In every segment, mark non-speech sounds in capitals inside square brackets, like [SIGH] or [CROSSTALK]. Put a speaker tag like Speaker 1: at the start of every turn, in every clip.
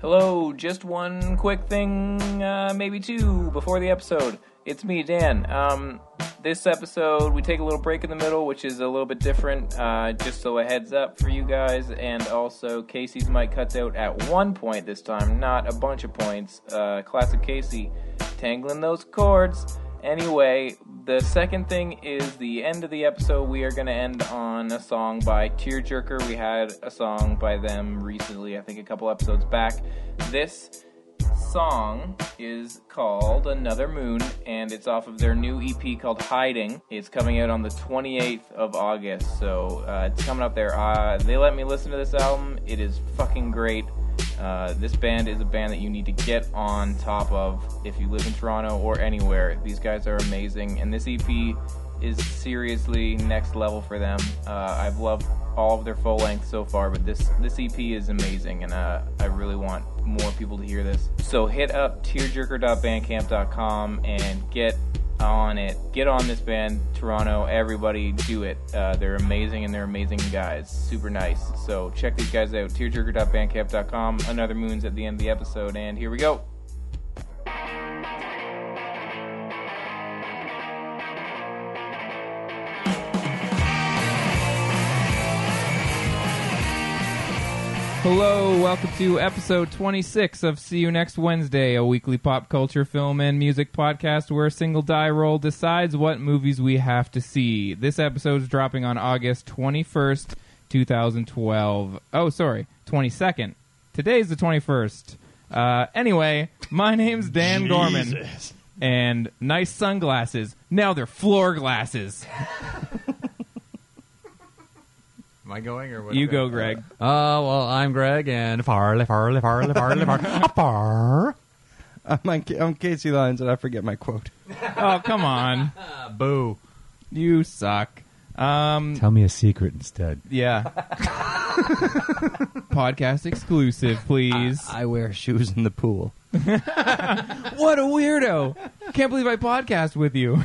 Speaker 1: Hello, just one quick thing, uh, maybe two, before the episode. It's me, Dan. Um, this episode, we take a little break in the middle, which is a little bit different, uh, just so a heads up for you guys. And also, Casey's mic cuts out at one point this time, not a bunch of points. Uh, classic Casey, tangling those cords. Anyway, the second thing is the end of the episode. We are going to end on a song by Tearjerker. We had a song by them recently, I think a couple episodes back. This song is called Another Moon, and it's off of their new EP called Hiding. It's coming out on the 28th of August, so uh, it's coming up there. Uh, they let me listen to this album. It is fucking great. Uh, this band is a band that you need to get on top of if you live in Toronto or anywhere. These guys are amazing, and this E EP is seriously next level for them. Uh, I've loved all of their full length so far, but this this EP is amazing, and uh, I really want more people to hear this. So hit up tearjerker.bandcamp.com and get on it. Get on this band, Toronto. Everybody, do it. Uh, they're amazing and they're amazing guys. Super nice. So check these guys out. Tearjerker.bandcamp.com. Another moon's at the end of the episode, and here we go. Hello, welcome to episode 26 of See You Next Wednesday, a weekly pop culture film and music podcast where a single die roll decides what movies we have to see. This episode is dropping on August 21st, 2012. Oh, sorry, 22nd. Today's the 21st. Uh, anyway, my name's Dan Gorman. And nice sunglasses. Now they're floor glasses.
Speaker 2: Am I going or what?
Speaker 1: You go, Greg.
Speaker 2: Uh, well, I'm Greg, and far, far, far, far, [LAUGHS] far, far. Uh,
Speaker 3: I'm, on, Ca- I'm Casey Lyons, and I forget my quote.
Speaker 1: Oh, come on.
Speaker 2: Boo.
Speaker 1: You suck. Um,
Speaker 4: Tell me a secret instead.
Speaker 1: Yeah. Podcast exclusive, please.
Speaker 3: I wear shoes in the pool.
Speaker 1: what a weirdo. Can't believe I podcast with you.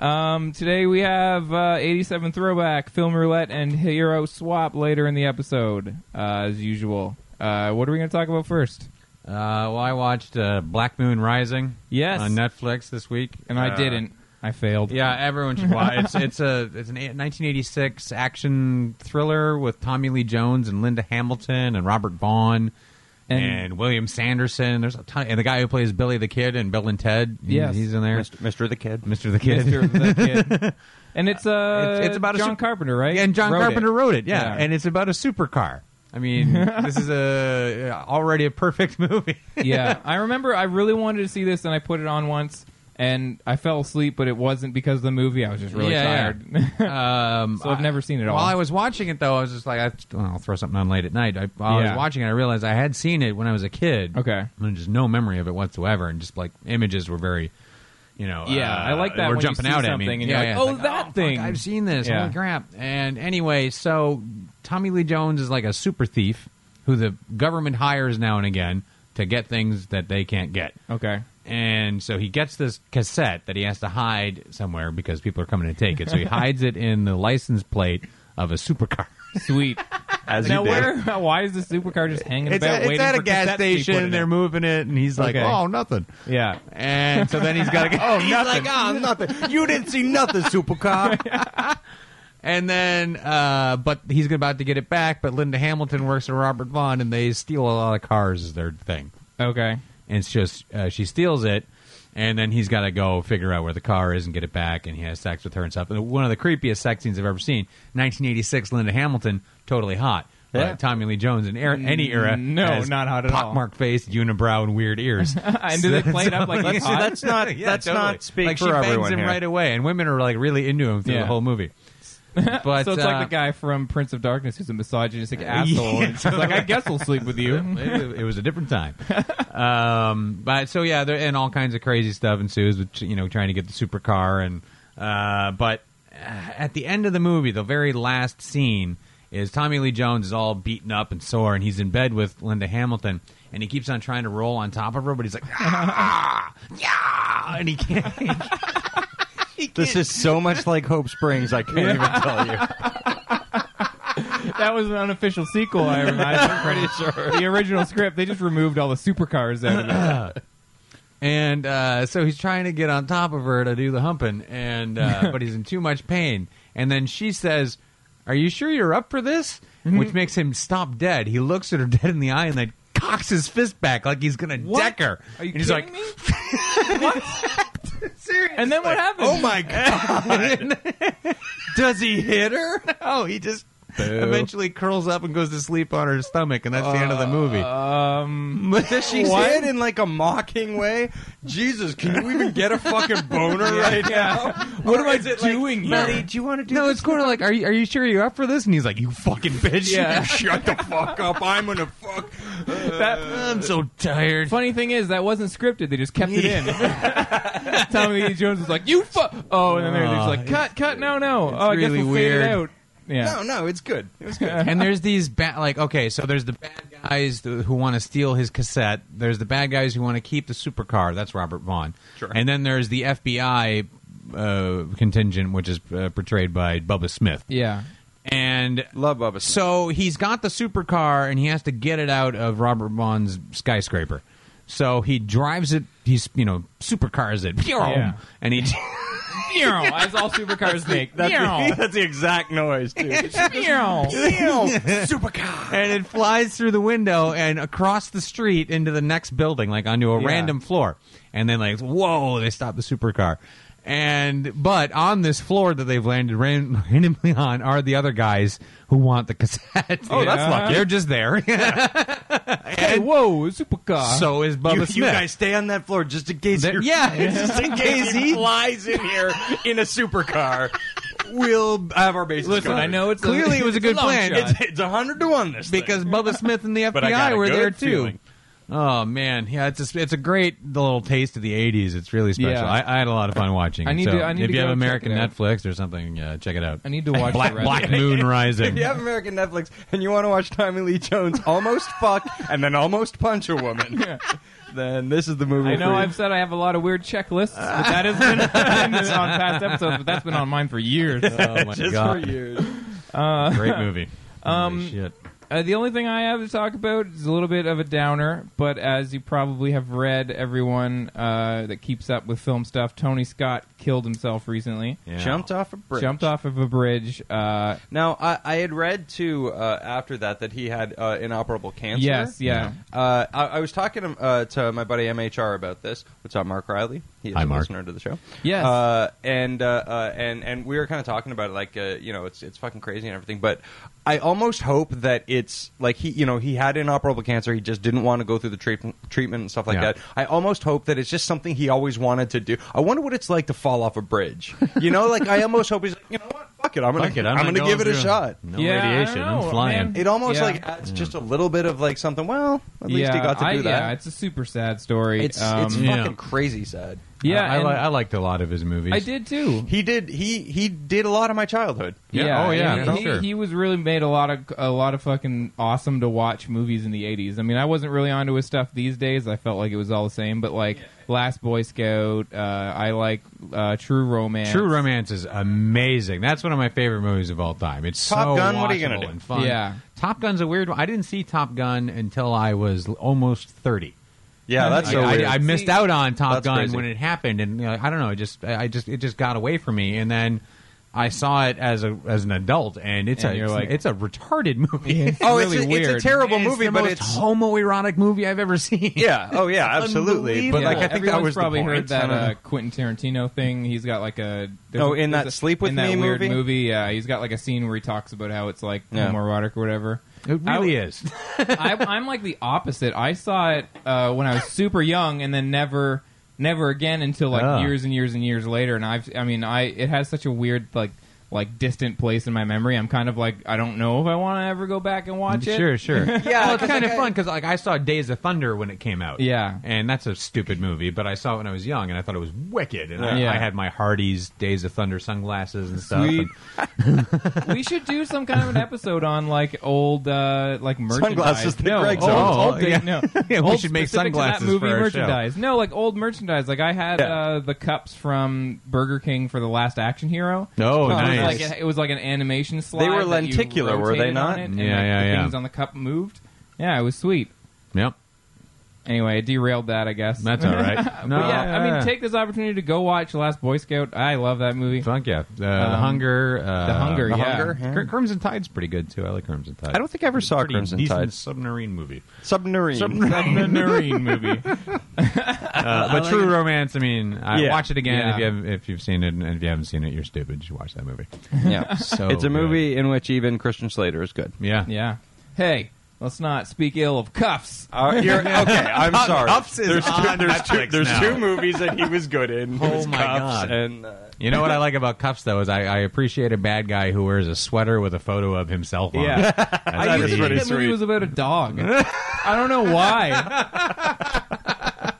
Speaker 1: [LAUGHS] um, today we have uh, 87 Throwback, Film Roulette, and Hero Swap later in the episode, uh, as usual. Uh, what are we going to talk about first?
Speaker 2: Uh, well, I watched uh, Black Moon Rising.
Speaker 1: Yes.
Speaker 2: On Netflix this week,
Speaker 1: And I
Speaker 2: Uh,
Speaker 1: didn't. I failed.
Speaker 2: Yeah, everyone should watch. It's it's a it's an eight- 1986 action thriller with Tommy Lee Jones and Linda Hamilton and Robert Vaughn
Speaker 1: And-
Speaker 2: and, William Sanderson. There's a ton, and the guy who plays Billy the Kid and Bill and Ted. he-
Speaker 1: Yes.
Speaker 2: he's in there.
Speaker 3: Mr. Mr. the Kid.
Speaker 2: Mr. the Kid.
Speaker 1: Mr. the Kid. [LAUGHS] And it's uh,
Speaker 2: It's- it's about a
Speaker 1: John
Speaker 2: sup-
Speaker 1: Carpenter, right?
Speaker 2: Yeah, and John
Speaker 1: Wrote
Speaker 2: Carpenter
Speaker 1: it.
Speaker 2: wrote it. Yeah.
Speaker 1: Yeah.
Speaker 2: and it's about a supercar. I mean, [LAUGHS] this is a uh, already a perfect [LAUGHS] movie.
Speaker 1: yeah, I remember. I really wanted to see this, and I put it on once, and I fell asleep, but it wasn't because of the movie. I was just really
Speaker 2: Yeah,
Speaker 1: tired.
Speaker 2: yeah. [LAUGHS] um,
Speaker 1: So I've
Speaker 2: I-
Speaker 1: never seen it all.
Speaker 2: While I was watching it, though, I was just like, I, well, I'll throw something on late at night. I, while I
Speaker 1: Yeah.
Speaker 2: was watching it, I realized I had seen it when I was a kid.
Speaker 1: Okay.
Speaker 2: and just no memory of it whatsoever, and just like images were very, you know,
Speaker 1: Yeah,
Speaker 2: uh,
Speaker 1: I like that
Speaker 2: Were
Speaker 1: when you
Speaker 2: jumping
Speaker 1: see
Speaker 2: out at
Speaker 1: something
Speaker 2: me,
Speaker 1: and you're
Speaker 2: yeah,
Speaker 1: like,
Speaker 2: yeah.
Speaker 1: "Oh,
Speaker 2: It's
Speaker 1: that
Speaker 2: fuck,
Speaker 1: thing."
Speaker 2: I've seen this.
Speaker 1: Yeah.
Speaker 2: Holy crap! And anyway, so Tommy Lee Jones is like a super thief who the government hires now and again to get things that they can't get.
Speaker 1: okay.
Speaker 2: And so he gets this cassette that he has to hide somewhere because people are coming to take it.
Speaker 1: [LAUGHS]
Speaker 2: So he hides it in the license plate of a supercar.
Speaker 1: Sweet.
Speaker 3: As
Speaker 1: now,
Speaker 3: you did.
Speaker 1: where? [LAUGHS] Why is the supercar just hanging
Speaker 2: It's,
Speaker 1: about
Speaker 2: at,
Speaker 1: waiting
Speaker 2: it's at
Speaker 1: for
Speaker 2: a gas
Speaker 1: cassettes to be put
Speaker 2: station.
Speaker 1: in
Speaker 2: They're
Speaker 1: it?
Speaker 2: moving it, and he's like,
Speaker 1: Okay.
Speaker 2: "Oh, nothing."
Speaker 1: Yeah.
Speaker 2: And so then he's got to go. oh, nothing.
Speaker 3: Like, oh, nothing. You didn't see nothing, supercar.
Speaker 2: And then, uh, but he's about to get it back. But Linda Hamilton works for Robert Vaughn, and they steal a lot of cars is their thing.
Speaker 3: Okay.
Speaker 2: And it's just uh, she steals it, and then he's got to go figure out where the car is and get it back. And he has sex with her and stuff. And one of the creepiest sex scenes I've ever seen. 1986, Linda Hamilton, totally hot.
Speaker 3: Yeah.
Speaker 2: But Tommy Lee Jones in era, any era,
Speaker 3: No,
Speaker 2: has
Speaker 3: not hot at all.
Speaker 2: Pockmarked face, unibrow, and weird ears.
Speaker 1: And
Speaker 2: [LAUGHS]
Speaker 1: do they play it up like he's
Speaker 3: [LAUGHS] Let's-
Speaker 1: hot?
Speaker 3: let's [LAUGHS] not- let's not speak
Speaker 2: like
Speaker 3: for
Speaker 2: she bangs
Speaker 3: everyone
Speaker 2: him
Speaker 3: here.
Speaker 2: right away, and women are like really into him through
Speaker 3: Yeah.
Speaker 2: the whole movie.
Speaker 1: [LAUGHS]
Speaker 2: But
Speaker 1: so it's
Speaker 2: uh,
Speaker 1: like the guy from Prince of Darkness who's a misogynistic
Speaker 2: [LAUGHS]
Speaker 1: asshole. and she's like, I guess we'll sleep with you.
Speaker 2: it, it was a
Speaker 1: [LAUGHS]
Speaker 2: different time. Um, but so yeah, there, and all kinds of crazy stuff ensues with you know trying to get the supercar and uh, but uh, at the end of the movie, the very last scene is Tommy Lee Jones is all beaten up and sore, and he's in bed with Linda Hamilton, and he keeps on trying to roll on top of her, but he's like, [LAUGHS] "Ah, yeah, and he can't.
Speaker 3: This is so much like Hope Springs. I can't [LAUGHS] even tell you.
Speaker 1: That was an unofficial sequel,
Speaker 2: [LAUGHS]
Speaker 1: I remember. pretty sure. The original script, they just removed all the supercars out of it.
Speaker 2: And uh, so he's trying to get on top of her to do the humping, and
Speaker 1: [LAUGHS]
Speaker 2: uh, but he's in too much pain. And then she says, "Are you sure you're up for this?"
Speaker 1: Mm-hmm.
Speaker 2: Which makes him stop dead. He looks at her [LAUGHS] dead in the eye and then cocks his fist back like he's gonna deck her.
Speaker 1: Are you
Speaker 2: and he's
Speaker 1: kidding
Speaker 2: like,
Speaker 1: me?
Speaker 2: [LAUGHS]
Speaker 1: Seriously. And then what happened?
Speaker 2: "Oh my god!" Does he hit her?
Speaker 3: Oh,
Speaker 2: No, he just eventually curls up and goes to sleep on her stomach, and that's the end
Speaker 1: Uh,
Speaker 2: of the movie.
Speaker 1: Um,
Speaker 3: Does she say it in like a mocking way? Jesus, can you even get a fucking [LAUGHS] boner right now?
Speaker 1: [LAUGHS] what am I
Speaker 3: Is it like,
Speaker 1: doing here?
Speaker 3: Maddie, do you want to do
Speaker 2: no,
Speaker 3: this?
Speaker 2: it's kind of like, "Are you are you sure you're up for this?" And he's like, "You fucking bitch!
Speaker 1: Yeah.
Speaker 2: You [LAUGHS] shut the fuck up! I'm gonna fuck."
Speaker 1: That-
Speaker 2: I'm so tired.
Speaker 1: funny thing is, that wasn't scripted. They just kept it in. [LAUGHS] Tommy Lee Jones was like, you fuck. Oh, and then they're just like, cut, cut, no, no. oh, I guess
Speaker 2: really
Speaker 1: we'll
Speaker 2: weird.
Speaker 1: fade it out. Yeah.
Speaker 3: No, no, it's good. It was good.
Speaker 2: and there's these bad, like, okay, so there's the bad guys th- who want to steal his cassette. There's the bad guys who want to keep the supercar. That's Robert Vaughn.
Speaker 3: Sure.
Speaker 2: And then there's the FBI uh, contingent, which is uh, portrayed by Bubba Smith.
Speaker 1: Yeah.
Speaker 2: And
Speaker 3: Love Bubba. Smith.
Speaker 2: So he's got the supercar and he has to get it out of Robert Vaughn's skyscraper. So he drives it. He's you know supercars it,
Speaker 1: Yeah.
Speaker 2: [LAUGHS] and he
Speaker 1: As all supercars make.
Speaker 3: that's, the, [LAUGHS] that's the exact noise too. [LAUGHS] Supercar.
Speaker 2: and it flies through the window and across the street into the next building, like onto a
Speaker 1: Yeah.
Speaker 2: random floor. And then like, whoa! They stop the supercar. And but on this floor that they've landed ran- [LAUGHS] randomly on are the other guys who want the cassette.
Speaker 1: Oh, that's Yeah. lucky.
Speaker 2: They're just there. [LAUGHS]
Speaker 1: Hey, whoa, supercar.
Speaker 2: so is Bubba
Speaker 3: You,
Speaker 2: Smith.
Speaker 3: you guys stay on that floor just in case.
Speaker 2: There- [LAUGHS]
Speaker 3: you're- [LAUGHS]
Speaker 2: yeah.
Speaker 3: just in case he
Speaker 2: He-
Speaker 3: flies in [LAUGHS] here in a supercar. We'll have our bases
Speaker 1: Listen,
Speaker 3: covered.
Speaker 1: I know it's a-
Speaker 2: Clearly it was a good
Speaker 1: long
Speaker 2: plan.
Speaker 1: shot.
Speaker 3: it's it's a hundred to one this thing.
Speaker 2: because Bubba
Speaker 1: [LAUGHS]
Speaker 2: Smith and the
Speaker 3: I got
Speaker 2: FBI
Speaker 3: a
Speaker 2: were
Speaker 3: good
Speaker 2: there too.
Speaker 3: feeling.
Speaker 2: Oh man, yeah, it's a, it's a great little taste of the '80s. It's really special.
Speaker 1: Yeah.
Speaker 2: I, I had a lot of fun watching.
Speaker 1: I
Speaker 2: it.
Speaker 1: need
Speaker 2: So
Speaker 1: to- I need
Speaker 2: if
Speaker 1: to
Speaker 2: you
Speaker 1: go
Speaker 2: have
Speaker 1: check
Speaker 2: American
Speaker 1: it out.
Speaker 2: Netflix or something, uh, check it out.
Speaker 1: I need to watch
Speaker 2: Black,
Speaker 1: the rest
Speaker 2: Black
Speaker 1: of it.
Speaker 2: Moon Rising.
Speaker 1: [LAUGHS]
Speaker 3: If you have American Netflix and you want to watch Tommy Lee Jones almost fuck and then almost punch
Speaker 1: [LAUGHS]
Speaker 3: a woman, then this is the movie.
Speaker 1: I
Speaker 3: for
Speaker 1: know
Speaker 3: you.
Speaker 1: I've said I have a lot of weird checklists, but that has been [LAUGHS] on past episodes, but that's been on mine for years. [LAUGHS]
Speaker 2: Oh my
Speaker 3: just
Speaker 2: god,
Speaker 3: for years.
Speaker 2: [LAUGHS] great movie. Um, shit.
Speaker 1: Uh, the only thing I have to talk about is a little bit of a downer, but as you probably have read, everyone uh, that keeps up with film stuff, Tony Scott killed himself recently.
Speaker 2: Yeah.
Speaker 3: Jumped off a bridge.
Speaker 1: Jumped off of a bridge. Uh,
Speaker 3: Now I, I had read too uh, after that that he had uh, inoperable cancer.
Speaker 1: yes, yeah.
Speaker 3: Uh, I, I was talking to, uh, to my buddy MHR about this. What's up, Mark Riley? He is
Speaker 2: Hi,
Speaker 3: a
Speaker 2: Mark.
Speaker 3: listener to the show.
Speaker 1: Yes.
Speaker 3: Uh, and uh, uh, and and we were kind of talking about it, like uh, you know, it's it's fucking crazy and everything. But I almost hope that it's like he, you know, he had inoperable cancer. He just didn't want to go through the treatment, treatment and stuff like
Speaker 2: Yeah.
Speaker 3: that. I almost hope that it's just something he always wanted to do. I wonder what it's like to fall off a bridge. You know, like I almost hope he's, like, you know what, fuck it, I'm gonna,
Speaker 2: Fuck it,
Speaker 3: I'm,
Speaker 2: not
Speaker 3: gonna
Speaker 2: going
Speaker 3: give it a
Speaker 2: through-
Speaker 3: shot.
Speaker 2: No
Speaker 1: Yeah, I don't
Speaker 2: radiation.
Speaker 1: know,
Speaker 2: I'm flying.
Speaker 1: man.
Speaker 3: It almost
Speaker 1: Yeah.
Speaker 3: like adds just a little bit of like something. Well, at least he
Speaker 1: Yeah,
Speaker 3: got to do
Speaker 1: I-
Speaker 3: that.
Speaker 1: Yeah, it's a super sad story.
Speaker 3: It's
Speaker 1: Um,
Speaker 3: it's
Speaker 2: yeah.
Speaker 3: fucking crazy sad.
Speaker 1: yeah,
Speaker 2: I, I,
Speaker 1: and
Speaker 2: li- I liked a lot of his movies.
Speaker 1: I did too.
Speaker 3: He did he he did a lot of my childhood.
Speaker 2: Yeah. Oh, yeah,
Speaker 1: and
Speaker 2: no,
Speaker 1: he,
Speaker 2: sure.
Speaker 1: he was really made a lot of a lot of fucking awesome to watch movies in the '80s. I mean, I wasn't really onto his stuff these days. I felt like it was all the same. But like Last Boy Scout, uh, I like uh, True Romance.
Speaker 2: True Romance is amazing. That's one of my favorite movies of all time. It's
Speaker 3: Top
Speaker 2: so
Speaker 3: Gun, what are you gonna
Speaker 2: watchable
Speaker 3: do?
Speaker 2: And fun.
Speaker 1: Yeah.
Speaker 2: Top Gun's a weird one. I didn't see Top Gun until I was l- almost thirty.
Speaker 3: Yeah, that's
Speaker 2: I,
Speaker 3: so
Speaker 2: I-
Speaker 3: weird.
Speaker 2: I missed
Speaker 1: See,
Speaker 2: out on Top
Speaker 3: that's
Speaker 2: Gun
Speaker 3: crazy.
Speaker 2: when it happened, and you know, I don't know. It just I I just it just got away from me, and then I saw it as a as an adult, and it's
Speaker 3: And
Speaker 2: a
Speaker 3: you're like-
Speaker 2: it's a retarded movie. [LAUGHS] It's
Speaker 3: Oh, it's
Speaker 2: really
Speaker 3: a- it's a
Speaker 2: weird.
Speaker 3: terrible
Speaker 2: it's
Speaker 3: movie,
Speaker 2: the
Speaker 3: but
Speaker 2: most
Speaker 3: it's-
Speaker 2: homoerotic movie I've ever seen.
Speaker 3: Yeah. Oh, yeah. Absolutely. But
Speaker 2: Yeah.
Speaker 3: like, I think
Speaker 1: Everyone's
Speaker 3: that was the
Speaker 1: probably
Speaker 3: point.
Speaker 1: heard
Speaker 3: I
Speaker 1: that
Speaker 3: don't know.
Speaker 1: uh, Quentin Tarantino thing. He's got like a there's
Speaker 3: Oh,
Speaker 1: a-
Speaker 3: in
Speaker 1: there's
Speaker 3: that
Speaker 1: a-
Speaker 3: Sleep With
Speaker 1: in that
Speaker 3: Me
Speaker 1: weird
Speaker 3: movie?
Speaker 1: Yeah, he's got like a scene where he talks about how it's like
Speaker 3: Yeah.
Speaker 1: homoerotic or whatever.
Speaker 2: It really is.
Speaker 1: I, I'm like the opposite. I saw it uh, when I was super young, and then never, never again until like
Speaker 2: Ah.
Speaker 1: years and years and years later. And I've, I mean, I it has such a weird like like distant place in my memory. I'm kind of like I don't know if I want to ever go back and watch it.
Speaker 2: Sure, [LAUGHS]
Speaker 3: Yeah,
Speaker 2: sure. well, it's
Speaker 3: 'cause,
Speaker 2: kind of
Speaker 3: like, I-
Speaker 2: fun because like I saw Days of Thunder when it came out.
Speaker 1: Yeah.
Speaker 2: and that's a stupid movie, but I saw it when I was young, and I thought it was wicked. And I,
Speaker 1: Yeah.
Speaker 2: I had my Hardy's Days of Thunder sunglasses and stuff.
Speaker 1: Sweet.
Speaker 2: and-
Speaker 1: [LAUGHS] we should do some kind of an episode on like old uh, like merchandise.
Speaker 3: Sunglasses that
Speaker 1: no,
Speaker 3: Greg's
Speaker 1: old,
Speaker 3: on.
Speaker 1: old
Speaker 2: Oh, Yeah.
Speaker 1: no.
Speaker 2: [LAUGHS] Yeah, we
Speaker 1: Old
Speaker 2: should make
Speaker 1: specific to
Speaker 2: sunglasses
Speaker 1: that movie
Speaker 2: for our show.
Speaker 1: merchandise. No, like old merchandise. Like I had
Speaker 3: Yeah.
Speaker 1: uh, the cups from Burger King for the Last Action Hero.
Speaker 2: Oh,
Speaker 1: It was
Speaker 2: nice.
Speaker 1: Like, it was like an animation slide.
Speaker 3: were
Speaker 1: that you
Speaker 3: lenticular, were they
Speaker 1: rotated on
Speaker 3: not?
Speaker 1: it, and,
Speaker 2: Yeah,
Speaker 1: like,
Speaker 2: yeah,
Speaker 1: the
Speaker 2: yeah.
Speaker 1: Things on the cup moved. Yeah, it was sweet.
Speaker 2: yep,
Speaker 1: Anyway, I derailed that. I guess.
Speaker 2: that's all [LAUGHS] right. Uh.
Speaker 1: [LAUGHS]
Speaker 2: No,
Speaker 1: But yeah, I mean, take this opportunity to go watch Last Boy Scout. I love that movie.
Speaker 2: Fuck yeah! Uh, the hunger, uh,
Speaker 1: The Hunger,
Speaker 3: The
Speaker 1: yeah.
Speaker 3: Hunger? yeah.
Speaker 2: Cr- Crimson Tide's pretty good too. I like Crimson Tide.
Speaker 3: I don't think I ever saw
Speaker 2: Pretty
Speaker 3: Crimson
Speaker 2: decent
Speaker 3: Tide.
Speaker 2: submarine movie.
Speaker 3: Submarine.
Speaker 1: Submarine movie.
Speaker 2: [LAUGHS] Uh, but True Romance, I mean, I
Speaker 3: Yeah.
Speaker 2: watch it again
Speaker 1: Yeah.
Speaker 2: if you have, if you've seen it, and if you haven't seen it, you're stupid. You should watch that movie.
Speaker 3: yeah.
Speaker 2: [LAUGHS] So
Speaker 3: it's a
Speaker 2: good.
Speaker 3: movie in which even Christian Slater is good.
Speaker 2: Yeah,
Speaker 1: Yeah. Hey, let's not speak ill of cuffs.
Speaker 3: Uh, you're, okay, I'm
Speaker 2: [LAUGHS]
Speaker 3: sorry.
Speaker 2: Cuffs is
Speaker 3: there's
Speaker 2: on
Speaker 3: two, there's, two,
Speaker 2: Netflix
Speaker 3: there's
Speaker 2: now.
Speaker 3: two movies that he was good in.
Speaker 2: Oh
Speaker 3: It was
Speaker 2: my
Speaker 3: Cuffs
Speaker 2: God.
Speaker 3: And uh,
Speaker 2: You know what I like about cuffs though is I, I appreciate a bad guy who wears a sweater with a photo of himself on.
Speaker 1: [LAUGHS]
Speaker 2: [LAUGHS]
Speaker 1: Yeah.
Speaker 2: it. That's
Speaker 1: I used
Speaker 3: is
Speaker 1: to
Speaker 2: pretty-
Speaker 1: think that
Speaker 3: sweet.
Speaker 1: movie was about a dog. I don't know why. [LAUGHS]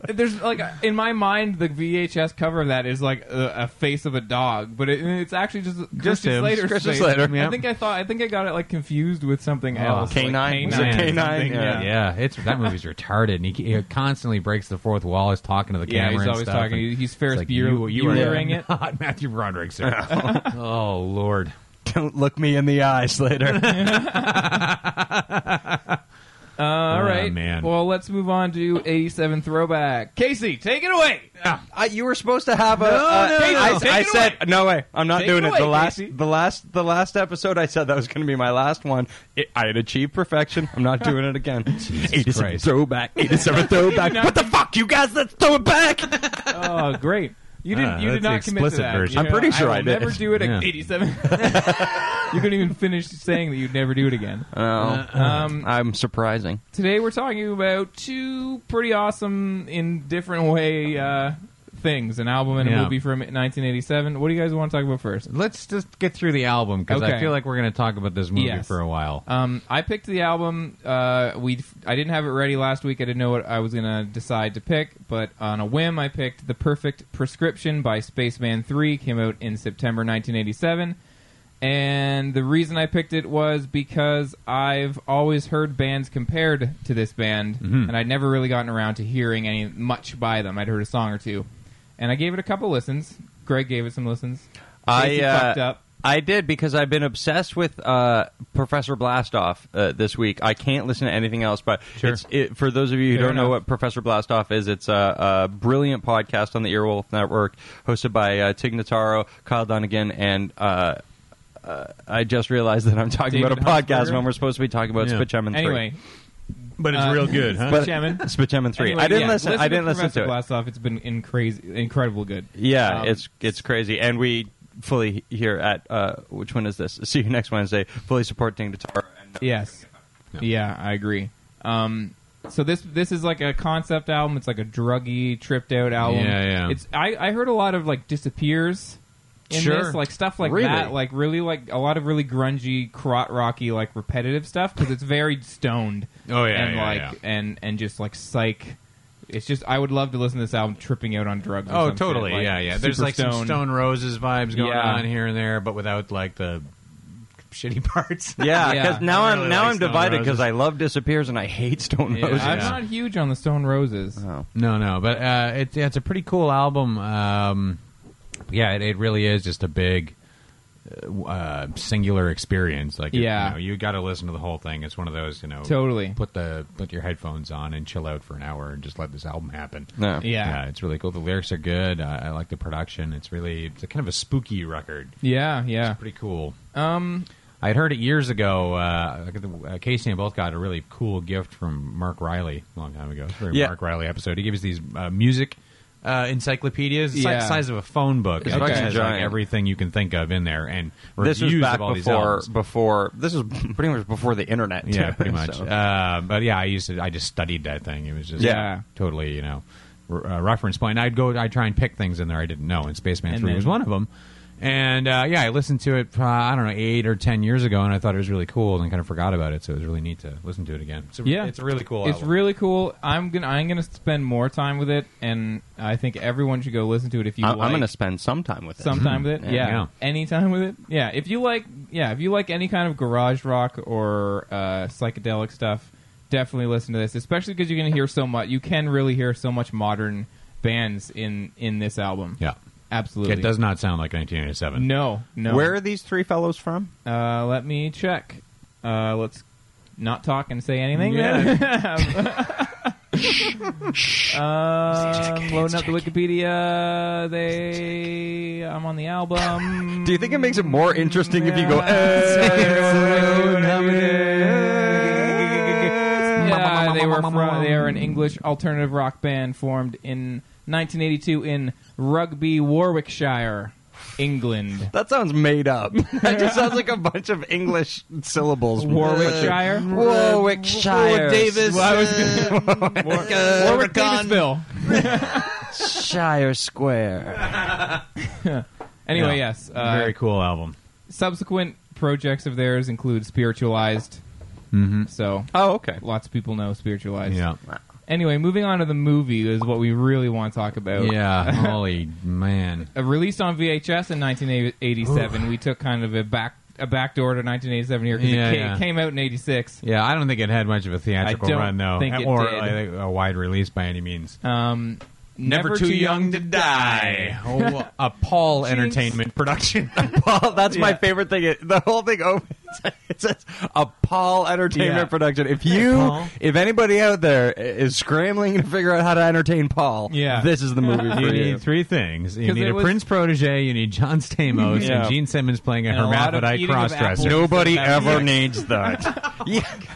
Speaker 1: There's like in my mind the VHS cover of that is like a, a face of a dog, but it, it's actually just Christian
Speaker 2: him.
Speaker 1: Slater's
Speaker 2: Christian
Speaker 1: face.
Speaker 2: Slater, Oh, yeah.
Speaker 1: I think I thought I think I got it like confused with something else. like
Speaker 3: Canine? Was it
Speaker 1: canine or
Speaker 3: Canine?
Speaker 1: something,
Speaker 3: Yeah.
Speaker 1: Yeah.
Speaker 2: Yeah, it's that movie's retarded. And he, he constantly breaks the fourth wall. He's talking to the
Speaker 1: Yeah,
Speaker 2: camera.
Speaker 1: he's
Speaker 2: and
Speaker 1: always
Speaker 2: stuff,
Speaker 1: talking.
Speaker 2: and
Speaker 1: He's
Speaker 2: it's
Speaker 1: Ferris
Speaker 2: like,
Speaker 1: Bueller-
Speaker 2: You, you [LAUGHS]
Speaker 1: Buellering
Speaker 2: are
Speaker 1: it.
Speaker 2: not Matthew
Speaker 1: [LAUGHS]
Speaker 2: Broderick, sir. oh Lord.
Speaker 3: [LAUGHS] don't look me in the eye, Slater.
Speaker 1: [LAUGHS] All
Speaker 2: Oh,
Speaker 1: right,
Speaker 2: man.
Speaker 1: Well, let's move on to '87 throwback. Casey, take it away.
Speaker 3: I, you were supposed to have a.
Speaker 1: No,
Speaker 3: uh,
Speaker 1: no, no.
Speaker 3: I,
Speaker 1: Take
Speaker 3: I
Speaker 1: it
Speaker 3: said no way. I'm not
Speaker 1: Take
Speaker 3: doing
Speaker 1: it
Speaker 3: it.
Speaker 1: away,
Speaker 3: the last,
Speaker 1: Casey.
Speaker 3: the last, the last episode. I said that was going to be my last one. It, I had achieved perfection. I'm not doing it
Speaker 1: [LAUGHS]
Speaker 3: again. 87
Speaker 2: Christ.
Speaker 3: throwback. 87 throwback. what the fuck, you guys? Let's throw it back.
Speaker 1: Oh, great. You didn't.
Speaker 2: Ah,
Speaker 1: you
Speaker 2: that's
Speaker 1: did
Speaker 2: the
Speaker 1: not commit to
Speaker 2: explicit
Speaker 1: that.
Speaker 2: version.
Speaker 1: You
Speaker 3: I'm pretty sure
Speaker 1: will
Speaker 3: I did.
Speaker 1: Never do it
Speaker 2: Yeah.
Speaker 1: at 87.
Speaker 3: [LAUGHS]
Speaker 1: you couldn't even finish saying that you'd never do it again.
Speaker 2: Uh-huh.
Speaker 1: Um,
Speaker 3: I'm surprising.
Speaker 1: today we're talking about two pretty awesome, in different way, uh, things: an album and a
Speaker 2: Yeah.
Speaker 1: movie from 1987. What do you guys want to talk about first?
Speaker 2: Let's just get through the album because I
Speaker 1: Okay.
Speaker 2: feel like we're going to talk about this movie
Speaker 1: Yes.
Speaker 2: for a while.
Speaker 1: Um, I picked the album. Uh, we I didn't have it ready last week. I didn't know what I was gonna decide to pick, but on a whim, I picked "The Perfect Prescription" by Spaceman Three. Came out in September 1987, and the reason I picked it was because I've always heard bands compared to this band,
Speaker 3: Mm-hmm.
Speaker 1: and I'd never really gotten around to hearing any much by them. I'd heard a song or two, and I gave it a couple listens. Greg gave it some listens.
Speaker 3: I
Speaker 1: Casey
Speaker 3: uh,
Speaker 1: fucked up.
Speaker 3: I did because I've been obsessed with uh, Professor Blastoff uh, this week. I can't listen to anything else, but it's, it, for those of you who
Speaker 1: Fair
Speaker 3: don't know
Speaker 1: enough.
Speaker 3: what Professor Blastoff is, it's a, a brilliant podcast on the Earwolf Network hosted by uh, Tig Notaro, Kyle Dunnigan, and. Uh, uh, I just realized that I'm talking
Speaker 1: David
Speaker 3: about a podcast
Speaker 1: Huntsberger?
Speaker 3: when we're supposed to be talking about
Speaker 2: Yeah.
Speaker 3: Spitchemin 3.
Speaker 1: Anyway,
Speaker 2: But
Speaker 1: it's Uh, real
Speaker 2: good, huh?
Speaker 3: but
Speaker 1: Spitchemin.
Speaker 3: Spitchemin 3.
Speaker 1: Anyway,
Speaker 3: I didn't
Speaker 1: yeah,
Speaker 3: listen, I didn't
Speaker 1: to
Speaker 3: listen
Speaker 1: Professor
Speaker 3: to it.
Speaker 1: Blastoff. It's been in crazy, incredible good.
Speaker 3: Yeah,
Speaker 1: Um,
Speaker 3: it's it's crazy, and we fully here at uh, which one is this? See you next Wednesday. Fully supporting guitar. And,
Speaker 1: yes, yeah. I agree. Um, so this this is like a concept album. It's like a druggy, tripped out album.
Speaker 2: Yeah, yeah.
Speaker 1: It's I, I heard a lot of like disappears in
Speaker 2: Sure.
Speaker 1: this, like stuff like
Speaker 3: Really?
Speaker 1: that, like really like a lot of really grungy, crot rocky, like repetitive stuff because it's very stoned.
Speaker 2: [LAUGHS] Oh, yeah,
Speaker 1: and
Speaker 2: yeah,
Speaker 1: like
Speaker 2: yeah.
Speaker 1: and and just like psych. It's just I would love to listen to this album tripping out on drugs. or
Speaker 2: Oh,
Speaker 1: some shit,
Speaker 2: totally.
Speaker 1: like,
Speaker 2: yeah, yeah. There's
Speaker 1: super
Speaker 2: like some
Speaker 1: stoned.
Speaker 2: Stone Roses vibes going
Speaker 1: Yeah.
Speaker 2: on here and there, but without like the shitty [LAUGHS] parts.
Speaker 3: Yeah,
Speaker 1: Yeah.
Speaker 3: because now
Speaker 2: I
Speaker 3: I'm
Speaker 2: really
Speaker 3: now
Speaker 2: like
Speaker 3: I'm
Speaker 2: Stone
Speaker 3: divided
Speaker 2: Roses.
Speaker 3: because I love disappears and I hate
Speaker 2: [LAUGHS]
Speaker 3: Stone
Speaker 2: Oh, Yeah. Oh.
Speaker 3: Roses.
Speaker 1: I'm not huge on the Stone Roses.
Speaker 2: No, no, but uh, it's yeah, it's a pretty cool album. Um, yeah, it, it really is just a big uh, singular experience. Like,
Speaker 1: Yeah.
Speaker 2: you, know, you got to listen to the whole thing. It's one of those, you know,
Speaker 1: Totally.
Speaker 2: Put the put your headphones on and chill out for an hour and just let this album happen.
Speaker 3: Yeah.
Speaker 1: Yeah.
Speaker 2: it's really cool. The lyrics are good. I, I like the production. It's really it's a kind of a spooky record.
Speaker 1: Yeah, yeah.
Speaker 2: Pretty cool.
Speaker 1: Um,
Speaker 2: I had heard it years ago. Uh, I got the- uh, Casey and I both got a really cool gift from Mark Riley a long time ago. It was for a
Speaker 3: Yeah.
Speaker 2: Mark Riley episode. He gave us these uh, music uh, encyclopedias, It's like
Speaker 1: Yeah.
Speaker 2: the size of a phone book.
Speaker 3: It's
Speaker 2: It
Speaker 1: fucking
Speaker 2: has like
Speaker 3: giant.
Speaker 2: everything you can think of in there, and
Speaker 3: This was
Speaker 2: reviews
Speaker 3: back
Speaker 2: of all these
Speaker 3: before
Speaker 2: albums.
Speaker 3: before this was pretty much before the
Speaker 1: [LAUGHS]
Speaker 3: internet.
Speaker 2: Yeah,
Speaker 3: too,
Speaker 2: pretty much.
Speaker 3: so.
Speaker 2: Uh, but yeah, I used to. I just studied that thing. It was just
Speaker 1: Yeah.
Speaker 2: totally you know r- uh, reference point. I'd go. I'd try and pick things in there I didn't know, and Spaceman
Speaker 1: And
Speaker 2: Three
Speaker 1: then-
Speaker 2: was one of them. And uh, yeah, I listened to it. Uh, I don't know, eight or ten years ago, and I thought it was really cool, and kind of forgot about it. So it was really neat to listen to it again. It's a,
Speaker 1: yeah,
Speaker 2: it's a really cool.
Speaker 1: It's
Speaker 2: album.
Speaker 1: really cool. I'm gonna I'm gonna spend more time with it, and I think everyone should go listen to it if you.
Speaker 3: I'm,
Speaker 1: like
Speaker 3: I'm going to spend some time with it.
Speaker 1: some time with it. Yeah.
Speaker 2: Mm-hmm. Yeah.
Speaker 1: any time with it. Yeah, if you like, yeah, if you like any kind of garage rock or uh, psychedelic stuff, definitely listen to this. Especially because you can hear so much. You can really hear so much modern bands in in this album.
Speaker 2: Yeah.
Speaker 1: absolutely.
Speaker 2: It does not sound like 1987.
Speaker 1: No, no.
Speaker 3: Where are these three fellows from?
Speaker 1: Uh, let me check. Uh, let's not talk and say anything. [LAUGHS] Then. um, loading up the Wikipedia. They. I'm on the album.
Speaker 3: Do [LAUGHS] you think it makes it more interesting if you go?
Speaker 1: Yeah, they were from, they are an English alternative rock band formed in 1982 in Rugby, Warwickshire, England.
Speaker 3: That sounds made
Speaker 1: [LAUGHS]
Speaker 3: up. That just sounds like a bunch of English syllables.
Speaker 1: Warwickshire?
Speaker 3: Warwickshire.
Speaker 1: Well, I was gonna- [LAUGHS] Warwick Davisville.
Speaker 3: Shire Square.
Speaker 1: Anyway,
Speaker 2: Yeah.
Speaker 1: yes. Uh,
Speaker 2: Very cool album.
Speaker 1: Subsequent projects of theirs include Spiritualized. Mm-hmm. So
Speaker 3: Oh, okay.
Speaker 1: lots of people know Spiritualized.
Speaker 2: Yeah.
Speaker 1: Anyway, moving on to the movie is what we really want to talk about.
Speaker 2: Yeah. Holy man.
Speaker 1: Uh, released on VHS in 1987. We took kind of a back a back door to 1987 here because
Speaker 2: Yeah,
Speaker 1: it, ca-
Speaker 2: yeah.
Speaker 1: came out in 86.
Speaker 2: Yeah, I don't think it had much of a theatrical
Speaker 1: I don't
Speaker 2: run though,
Speaker 1: think it
Speaker 2: or
Speaker 1: did.
Speaker 2: I think, a wide release by any means.
Speaker 1: Um,
Speaker 2: Never, too, young, to die. [LAUGHS] Oh, a Paul
Speaker 1: Jinx. [LAUGHS]
Speaker 2: Entertainment production.
Speaker 3: Paul, that's my
Speaker 1: Yeah.
Speaker 3: favorite thing. It- the whole thing opens. [LAUGHS] It says a Paul Entertainment
Speaker 1: Yeah.
Speaker 3: production. If you,
Speaker 1: Paul.
Speaker 3: if anybody out there is scrambling to figure out how to entertain Paul,
Speaker 1: Yeah.
Speaker 3: this is the movie for
Speaker 2: you
Speaker 3: you.
Speaker 2: need three things. You
Speaker 1: 'Cause
Speaker 2: need
Speaker 1: it
Speaker 2: a
Speaker 1: was-
Speaker 2: Prince protege. You need John Stamos
Speaker 3: Yeah.
Speaker 2: and Gene Simmons playing a
Speaker 1: And a lot of
Speaker 2: hermaphrodite
Speaker 1: eating of
Speaker 2: crossdresser.
Speaker 1: apples.
Speaker 3: Nobody
Speaker 1: Yeah.
Speaker 3: ever needs that. [LAUGHS]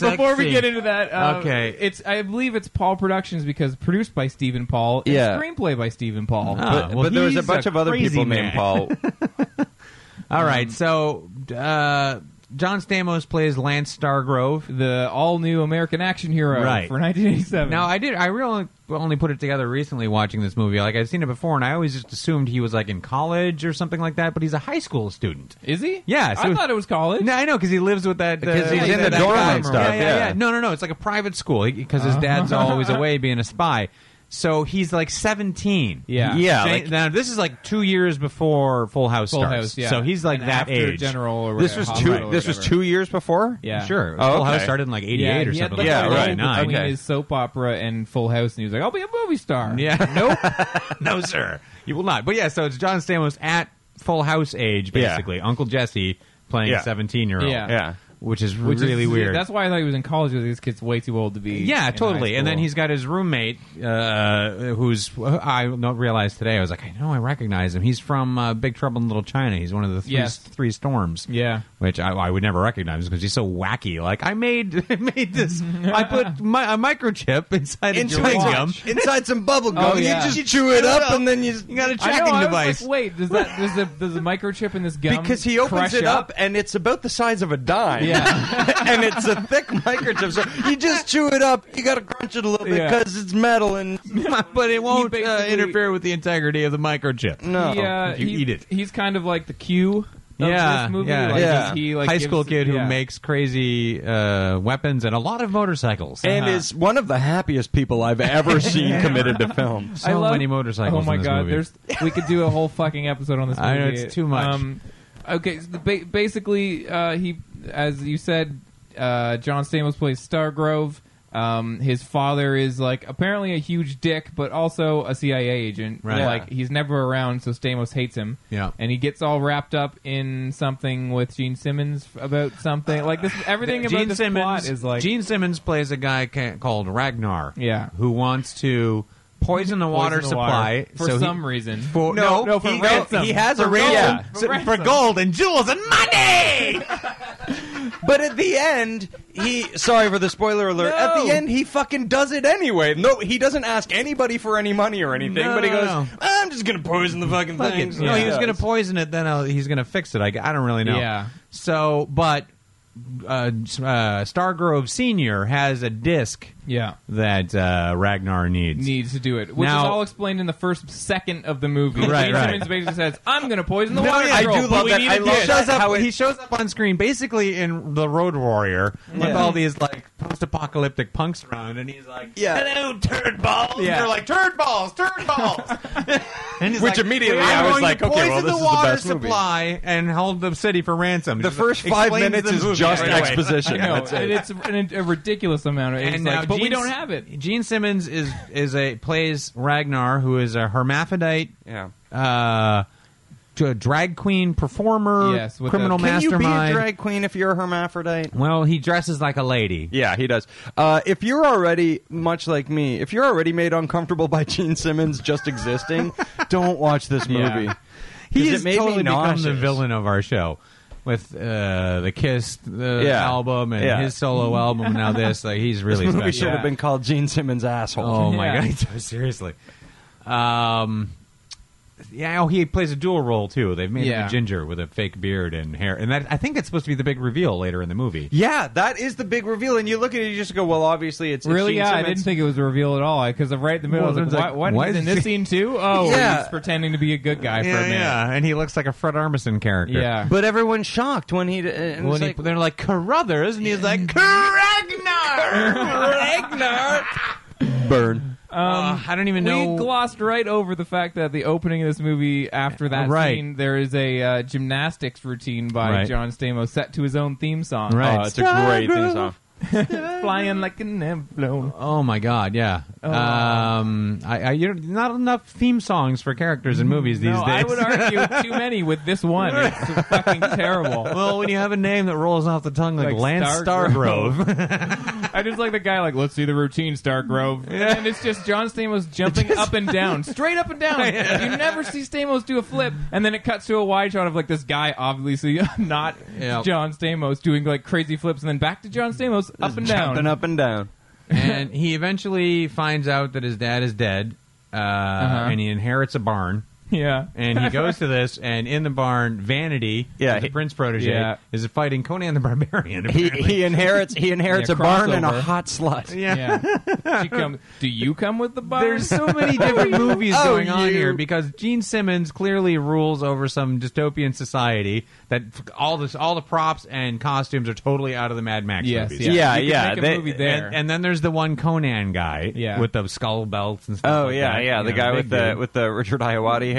Speaker 1: [LAUGHS] Before we get into that, uh,
Speaker 2: Okay.
Speaker 1: it's I believe it's Paul Productions because produced by Stephen Paul, and
Speaker 3: Yeah.
Speaker 1: screenplay by Stephen Paul.
Speaker 2: Ah,
Speaker 3: but
Speaker 2: well,
Speaker 3: but there was a
Speaker 2: he's
Speaker 3: bunch
Speaker 2: a
Speaker 3: of other
Speaker 2: crazy
Speaker 3: people
Speaker 2: man.
Speaker 3: named Paul.
Speaker 1: Um,
Speaker 2: all right. So uh, John Stamos plays Lance Stargrove.
Speaker 1: the all new American action hero
Speaker 2: Right.
Speaker 1: for 1987.
Speaker 2: Now I did. I really only put it together recently watching this movie. Like I'd seen it before, and I always just assumed he was like in college or something like that. But he's a high school student.
Speaker 1: is he?
Speaker 2: Yeah, so-
Speaker 1: I thought it was college.
Speaker 2: No, I know because he lives with that.
Speaker 3: Because he's
Speaker 2: with
Speaker 3: in the
Speaker 2: that
Speaker 3: dorm
Speaker 2: guy.
Speaker 3: and stuff,
Speaker 2: Yeah, yeah,
Speaker 3: yeah.
Speaker 2: yeah. No, no, no. It's like a private school because
Speaker 1: Uh-huh.
Speaker 2: his dad's always away being a spy. So he's like seventeen.
Speaker 1: Yeah.
Speaker 3: Yeah,
Speaker 2: Jane-
Speaker 3: like-
Speaker 2: now this is like two years before Full House
Speaker 1: Full
Speaker 2: starts.
Speaker 1: House, yeah.
Speaker 2: So he's like
Speaker 1: And
Speaker 2: that
Speaker 1: after
Speaker 2: age.
Speaker 1: General or
Speaker 3: this
Speaker 1: whatever,
Speaker 3: was
Speaker 1: Hospital
Speaker 3: two.
Speaker 1: or
Speaker 3: This was
Speaker 1: whatever.
Speaker 3: two years before.
Speaker 1: Yeah.
Speaker 2: Sure.
Speaker 3: Oh,
Speaker 2: Full House
Speaker 3: okay.
Speaker 2: started in like eighty eight
Speaker 1: Yeah,
Speaker 2: or
Speaker 1: he had,
Speaker 2: something.
Speaker 1: like,
Speaker 3: Yeah,
Speaker 1: a
Speaker 2: like
Speaker 3: right,
Speaker 1: role
Speaker 2: Nine.
Speaker 1: Between
Speaker 3: okay.
Speaker 1: his soap opera and Full House, and he was like, "I'll be a movie star." [LAUGHS]
Speaker 2: [LAUGHS] Yeah. Nope. [LAUGHS] no, sir. You will not. But yeah, so it's John Stamos at Full House age,
Speaker 3: Yeah.
Speaker 2: basically. Uncle Jesse playing
Speaker 3: Yeah.
Speaker 2: a seventeen year old.
Speaker 1: Yeah.
Speaker 3: Yeah.
Speaker 2: Which is
Speaker 1: which
Speaker 2: really
Speaker 1: is,
Speaker 2: weird.
Speaker 1: That's why I thought he was in college because this kid's way too old to be.
Speaker 2: Yeah,
Speaker 1: in
Speaker 2: totally.
Speaker 1: high
Speaker 2: And then
Speaker 1: school.
Speaker 2: he's got his roommate, uh, who's who I not realized today. I was like, I know I recognize him. He's from uh, Big Trouble in Little China. He's one of the three,
Speaker 1: Yes.
Speaker 2: three storms. [LAUGHS]
Speaker 1: Yeah.
Speaker 2: which I, I would never recognize because he's so wacky. Like I made [LAUGHS] I made this. I put my, a microchip inside a
Speaker 3: Inside,
Speaker 2: chewing gum.
Speaker 3: inside some bubble gum.
Speaker 1: Oh, yeah.
Speaker 3: You just chew it up, and then you, you
Speaker 2: got a
Speaker 1: I know,
Speaker 2: tracking
Speaker 1: I was
Speaker 2: device.
Speaker 1: Like, Wait, does that does the does the microchip in this gum?
Speaker 3: because he opens
Speaker 1: crush
Speaker 3: it up, and it's about the size of a dime.
Speaker 1: [LAUGHS]
Speaker 2: [LAUGHS]
Speaker 1: Yeah.
Speaker 3: [LAUGHS] and it's a thick microchip. So you just chew it up. You got to crunch it a little bit
Speaker 1: Yeah.
Speaker 3: because it's metal and
Speaker 2: [LAUGHS] but it won't uh,
Speaker 1: basically-
Speaker 2: interfere with the integrity of the microchip.
Speaker 3: no.
Speaker 1: He, uh,
Speaker 2: Oh, if you
Speaker 1: he-
Speaker 2: eat it.
Speaker 1: He's kind of like the Q. Of
Speaker 2: yeah,
Speaker 1: this movie.
Speaker 2: yeah,
Speaker 1: like,
Speaker 3: yeah.
Speaker 1: He, he, like,
Speaker 2: high
Speaker 1: gives-
Speaker 2: school kid
Speaker 1: yeah.
Speaker 2: who makes crazy uh, weapons and a lot of motorcycles.
Speaker 3: and
Speaker 2: Uh-huh.
Speaker 3: is one of the happiest people I've ever seen committed to film.
Speaker 2: so many motorcycles.
Speaker 1: Oh my
Speaker 2: in this
Speaker 1: god,
Speaker 2: movie.
Speaker 1: there's we could do a whole fucking episode on this. Movie.
Speaker 2: [LAUGHS] I know, it's too much.
Speaker 1: Um, okay, so the ba- basically, uh, he as you said, uh, John Stamos plays Stargrove. Um, his father is like apparently a huge dick, but also a CIA agent.
Speaker 2: Right.
Speaker 1: Like he's never around, so Stamos hates him.
Speaker 2: Yeah.
Speaker 1: and he gets all wrapped up in something with Gene Simmons about something like this. Everything about
Speaker 2: Gene
Speaker 1: this plot
Speaker 2: Simmons
Speaker 1: is like
Speaker 2: Gene Simmons plays a guy ca- called Ragnar.
Speaker 1: Yeah.
Speaker 2: who wants to poison the water
Speaker 1: the
Speaker 2: supply
Speaker 1: water. For
Speaker 2: so he-
Speaker 1: some reason.
Speaker 2: For,
Speaker 1: No,
Speaker 2: no,
Speaker 1: no, for
Speaker 2: he,
Speaker 1: ransom.
Speaker 2: He has a
Speaker 1: For
Speaker 2: ransom,
Speaker 1: gold.
Speaker 2: So-
Speaker 1: For
Speaker 2: for,
Speaker 1: ransom.
Speaker 2: gold and jewels and
Speaker 1: [LAUGHS]
Speaker 2: money.
Speaker 3: But at the end, he sorry for the spoiler alert. At the
Speaker 1: No.
Speaker 3: end, he fucking does it anyway. No, he doesn't ask anybody for any money or anything.
Speaker 2: No,
Speaker 3: but he
Speaker 2: no,
Speaker 3: goes,
Speaker 2: no.
Speaker 3: "I'm just gonna poison the fucking
Speaker 2: Fuck
Speaker 3: thing."
Speaker 2: it.
Speaker 3: So
Speaker 2: No,
Speaker 3: he
Speaker 2: he was
Speaker 3: does.
Speaker 2: going to poison it. Then i he's going to fix it. I, I don't really know.
Speaker 1: Yeah.
Speaker 2: So, but uh, uh, Stargrove Senior has a disc.
Speaker 1: Yeah.
Speaker 2: That uh, Ragnar needs.
Speaker 1: needs to do it, which
Speaker 2: Now-
Speaker 1: is all explained in the first second of the movie.
Speaker 2: Right,
Speaker 1: Gene
Speaker 2: right.
Speaker 1: Simmons basically says, "I'm going to poison the
Speaker 2: No,
Speaker 1: water
Speaker 2: yeah, I
Speaker 1: control,
Speaker 3: do
Speaker 1: but
Speaker 3: love
Speaker 1: we
Speaker 3: that.
Speaker 1: need
Speaker 3: I
Speaker 1: a
Speaker 3: love
Speaker 1: dish."
Speaker 3: that.
Speaker 2: shows up-
Speaker 3: how it-
Speaker 2: he shows up on screen basically in the Road Warrior with all these like post-apocalyptic punks around, and he's like,
Speaker 3: Yeah.
Speaker 2: "Hello, turd balls."
Speaker 1: Yeah.
Speaker 2: They're like, "Turd balls, turd
Speaker 3: [LAUGHS]
Speaker 2: balls." and he's
Speaker 3: Which
Speaker 2: like,
Speaker 3: immediately
Speaker 2: "We're
Speaker 3: I was
Speaker 2: going to
Speaker 3: like, okay, well, this
Speaker 2: poison the
Speaker 3: is the
Speaker 2: water
Speaker 3: best movie."
Speaker 2: supply and hold the city for ransom."
Speaker 3: The
Speaker 2: Just
Speaker 3: first five
Speaker 2: explains
Speaker 3: minutes
Speaker 2: the
Speaker 3: is
Speaker 2: movie
Speaker 3: just
Speaker 2: right away.
Speaker 3: exposition.
Speaker 2: [LAUGHS]
Speaker 1: I know,
Speaker 3: That's it.
Speaker 1: and it's an, a ridiculous amount. Of, it's
Speaker 2: And
Speaker 1: like,
Speaker 2: now
Speaker 1: but we
Speaker 2: Gene-
Speaker 1: don't have it.
Speaker 2: Gene Simmons is is a plays Ragnar, who is a hermaphrodite.
Speaker 3: Yeah.
Speaker 2: Uh, to a drag queen performer,
Speaker 1: Yes, with
Speaker 2: criminal
Speaker 1: a-
Speaker 3: Can you be a
Speaker 2: mastermind.
Speaker 3: drag queen if you're a hermaphrodite?
Speaker 2: Well, he dresses like a lady.
Speaker 3: Yeah, he does. Uh, if you're already much like me, if you're already made uncomfortable by Gene Simmons just existing, don't watch this
Speaker 1: Yeah.
Speaker 3: movie.
Speaker 2: He
Speaker 3: 'Cause
Speaker 2: has
Speaker 3: it made me
Speaker 2: totally become the
Speaker 3: nauseous.
Speaker 2: villain of our show with uh, the Kiss the
Speaker 3: Yeah.
Speaker 2: album and
Speaker 3: Yeah.
Speaker 2: his solo album. and Now this, like he's really
Speaker 3: This movie
Speaker 2: special.
Speaker 3: should have been called Gene Simmons asshole.
Speaker 2: Oh
Speaker 1: Yeah.
Speaker 2: my god! [LAUGHS] Seriously. Um. Yeah, oh, he plays a dual role too. They've made him
Speaker 1: Yeah.
Speaker 2: a ginger with a fake beard and hair, and that I think that's supposed to be the big reveal later in the movie.
Speaker 3: Yeah, that is the big reveal, and you look at it, you just go, "Well, obviously it's it's
Speaker 1: Really,
Speaker 3: Gene
Speaker 1: yeah, I
Speaker 3: Simmons.
Speaker 1: didn't think it was a reveal at all. Because right in the middle,
Speaker 2: Well,
Speaker 1: I was
Speaker 2: it's
Speaker 1: like,
Speaker 2: like,
Speaker 1: what,
Speaker 2: why
Speaker 1: what is
Speaker 2: is
Speaker 1: in this
Speaker 2: he-
Speaker 1: scene too?
Speaker 2: [LAUGHS]
Speaker 1: Oh,
Speaker 3: Yeah.
Speaker 1: he's pretending to be a good guy for a minute.
Speaker 2: and he looks like a Fred Armisen character.
Speaker 1: Yeah.
Speaker 3: But everyone's shocked when he. uh, And
Speaker 2: When
Speaker 3: it's
Speaker 2: he-
Speaker 3: like,
Speaker 2: they're like Carruthers, and
Speaker 3: [LAUGHS]
Speaker 2: he's like Ragnar. Ragnar.
Speaker 3: burn.
Speaker 2: Uh, I don't even
Speaker 1: We glossed right over the fact that the opening of this movie, after that
Speaker 2: Right.
Speaker 1: scene, there is a uh, gymnastics routine by
Speaker 2: Right.
Speaker 1: John Stamos set to his own theme song.
Speaker 2: Right.
Speaker 3: Oh, it's a great theme song.
Speaker 1: Flying like an airplane.
Speaker 2: Oh my God! Yeah,
Speaker 1: Oh,
Speaker 2: um, I, I, you're not enough theme songs for characters in movies these
Speaker 1: No, I
Speaker 2: days.
Speaker 1: would
Speaker 2: [LAUGHS]
Speaker 1: argue too many with this one. It's fucking terrible.
Speaker 2: well, when you have a name that rolls off the tongue like,
Speaker 1: Like
Speaker 2: Lance
Speaker 1: Stargrove.
Speaker 2: Stargrove,
Speaker 1: I just like the guy like, let's see the routine, Stargrove. And it's just John Stamos jumping up and down, straight up and
Speaker 2: [LAUGHS]
Speaker 1: down. You never see Stamos do a flip. And then it cuts to a wide shot of like this guy, obviously [LAUGHS] not
Speaker 2: Yeah.
Speaker 1: John Stamos, doing like crazy flips. And then back to John Stamos, up and down.
Speaker 3: Jumping up and down.
Speaker 2: [LAUGHS] [LAUGHS] and he eventually finds out that his dad is dead, uh, and he inherits a barn.
Speaker 1: Yeah.
Speaker 2: And he goes to this, and in the barn, Vanity,
Speaker 3: Yeah,
Speaker 2: the
Speaker 3: he-
Speaker 2: Prince protege,
Speaker 1: yeah.
Speaker 2: is fighting Conan the Barbarian.
Speaker 3: He,
Speaker 2: apparently.
Speaker 3: he inherits he inherits
Speaker 1: Yeah,
Speaker 3: a barn and a
Speaker 1: crossover.
Speaker 3: hot slut.
Speaker 2: Yeah.
Speaker 1: Yeah. She
Speaker 2: [LAUGHS]
Speaker 1: come, do you come with the bars?
Speaker 2: There's so
Speaker 1: [LAUGHS]
Speaker 2: many different movies
Speaker 3: Oh,
Speaker 2: going on
Speaker 3: you-
Speaker 2: here because Gene Simmons clearly rules over some dystopian society that f- all this all the props and costumes are totally out of the Mad Max
Speaker 1: Yes,
Speaker 2: movies.
Speaker 1: yeah.
Speaker 3: Yeah,
Speaker 1: You could
Speaker 3: yeah,
Speaker 1: make a
Speaker 3: they-
Speaker 1: movie there.
Speaker 2: And, and then there's the one Conan guy
Speaker 1: Yeah.
Speaker 2: with the skull belts and stuff.
Speaker 3: Oh
Speaker 2: like
Speaker 3: yeah,
Speaker 2: that,
Speaker 3: yeah.
Speaker 2: you
Speaker 3: The
Speaker 2: know,
Speaker 3: guy
Speaker 2: big
Speaker 3: with the
Speaker 2: dude.
Speaker 3: with the Richard Iowati hair.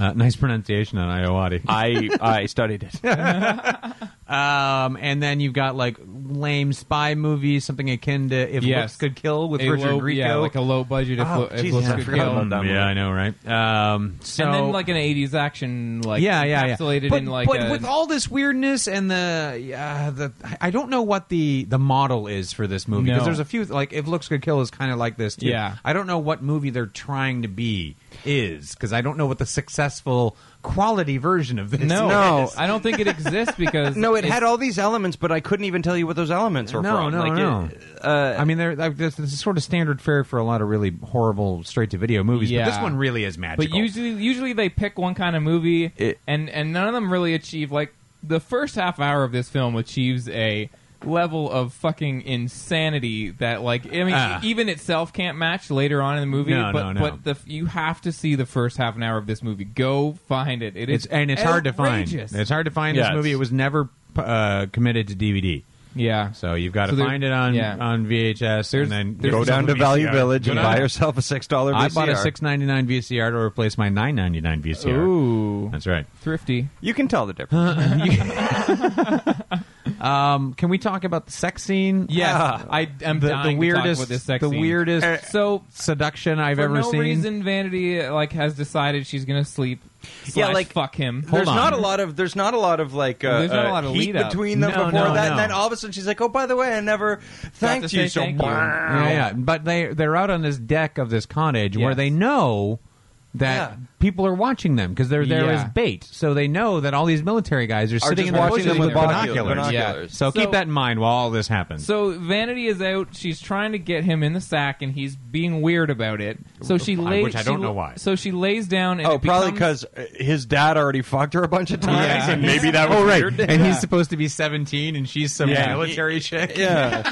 Speaker 2: uh, nice pronunciation on
Speaker 1: [LAUGHS]
Speaker 2: Iowati.
Speaker 3: I
Speaker 2: [LAUGHS]
Speaker 3: I studied it.
Speaker 2: Um, and then you've got like lame spy movies, something akin to If
Speaker 1: Yes.
Speaker 2: Looks Could Kill with
Speaker 1: a
Speaker 2: Richard
Speaker 1: low,
Speaker 2: Grieco.
Speaker 1: Yeah, like a low budget. If,
Speaker 3: Oh,
Speaker 1: lo- if
Speaker 3: Jesus,
Speaker 1: looks
Speaker 3: I
Speaker 1: could
Speaker 3: forgot
Speaker 1: kill.
Speaker 3: about that.
Speaker 2: yeah, I know, right? Um, so
Speaker 1: and then like an '80s action, like
Speaker 2: yeah, yeah,
Speaker 1: encapsulated
Speaker 2: yeah. But,
Speaker 1: in like
Speaker 2: but
Speaker 1: a,
Speaker 2: with all this weirdness and the uh, the I don't know what the the model is for this movie because
Speaker 1: No.
Speaker 2: there's a few like if looks could kill is kind of like this too.
Speaker 1: Yeah.
Speaker 2: I don't know what movie they're trying to be is because I don't know what the successful quality version of this.
Speaker 1: no,
Speaker 3: No.
Speaker 1: I don't think it exists
Speaker 2: [LAUGHS]
Speaker 1: because
Speaker 3: no, it
Speaker 1: it's-
Speaker 3: had all these elements, but I couldn't even tell you what those elements were
Speaker 2: No,
Speaker 3: from.
Speaker 2: no,
Speaker 3: like it-
Speaker 2: no.
Speaker 1: uh,
Speaker 2: I mean, they're, like, this, this is sort of standard fare for a lot of really horrible straight to video movies,
Speaker 1: Yeah.
Speaker 2: but this one really is magical.
Speaker 1: But usually, usually they pick one kind of movie,
Speaker 3: It-
Speaker 1: and and none of them really achieve like the first half hour of this film achieves a level of fucking insanity that like I mean
Speaker 2: Ah.
Speaker 1: even itself can't match later on in the movie.
Speaker 2: No,
Speaker 1: but
Speaker 2: no, no.
Speaker 1: but the you have to see the first half an hour of this movie. Go find it. It is
Speaker 2: it's and it's hard to find.
Speaker 1: outrageous.
Speaker 2: It's hard to find
Speaker 3: Yes.
Speaker 2: this movie. It was never uh, committed to DVD.
Speaker 1: Yeah.
Speaker 2: So you've got to
Speaker 1: So there-
Speaker 2: find it on
Speaker 1: yeah.
Speaker 2: on VHS
Speaker 1: There's-
Speaker 2: and then
Speaker 1: there's-
Speaker 3: Go down to Value Village
Speaker 2: Go
Speaker 3: and
Speaker 2: down-
Speaker 3: buy yourself a six dollar.
Speaker 2: I bought a six ninety nine VCR to replace my nine ninety nine VCR.
Speaker 1: Ooh.
Speaker 2: That's right.
Speaker 1: Thrifty.
Speaker 3: You can tell the difference.
Speaker 2: um, Um, can we talk about the sex scene?
Speaker 1: Yes,
Speaker 2: Ah.
Speaker 1: I am
Speaker 2: the,
Speaker 1: dying
Speaker 2: the weirdest,
Speaker 1: to talk about this sex
Speaker 2: the
Speaker 1: scene.
Speaker 2: weirdest
Speaker 1: So
Speaker 2: seduction I've
Speaker 1: for
Speaker 2: ever
Speaker 1: no
Speaker 2: seen.
Speaker 1: reason, Vanity like has decided she's gonna sleep. Slash
Speaker 3: like-
Speaker 1: fuck him.
Speaker 3: there's not a lot of there's not a lot of like uh,
Speaker 1: There's not a
Speaker 3: uh,
Speaker 1: lot of
Speaker 3: heat
Speaker 1: lead up.
Speaker 3: between them
Speaker 2: No,
Speaker 3: before
Speaker 2: no,
Speaker 3: that,
Speaker 2: no.
Speaker 3: and then all of a sudden she's like, "Oh, by the way, I never thanked
Speaker 1: say
Speaker 3: you." So
Speaker 1: thank you.
Speaker 3: wow.
Speaker 2: Yeah, yeah, but they they're out on this deck of this cottage where
Speaker 1: Yes.
Speaker 2: they know that
Speaker 3: Yeah.
Speaker 2: people are watching them because they're there
Speaker 1: Yeah.
Speaker 2: as bait. So they know that all these military guys are,
Speaker 3: Are
Speaker 2: sitting
Speaker 3: just
Speaker 2: in the bushes
Speaker 3: watching them
Speaker 2: with
Speaker 3: with binoculars.
Speaker 2: binoculars.
Speaker 3: Binoculars.
Speaker 2: So,
Speaker 1: So-
Speaker 2: keep that in mind while all this happens.
Speaker 1: So Vanity is out. She's trying to get him in the sack, and he's being weird about it. So she
Speaker 2: I-
Speaker 1: lays.
Speaker 2: which I don't know why.
Speaker 1: So she lays down. And
Speaker 3: Oh,
Speaker 1: it
Speaker 3: probably
Speaker 1: becomes-
Speaker 3: because his dad already fucked her a bunch of times,
Speaker 1: Yeah.
Speaker 3: and maybe that was
Speaker 2: oh right,
Speaker 3: weird.
Speaker 2: [LAUGHS] and he's supposed to be seventeen, and she's some
Speaker 3: Yeah.
Speaker 2: military chick.
Speaker 3: yeah,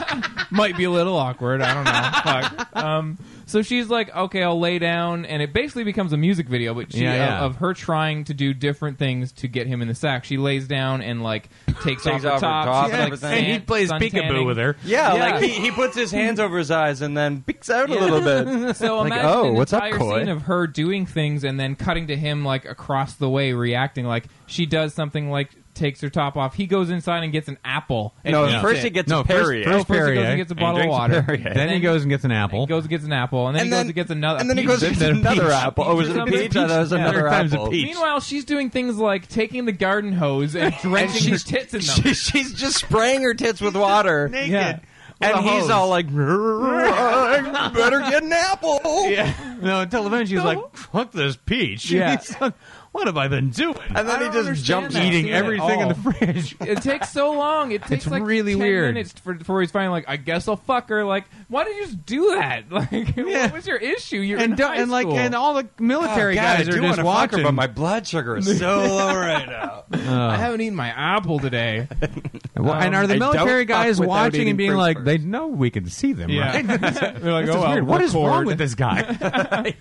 Speaker 1: might be a little awkward. I don't know. Fuck. Um, so she's like, okay, I'll lay down, and it basically becomes a music video, but she, uh,
Speaker 2: Yeah, yeah.
Speaker 1: of her trying to do different things to get him in the sack. She lays down and like takes,
Speaker 3: Takes
Speaker 1: off her
Speaker 3: off her
Speaker 1: top,
Speaker 3: top
Speaker 1: she's,
Speaker 3: and
Speaker 1: like,
Speaker 3: everything.
Speaker 2: and he
Speaker 1: sun-
Speaker 2: plays
Speaker 1: sun
Speaker 2: peekaboo
Speaker 1: tanning.
Speaker 2: with her.
Speaker 3: [LAUGHS] yeah,
Speaker 1: Yeah.
Speaker 3: Like he, he puts his hands over his eyes and then peeks out
Speaker 1: Yeah.
Speaker 3: a
Speaker 1: [LAUGHS]
Speaker 3: little bit. [LAUGHS]
Speaker 1: So
Speaker 3: Like,
Speaker 1: imagine
Speaker 3: oh,
Speaker 1: an
Speaker 3: what's up,
Speaker 1: entire
Speaker 3: Coy?
Speaker 1: scene of her doing things and then cutting to him like across the way reacting like she does something like takes her top off. He goes inside and gets an apple. And
Speaker 3: no,
Speaker 1: eats
Speaker 3: first
Speaker 1: it.
Speaker 3: he gets
Speaker 2: No,
Speaker 3: a
Speaker 2: Oh, first-
Speaker 3: Perrier.
Speaker 1: No, first he goes
Speaker 2: Perrier,
Speaker 1: and gets a
Speaker 2: and
Speaker 1: bottle of
Speaker 3: drinks
Speaker 1: water.
Speaker 3: Perrier.
Speaker 2: Then he goes and gets an apple.
Speaker 1: He goes and gets an apple, and then he goes and gets another.
Speaker 3: and then he
Speaker 1: peach.
Speaker 3: goes and gets
Speaker 2: Then a
Speaker 3: another
Speaker 2: peach.
Speaker 3: apple. Oh, was it
Speaker 1: Peach
Speaker 3: a
Speaker 1: or
Speaker 3: peach?
Speaker 1: something?
Speaker 3: I thought it was
Speaker 1: Yeah.
Speaker 3: another
Speaker 2: Sometimes a
Speaker 3: apple.
Speaker 2: peach.
Speaker 1: Meanwhile, she's doing things like taking the garden hose
Speaker 2: [LAUGHS]
Speaker 1: and
Speaker 3: And
Speaker 1: drenching her
Speaker 3: she's,
Speaker 1: tits in them.
Speaker 3: she- she's just spraying her tits with water.
Speaker 2: [LAUGHS] naked.
Speaker 1: Yeah.
Speaker 3: And
Speaker 2: With a
Speaker 3: he's
Speaker 2: hose.
Speaker 3: all like,
Speaker 2: [LAUGHS]
Speaker 3: "I better get an apple.
Speaker 2: no, until eventually
Speaker 1: No.
Speaker 2: he's like, "Fuck this peach."
Speaker 1: Yeah.
Speaker 2: [LAUGHS] He's like, what have I been doing?
Speaker 3: And
Speaker 1: I
Speaker 3: then he
Speaker 1: don't
Speaker 3: just
Speaker 1: understand
Speaker 3: jumps
Speaker 1: that.
Speaker 2: Eating
Speaker 1: seen it
Speaker 2: everything in the
Speaker 1: all.
Speaker 2: [LAUGHS] fridge.
Speaker 1: It takes so long. It takes
Speaker 2: It's
Speaker 1: like
Speaker 2: really
Speaker 1: 10
Speaker 2: weird.
Speaker 1: minutes for, before he's finally like, I guess I'll fuck her. Like, why did you just do that? [LAUGHS] Like,
Speaker 2: Yeah.
Speaker 1: what was your issue? You're
Speaker 2: and
Speaker 1: in
Speaker 2: don't-
Speaker 1: high
Speaker 2: and like
Speaker 1: school.
Speaker 2: and all the military
Speaker 3: God,
Speaker 2: guys
Speaker 3: I
Speaker 2: are
Speaker 3: do want
Speaker 2: just
Speaker 3: to fuck her,
Speaker 2: watching.
Speaker 3: but my blood sugar
Speaker 2: [LAUGHS]
Speaker 3: is so low right now.
Speaker 1: I haven't eaten my apple
Speaker 2: [LAUGHS]
Speaker 1: today.
Speaker 2: Well, and are the
Speaker 3: I don't
Speaker 2: military
Speaker 3: fuck
Speaker 2: guys
Speaker 3: without
Speaker 2: watching and
Speaker 3: eating
Speaker 2: being
Speaker 3: fruit
Speaker 2: like,
Speaker 3: first.
Speaker 2: they know we can see them,
Speaker 1: Yeah. [LAUGHS]
Speaker 2: right?
Speaker 1: They're like,
Speaker 2: [LAUGHS] This
Speaker 1: oh,
Speaker 2: is
Speaker 1: I'll
Speaker 2: weird. What is wrong
Speaker 1: record."
Speaker 2: with this guy? God,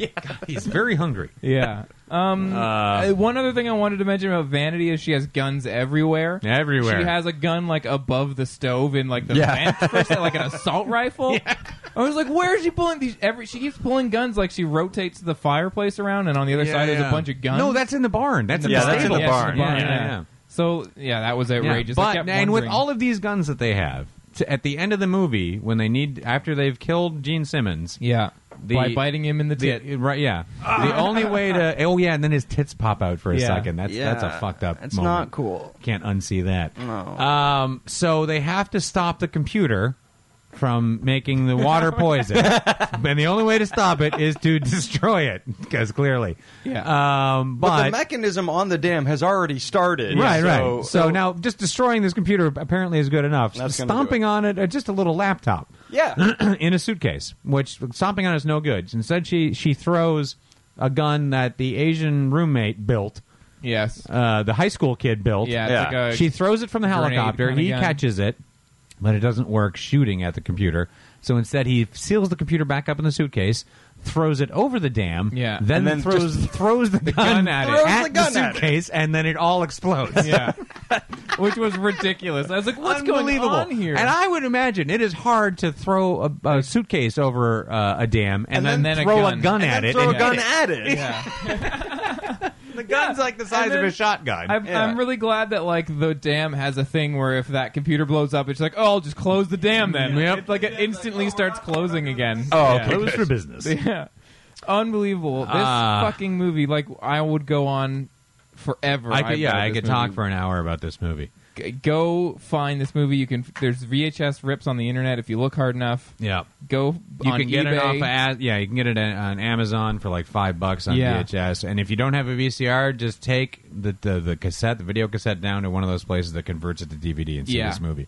Speaker 2: he's very hungry.
Speaker 1: Yeah. Um. uh, one other thing I wanted to mention about Vanity is she has guns everywhere.
Speaker 2: Everywhere.
Speaker 1: She has a gun like above the stove in like the
Speaker 3: Yeah.
Speaker 1: vent, first, like an
Speaker 2: [LAUGHS]
Speaker 1: assault rifle. I was like, where is she pulling these? Every she keeps pulling guns like she rotates the fireplace around, and on the other
Speaker 3: Yeah,
Speaker 1: side there's a
Speaker 3: yeah.
Speaker 1: bunch of guns.
Speaker 2: No, that's in the barn. That's in
Speaker 3: Yeah,
Speaker 2: the
Speaker 3: that's in
Speaker 2: stable.
Speaker 3: the
Speaker 1: Yes,
Speaker 3: barn.
Speaker 2: Yeah, yeah, yeah.
Speaker 1: So yeah, that was
Speaker 2: Yeah,
Speaker 1: outrageous. I
Speaker 2: But
Speaker 1: kept
Speaker 2: and with
Speaker 1: wondering-
Speaker 2: all of these guns that they have, to, at the end of the movie, when they need after they've killed Gene Simmons,
Speaker 1: yeah,
Speaker 2: The-
Speaker 1: by biting him in the
Speaker 2: the-
Speaker 1: tit.
Speaker 2: right? Yeah, the only way to oh yeah, and then his tits pop out for a
Speaker 1: Yeah.
Speaker 2: second. That's that's a
Speaker 3: Yeah.
Speaker 2: fucked up.
Speaker 3: It's
Speaker 2: moment.
Speaker 3: not cool.
Speaker 2: Can't unsee that.
Speaker 3: No.
Speaker 2: Um, so they have to stop the computer from making the water poison, and the only way to stop it is to [LAUGHS] destroy it because clearly,
Speaker 1: Yeah.
Speaker 2: Um,
Speaker 3: But,
Speaker 2: but.
Speaker 3: the mechanism on the dam has already started.
Speaker 2: Right,
Speaker 3: So, oh,
Speaker 2: right. So now, just destroying this computer apparently is good enough.
Speaker 3: That's gonna do
Speaker 2: Stomping
Speaker 3: it.
Speaker 2: on it, uh, just a little laptop. [CLEARS THROAT]
Speaker 3: yeah.
Speaker 2: in a suitcase, which stomping on is no good. Instead, she she throws a gun that the Asian roommate built,
Speaker 1: yes.
Speaker 2: uh, the high school kid built.
Speaker 1: yeah. It's
Speaker 3: yeah.
Speaker 1: Like a,
Speaker 2: she throws it from the
Speaker 1: grenade
Speaker 2: helicopter.
Speaker 1: kinda
Speaker 2: He
Speaker 1: gun.
Speaker 2: catches it, but it doesn't work shooting at the computer. So instead, he seals the computer back up in the suitcase, throws it over the dam.
Speaker 1: Yeah.
Speaker 2: Then,
Speaker 3: And then
Speaker 2: throws
Speaker 1: [LAUGHS]
Speaker 2: throws the, gun,
Speaker 1: gun
Speaker 2: [LAUGHS] at
Speaker 3: throws
Speaker 2: it
Speaker 3: the
Speaker 2: at
Speaker 3: gun at it.
Speaker 2: suitcase, and then it all explodes. [LAUGHS]
Speaker 1: yeah. Which was ridiculous. I was like, what's going
Speaker 2: Unbelievable.
Speaker 1: on here?
Speaker 2: And I would imagine it is hard to throw a, a suitcase over uh, a dam and,
Speaker 3: And
Speaker 2: then,
Speaker 3: then
Speaker 2: throw
Speaker 1: a
Speaker 2: a
Speaker 1: gun.
Speaker 2: gun
Speaker 3: And
Speaker 2: at
Speaker 3: then
Speaker 2: it.
Speaker 3: throw
Speaker 2: and
Speaker 3: a gun
Speaker 2: hit
Speaker 3: at it.
Speaker 1: yeah.
Speaker 2: it. [LAUGHS] The gun's like the
Speaker 1: And then-
Speaker 2: shotgun.
Speaker 1: I'm,
Speaker 3: Yeah.
Speaker 1: I'm really glad that like the dam has a thing where if that computer blows up, it's like, oh, I'll just close the dam then.
Speaker 2: Yep.
Speaker 1: It's like it instantly starts closing again.
Speaker 3: Oh,
Speaker 1: Yeah.
Speaker 3: okay.
Speaker 2: Closed for business.
Speaker 1: [LAUGHS] Yeah. Unbelievable. This
Speaker 2: Ah.
Speaker 1: fucking movie, like I would go on forever.
Speaker 2: [LAUGHS] I could, yeah,
Speaker 1: bet
Speaker 2: I
Speaker 1: this
Speaker 2: could
Speaker 1: movie. [LAUGHS]
Speaker 2: talk for an hour about this movie.
Speaker 1: G- Go find this movie. You can. There's VHS rips on the internet if you look hard enough.
Speaker 2: Yeah.
Speaker 1: Go
Speaker 2: You
Speaker 1: on
Speaker 2: can get
Speaker 1: eBay.
Speaker 2: it off of, Az- yeah, you can get it on- on Amazon for like five bucks on
Speaker 1: Yeah.
Speaker 2: VHS. And if you don't have a VCR, just take the, the the cassette, the video cassette, down to one of those places that converts it to DVD and see
Speaker 1: Yeah.
Speaker 2: this movie.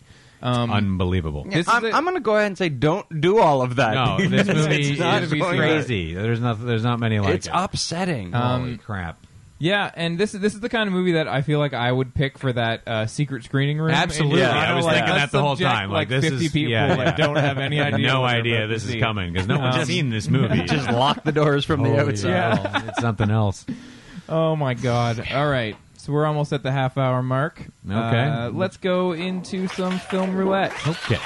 Speaker 2: It's unbelievable.
Speaker 1: This is
Speaker 3: I'm,
Speaker 1: a-
Speaker 3: I'm going to go ahead and say, don't do all of that.
Speaker 2: No, [LAUGHS]
Speaker 3: [LAUGHS]
Speaker 2: this
Speaker 3: It's
Speaker 2: movie is
Speaker 3: not going to-
Speaker 2: crazy. There's not there's not many like Um,
Speaker 3: It's
Speaker 2: it.
Speaker 3: upsetting.
Speaker 2: Holy crap.
Speaker 1: Yeah, and this is this is the kind of movie that I feel like I would pick for that uh, secret screening room. in
Speaker 2: Absolutely.
Speaker 1: Toronto.
Speaker 3: I
Speaker 2: was
Speaker 1: Like,
Speaker 2: thinking
Speaker 1: let's
Speaker 2: that the whole
Speaker 1: subject,
Speaker 2: time. Like,
Speaker 1: like
Speaker 2: this
Speaker 1: fifty
Speaker 2: is-
Speaker 1: people
Speaker 2: yeah, yeah.
Speaker 1: that don't have
Speaker 2: [LAUGHS]
Speaker 1: any idea.
Speaker 2: no
Speaker 1: what they're
Speaker 2: idea
Speaker 1: about
Speaker 2: this
Speaker 1: to
Speaker 2: is
Speaker 1: see.
Speaker 2: coming because no one's
Speaker 1: Um,
Speaker 2: seen this [LAUGHS] movie.
Speaker 3: Just lock the doors from the
Speaker 2: Holy
Speaker 3: outside.
Speaker 2: hell, it's something else.
Speaker 1: Oh my god! All right, so we're almost at the half hour mark.
Speaker 2: Okay.
Speaker 1: Uh, let's go into some film roulette.
Speaker 2: Okay.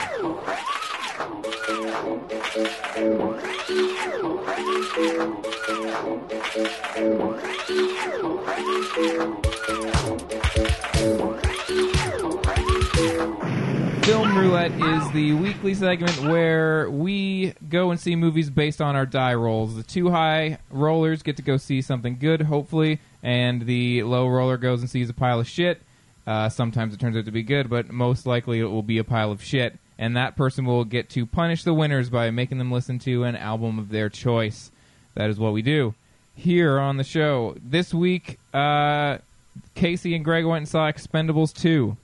Speaker 1: Roulette is the weekly segment where we go and see movies based on our die rolls. The two high rollers get to go see something good, hopefully, and the low roller goes and sees a pile of shit. Uh, sometimes it turns out to be good, but most likely it will be a pile of shit. And that person will get to punish the winners by making them listen to an album of their choice. That is what we do here on the show. This week, uh, Casey and Greg went and saw Expendables 2.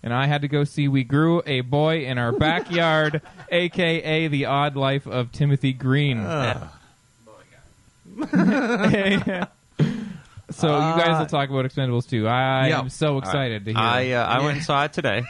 Speaker 1: And I had to go see We Grew a Boy in
Speaker 2: [LAUGHS]
Speaker 1: Our Backyard, a.k.a. The Odd Life of Timothy Green. [LAUGHS] so you
Speaker 2: Uh,
Speaker 1: guys will talk about Expendables 2. I
Speaker 3: Yeah.
Speaker 1: am so excited to hear
Speaker 3: I uh, I went and saw
Speaker 1: [LAUGHS]
Speaker 3: it today.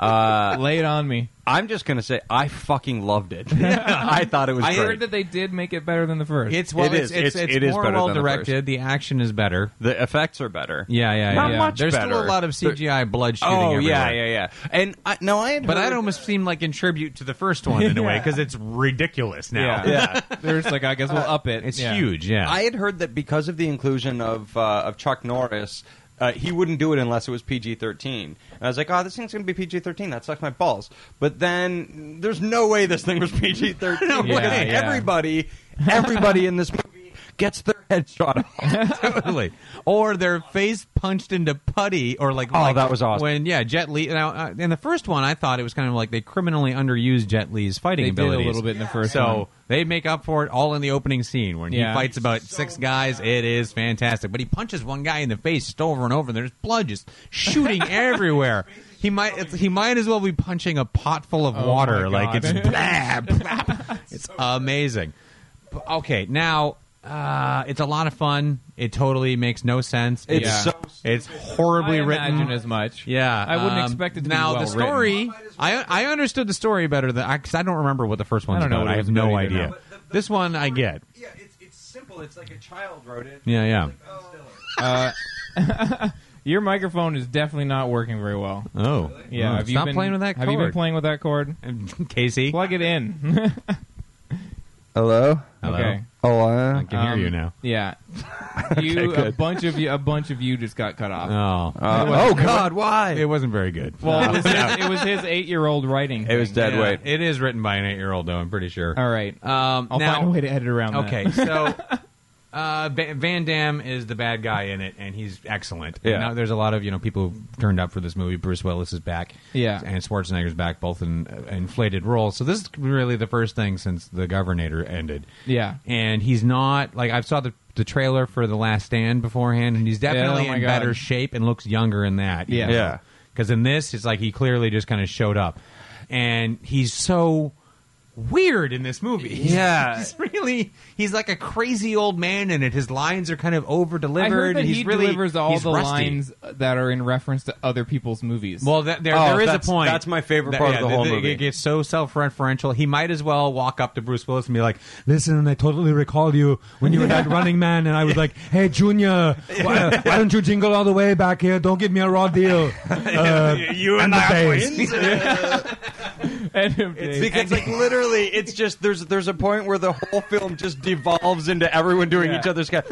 Speaker 2: uh,
Speaker 1: Lay it on me.
Speaker 3: I'm just gonna say I fucking loved it. [LAUGHS] I thought it was.
Speaker 1: I
Speaker 3: great.
Speaker 1: heard that they did make it better than the first.
Speaker 2: It's well,
Speaker 3: It
Speaker 2: it's,
Speaker 3: is.
Speaker 2: It's,
Speaker 3: It's-
Speaker 2: it's
Speaker 3: it is
Speaker 2: more
Speaker 3: better than
Speaker 2: well
Speaker 3: the
Speaker 2: directed. The, action is better.
Speaker 3: the effects are better.
Speaker 2: Yeah, yeah,
Speaker 3: Not
Speaker 2: yeah.
Speaker 3: much
Speaker 2: There's still
Speaker 3: better.
Speaker 2: a lot of
Speaker 3: There-
Speaker 2: CGI blood shooting.
Speaker 3: Oh yeah, yeah,
Speaker 2: everywhere.
Speaker 3: yeah. And I, no, I had.
Speaker 2: But
Speaker 3: heard,
Speaker 2: that almost seemed like in tribute to the first one [LAUGHS] in a way because it's ridiculous now.
Speaker 1: yeah. [LAUGHS] They're just like, I guess we'll up it.
Speaker 2: [LAUGHS] It's
Speaker 1: Yeah.
Speaker 2: huge. Yeah,
Speaker 3: I had heard that because of the inclusion of uh, of Chuck Norris, uh, he wouldn't do it unless it was PG thirteen. And I was like, oh, this thing's gonna be PG thirteen. That sucks my balls. But then there's no way this thing was [LAUGHS]
Speaker 1: [LAUGHS]
Speaker 3: PG thirteen.
Speaker 2: No
Speaker 3: because
Speaker 1: way. Yeah.
Speaker 3: Everybody, everybody
Speaker 1: [LAUGHS]
Speaker 3: in this movie gets their head shot off.
Speaker 2: [LAUGHS] totally. Or their face punched into putty, or like
Speaker 3: Oh,
Speaker 2: like
Speaker 3: that was awesome.
Speaker 2: When yeah, Jet Li. Now uh, in the first one, I thought it was kind of like they criminally underused Jet Li's fighting
Speaker 1: They did a
Speaker 2: abilities
Speaker 1: little bit in the first
Speaker 2: So
Speaker 1: one.
Speaker 2: they make up for it all in the opening scene when
Speaker 1: Yeah.
Speaker 2: he fights about six guys. It is fantastic, but he punches one guy in the face just over and over, and there's blood just
Speaker 1: [LAUGHS]
Speaker 2: shooting everywhere. He might it's, he might as well be punching a pot full of
Speaker 1: Oh
Speaker 2: water.
Speaker 1: my
Speaker 2: Like
Speaker 1: God.
Speaker 2: it's
Speaker 1: [LAUGHS]
Speaker 2: blah, blah. it's amazing. B- Okay, now uh, it's a lot of fun. It totally makes no sense.
Speaker 3: It's
Speaker 2: It's
Speaker 3: so
Speaker 2: it's horribly
Speaker 1: I
Speaker 2: written.
Speaker 1: imagine as much.
Speaker 2: yeah,
Speaker 1: I wouldn't
Speaker 2: um,
Speaker 1: expect it to
Speaker 2: now
Speaker 1: be well
Speaker 2: the story. I I understood the story better than because I, don't remember what the first one's
Speaker 1: I don't know
Speaker 2: about.
Speaker 1: what it
Speaker 2: I have
Speaker 1: was about
Speaker 2: no
Speaker 1: either,
Speaker 2: idea.
Speaker 1: no.
Speaker 2: This one I get.
Speaker 3: Yeah, it's it's simple. It's like a child wrote it. oh,
Speaker 2: Yeah, yeah.
Speaker 1: Your microphone is definitely not working very well.
Speaker 2: Oh,
Speaker 1: Yeah,
Speaker 2: Oh,
Speaker 1: have you
Speaker 2: stop
Speaker 1: been,
Speaker 2: playing with that.
Speaker 1: Have you been playing with that cord?
Speaker 2: playing, [LAUGHS] Casey?
Speaker 1: Plug it in. [LAUGHS]
Speaker 3: Hello.
Speaker 2: Hello. Um,
Speaker 1: Okay. um,
Speaker 3: Hello.
Speaker 2: I can hear you now. [LAUGHS]
Speaker 1: Yeah, you a bunch of you a bunch of you just got cut off.
Speaker 2: Oh,
Speaker 3: oh God, why?
Speaker 2: it wasn't very good.
Speaker 1: well, it was, his, it was his eight-year-old writing.
Speaker 3: It was
Speaker 1: thing.
Speaker 3: dead
Speaker 2: Yeah,
Speaker 3: weight.
Speaker 2: It is written by an eight-year-old, though. I'm pretty sure.
Speaker 1: All right,
Speaker 2: Um,
Speaker 1: I'll
Speaker 2: now,
Speaker 1: find a way to edit around. that.
Speaker 2: Okay, so uh, Ba- Van Damme is the bad guy in it, and he's excellent.
Speaker 3: Yeah.
Speaker 2: Now, there's a lot of you know people who turned up for this movie. Bruce Willis is back,
Speaker 1: Yeah.
Speaker 2: and Schwarzenegger's back, both in uh, inflated roles. So this is really the first thing since The Governator ended.
Speaker 1: Yeah.
Speaker 2: and he's not like I saw the. The trailer for The Last Stand beforehand, and he's definitely
Speaker 1: oh my
Speaker 2: in
Speaker 1: God.
Speaker 2: better shape and looks younger in that.
Speaker 1: Yeah.
Speaker 3: Yeah.
Speaker 2: Because in this, it's like he clearly just kind of showed up, and he's so weird in this movie. [LAUGHS]
Speaker 3: Yeah.
Speaker 2: he's really he's like a crazy old man in it. His lines are kind of over
Speaker 1: [LAUGHS] I heard
Speaker 2: delivered.
Speaker 1: that
Speaker 2: and he's
Speaker 1: he
Speaker 2: really,
Speaker 1: delivers all
Speaker 2: he's
Speaker 1: the
Speaker 2: rusty.
Speaker 1: lines that are in reference to other people's movies. [LAUGHS]
Speaker 2: Well, that, there,
Speaker 3: Oh,
Speaker 2: there is a
Speaker 3: that's-
Speaker 2: point.
Speaker 3: that's my favorite part of the whole movie.
Speaker 2: It gets so self-referential. He might as well walk up to Bruce Willis and be like, "Listen, I totally recall you when you
Speaker 3: [LAUGHS]
Speaker 2: were at Running Man, and I was like, hey, Junior, why, why don't you jingle all the way back here? Don't give me a
Speaker 3: [LAUGHS]
Speaker 2: raw deal.' Uh,
Speaker 3: You
Speaker 2: and the bass. [LAUGHS]
Speaker 1: And him days.
Speaker 3: It's because like literally, it's just there's there's a point where the whole film just devolves into everyone doing
Speaker 1: Yeah.
Speaker 3: each other's guy.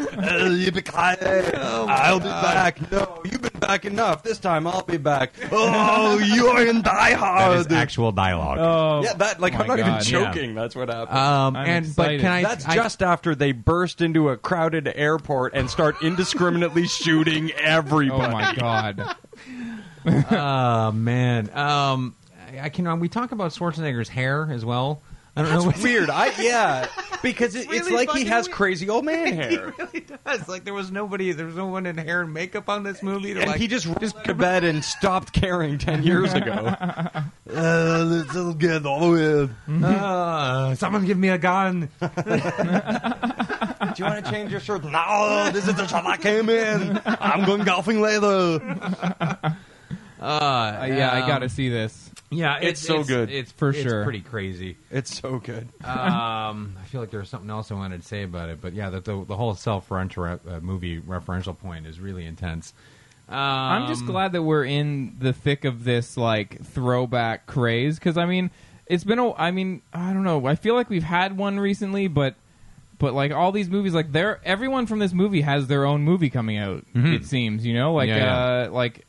Speaker 3: you be quiet.
Speaker 2: Oh,
Speaker 3: I'll be back. No, you've been back enough. This time I'll be back. Oh, you're in Die
Speaker 2: That
Speaker 3: Hard.
Speaker 2: is actual dialogue. [LAUGHS]
Speaker 1: oh,
Speaker 3: yeah, that like
Speaker 1: my
Speaker 3: I'm not
Speaker 1: God,
Speaker 3: even
Speaker 2: yeah.
Speaker 3: joking. That's what happened.
Speaker 2: Um,
Speaker 1: I'm
Speaker 2: and
Speaker 1: excited.
Speaker 2: but can I?
Speaker 3: Oh. That's
Speaker 2: I-
Speaker 3: just after they burst into a crowded airport and start indiscriminately [LAUGHS] shooting
Speaker 1: oh
Speaker 3: everybody.
Speaker 1: my
Speaker 2: [LAUGHS]
Speaker 1: god. Uh,
Speaker 2: oh man. Um, I, I can. We talk about Schwarzenegger's hair as well. I don't know.
Speaker 3: It's [LAUGHS] weird. I yeah, because it, it's
Speaker 2: really
Speaker 3: like he
Speaker 2: fucking
Speaker 3: has
Speaker 2: weird.
Speaker 3: crazy old [LAUGHS] man hair.
Speaker 2: really does. Like there was nobody. There was no one in hair and makeup on this movie.
Speaker 3: and he just just to bed and stopped caring ten years ago. [LAUGHS]
Speaker 2: this will get all with. [LAUGHS] Uh, someone give me a gun.
Speaker 1: Uh,
Speaker 3: Do you want to change your shirt? No, this is the shop I came in. I'm going golfing later.
Speaker 1: Uh, yeah,
Speaker 2: Um,
Speaker 1: I got to see this.
Speaker 2: Yeah,
Speaker 3: It's so good.
Speaker 2: It's
Speaker 1: For
Speaker 2: it's
Speaker 1: sure.
Speaker 2: Pretty crazy.
Speaker 3: It's so good.
Speaker 2: Um, I feel like there was something else I wanted to say about it, but yeah, the the, the whole self-referential uh, movie referential point is really intense. Um,
Speaker 1: I'm just glad that we're in the thick of this like throwback craze because I mean, it's been a. I mean, I don't know. I feel like we've had one recently, but but like all these movies, like they're everyone from this movie has their own movie coming out. It seems you know, like
Speaker 2: Mm-hmm. Yeah,
Speaker 1: uh, like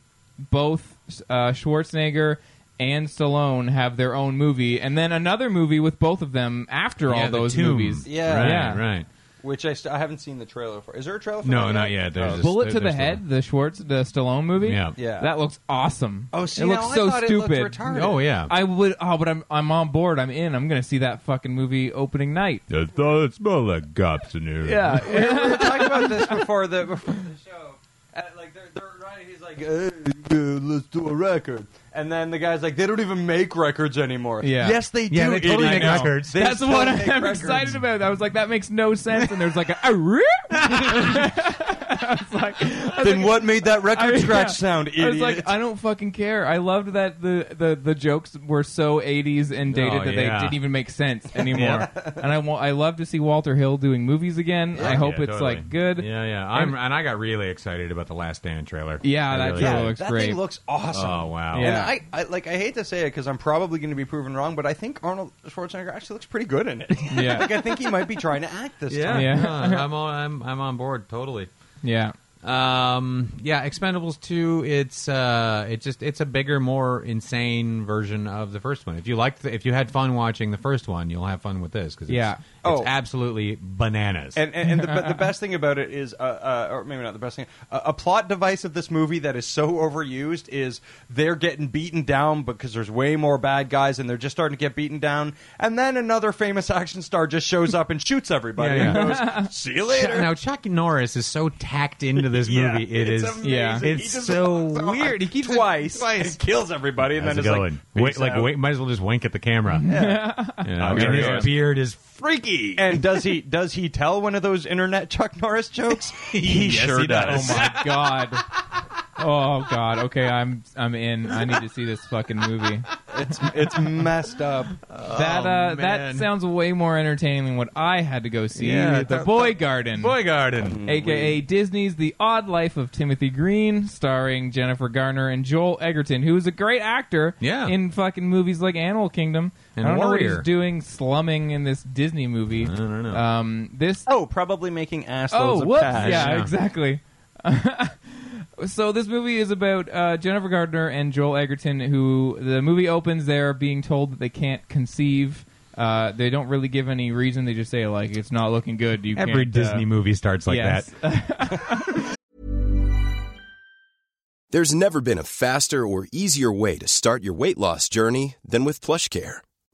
Speaker 1: both uh, Schwarzenegger and Stallone have their own movie, and then another movie with both of them after
Speaker 2: Yeah,
Speaker 1: all
Speaker 2: the
Speaker 1: those
Speaker 2: tomb.
Speaker 1: movies.
Speaker 3: Yeah.
Speaker 2: right,
Speaker 1: Yeah.
Speaker 2: right.
Speaker 3: Which I, st- I haven't seen the trailer for. Is there a trailer for
Speaker 2: No,
Speaker 3: that
Speaker 2: not yet. There's
Speaker 3: Oh.
Speaker 2: just-
Speaker 1: Bullet to the
Speaker 2: there's
Speaker 1: Head, the Schwartz, the Stallone movie.
Speaker 2: Yeah.
Speaker 3: Yeah.
Speaker 1: that looks awesome.
Speaker 3: Oh, see,
Speaker 1: it looks
Speaker 3: now I
Speaker 1: so
Speaker 3: thought it looked
Speaker 1: stupid.
Speaker 3: retarded.
Speaker 2: Oh yeah.
Speaker 1: I would. Oh, but I'm I'm on board. I'm in. I'm gonna see that fucking movie opening night.
Speaker 2: I thought it smelled like cops in here.
Speaker 1: Yeah.
Speaker 3: we were talking
Speaker 1: [LAUGHS]
Speaker 3: about this before the before the show. Uh, like they're, they're right, he's like, "Hey, uh, let's do a record, and then the guy's like, they don't even make records anymore.
Speaker 1: Yeah.
Speaker 3: yes, they do.
Speaker 2: Yeah, [LAUGHS] they totally
Speaker 3: idiot.
Speaker 2: make records.
Speaker 1: [LAUGHS]
Speaker 3: They
Speaker 1: That's
Speaker 3: still
Speaker 1: what
Speaker 3: make
Speaker 1: I'm
Speaker 3: records.
Speaker 1: excited about. I was like, that makes no sense. And there's like a. [LAUGHS] I was like, I was
Speaker 3: Then
Speaker 1: like-
Speaker 3: what made that record
Speaker 1: I-
Speaker 3: scratch
Speaker 1: yeah.
Speaker 3: sound? Idiot.
Speaker 1: I was like, "Oh, I don't fucking care. I loved that the, the, the jokes were so 80s and dated
Speaker 2: Oh,
Speaker 1: that
Speaker 2: yeah.
Speaker 1: they didn't even make
Speaker 2: [LAUGHS]
Speaker 1: sense anymore. And I, wa- I love to see Walter Hill doing movies again. I hope
Speaker 2: Yeah,
Speaker 1: it's
Speaker 2: totally.
Speaker 1: like good.
Speaker 2: Yeah, yeah. I'm and I got really excited about the Last Stand trailer.
Speaker 1: Yeah,
Speaker 2: I
Speaker 1: that
Speaker 2: really
Speaker 1: trailer
Speaker 2: did.
Speaker 3: yeah,
Speaker 1: looks
Speaker 3: that
Speaker 1: great.
Speaker 3: thing looks awesome.
Speaker 2: Oh wow.
Speaker 3: And
Speaker 1: Yeah.
Speaker 3: I, I like I hate to say it because I'm probably going to be proven wrong, but I think Arnold Schwarzenegger actually looks pretty good in it.
Speaker 1: Yeah.
Speaker 3: [LAUGHS] like I think he might be trying to act this
Speaker 2: Yeah,
Speaker 3: time.
Speaker 1: Yeah. [LAUGHS]
Speaker 2: no, I'm on. I'm, I'm on board totally. [LAUGHS]
Speaker 1: Yeah.
Speaker 2: Um, yeah, Expendables two. It's uh, it just it's a bigger, more insane version of the first one. If you liked, the, if you had fun watching the first one, you'll have fun with this because
Speaker 1: Yeah.
Speaker 2: it's,
Speaker 3: Oh.
Speaker 2: it's absolutely bananas.
Speaker 3: And and, and the,
Speaker 2: [LAUGHS]
Speaker 3: but the best thing about it is, uh, uh, or maybe not the best thing, uh, a plot device of this movie that is so overused is they're getting beaten down because there's way more bad guys and they're just starting to get beaten down, and then another famous [LAUGHS] action star just shows up and shoots everybody
Speaker 2: Yeah,
Speaker 3: and goes, "See you
Speaker 2: Chuck-
Speaker 3: later."
Speaker 2: now Chuck Norris is so tacked into this
Speaker 3: Yeah,
Speaker 2: movie. it
Speaker 3: it's
Speaker 2: is
Speaker 3: amazing.
Speaker 1: yeah.
Speaker 3: He
Speaker 2: it's
Speaker 3: just
Speaker 2: so
Speaker 3: walks on
Speaker 2: weird. He keeps it-
Speaker 3: twice,
Speaker 2: twice.
Speaker 3: and kills everybody, and
Speaker 2: How's
Speaker 3: then
Speaker 2: it
Speaker 3: it's
Speaker 2: going?
Speaker 3: like,
Speaker 2: wait, like
Speaker 3: "Peace
Speaker 2: wait, might as well just wink at the camera. You know,
Speaker 3: Oh,
Speaker 2: and
Speaker 3: yeah,
Speaker 2: his
Speaker 3: yeah.
Speaker 2: beard is freaky.
Speaker 3: And does
Speaker 2: [LAUGHS]
Speaker 3: he does he tell one of those internet Chuck Norris jokes? He
Speaker 2: Yes,
Speaker 3: sure
Speaker 2: he
Speaker 3: does.
Speaker 2: does.
Speaker 1: Oh my god. Oh god. Okay, I'm I'm in. I need to see this fucking movie.
Speaker 3: It's it's messed up.
Speaker 1: that uh,
Speaker 2: Oh, man.
Speaker 1: that sounds way more entertaining than what I had to go see.
Speaker 2: Yeah,
Speaker 1: the
Speaker 2: that-
Speaker 1: Boy Garden.
Speaker 2: Boy Garden.
Speaker 1: AKA Disney's The Odd Life of Timothy Green, starring Jennifer Garner and Joel Egerton, who is a great actor
Speaker 2: Yeah.
Speaker 1: in fucking movies like Animal Kingdom.
Speaker 2: And
Speaker 1: I don't know what
Speaker 2: Warrior.
Speaker 1: he's doing slumming in this Disney movie. I
Speaker 2: don't know.
Speaker 1: Um, this
Speaker 3: Oh, probably making ass
Speaker 1: Oh,
Speaker 3: loads of
Speaker 1: whoops.
Speaker 3: cash.
Speaker 1: Yeah,
Speaker 2: Yeah.
Speaker 1: exactly. [LAUGHS] so this movie is about uh, Jennifer Gardner and Joel Egerton, who the movie opens. They're being told that they can't conceive. Uh, they don't really give any reason. They just say like it's not looking good. You
Speaker 2: Every
Speaker 1: can't,
Speaker 2: Disney
Speaker 1: uh,
Speaker 2: movie starts like
Speaker 1: yes.
Speaker 2: that.
Speaker 5: There's never been a faster or easier way to start your weight loss journey than with PlushCare.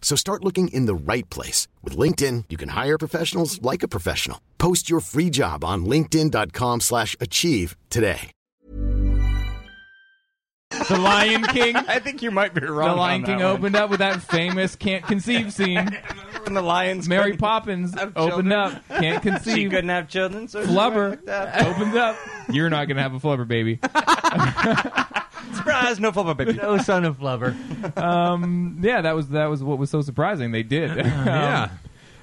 Speaker 6: So start looking in the right place. With LinkedIn, you can hire professionals like a professional. Post your free job on linkedin.com/achieve slash achieve today.
Speaker 1: [LAUGHS] The Lion King.
Speaker 3: I think you might be wrong.
Speaker 1: The
Speaker 3: on
Speaker 1: Lion
Speaker 3: that
Speaker 1: King
Speaker 3: one.
Speaker 1: opened up with that famous "Can't Conceive" scene.
Speaker 3: Remember when the lions.
Speaker 1: Mary
Speaker 3: couldn't-
Speaker 1: Poppins
Speaker 3: Have
Speaker 1: opened
Speaker 3: children.
Speaker 1: up. Can't
Speaker 3: [LAUGHS] She
Speaker 1: conceive.
Speaker 3: couldn't have children, so she
Speaker 1: Flubber.
Speaker 3: went [LAUGHS] like that.
Speaker 1: Opens up. You're not gonna have a flubber baby.
Speaker 3: Surprise! No flubber baby.
Speaker 2: No son of Flubber.
Speaker 1: Yeah, that was that was what was so surprising. They did. [LAUGHS] Um,
Speaker 2: yeah.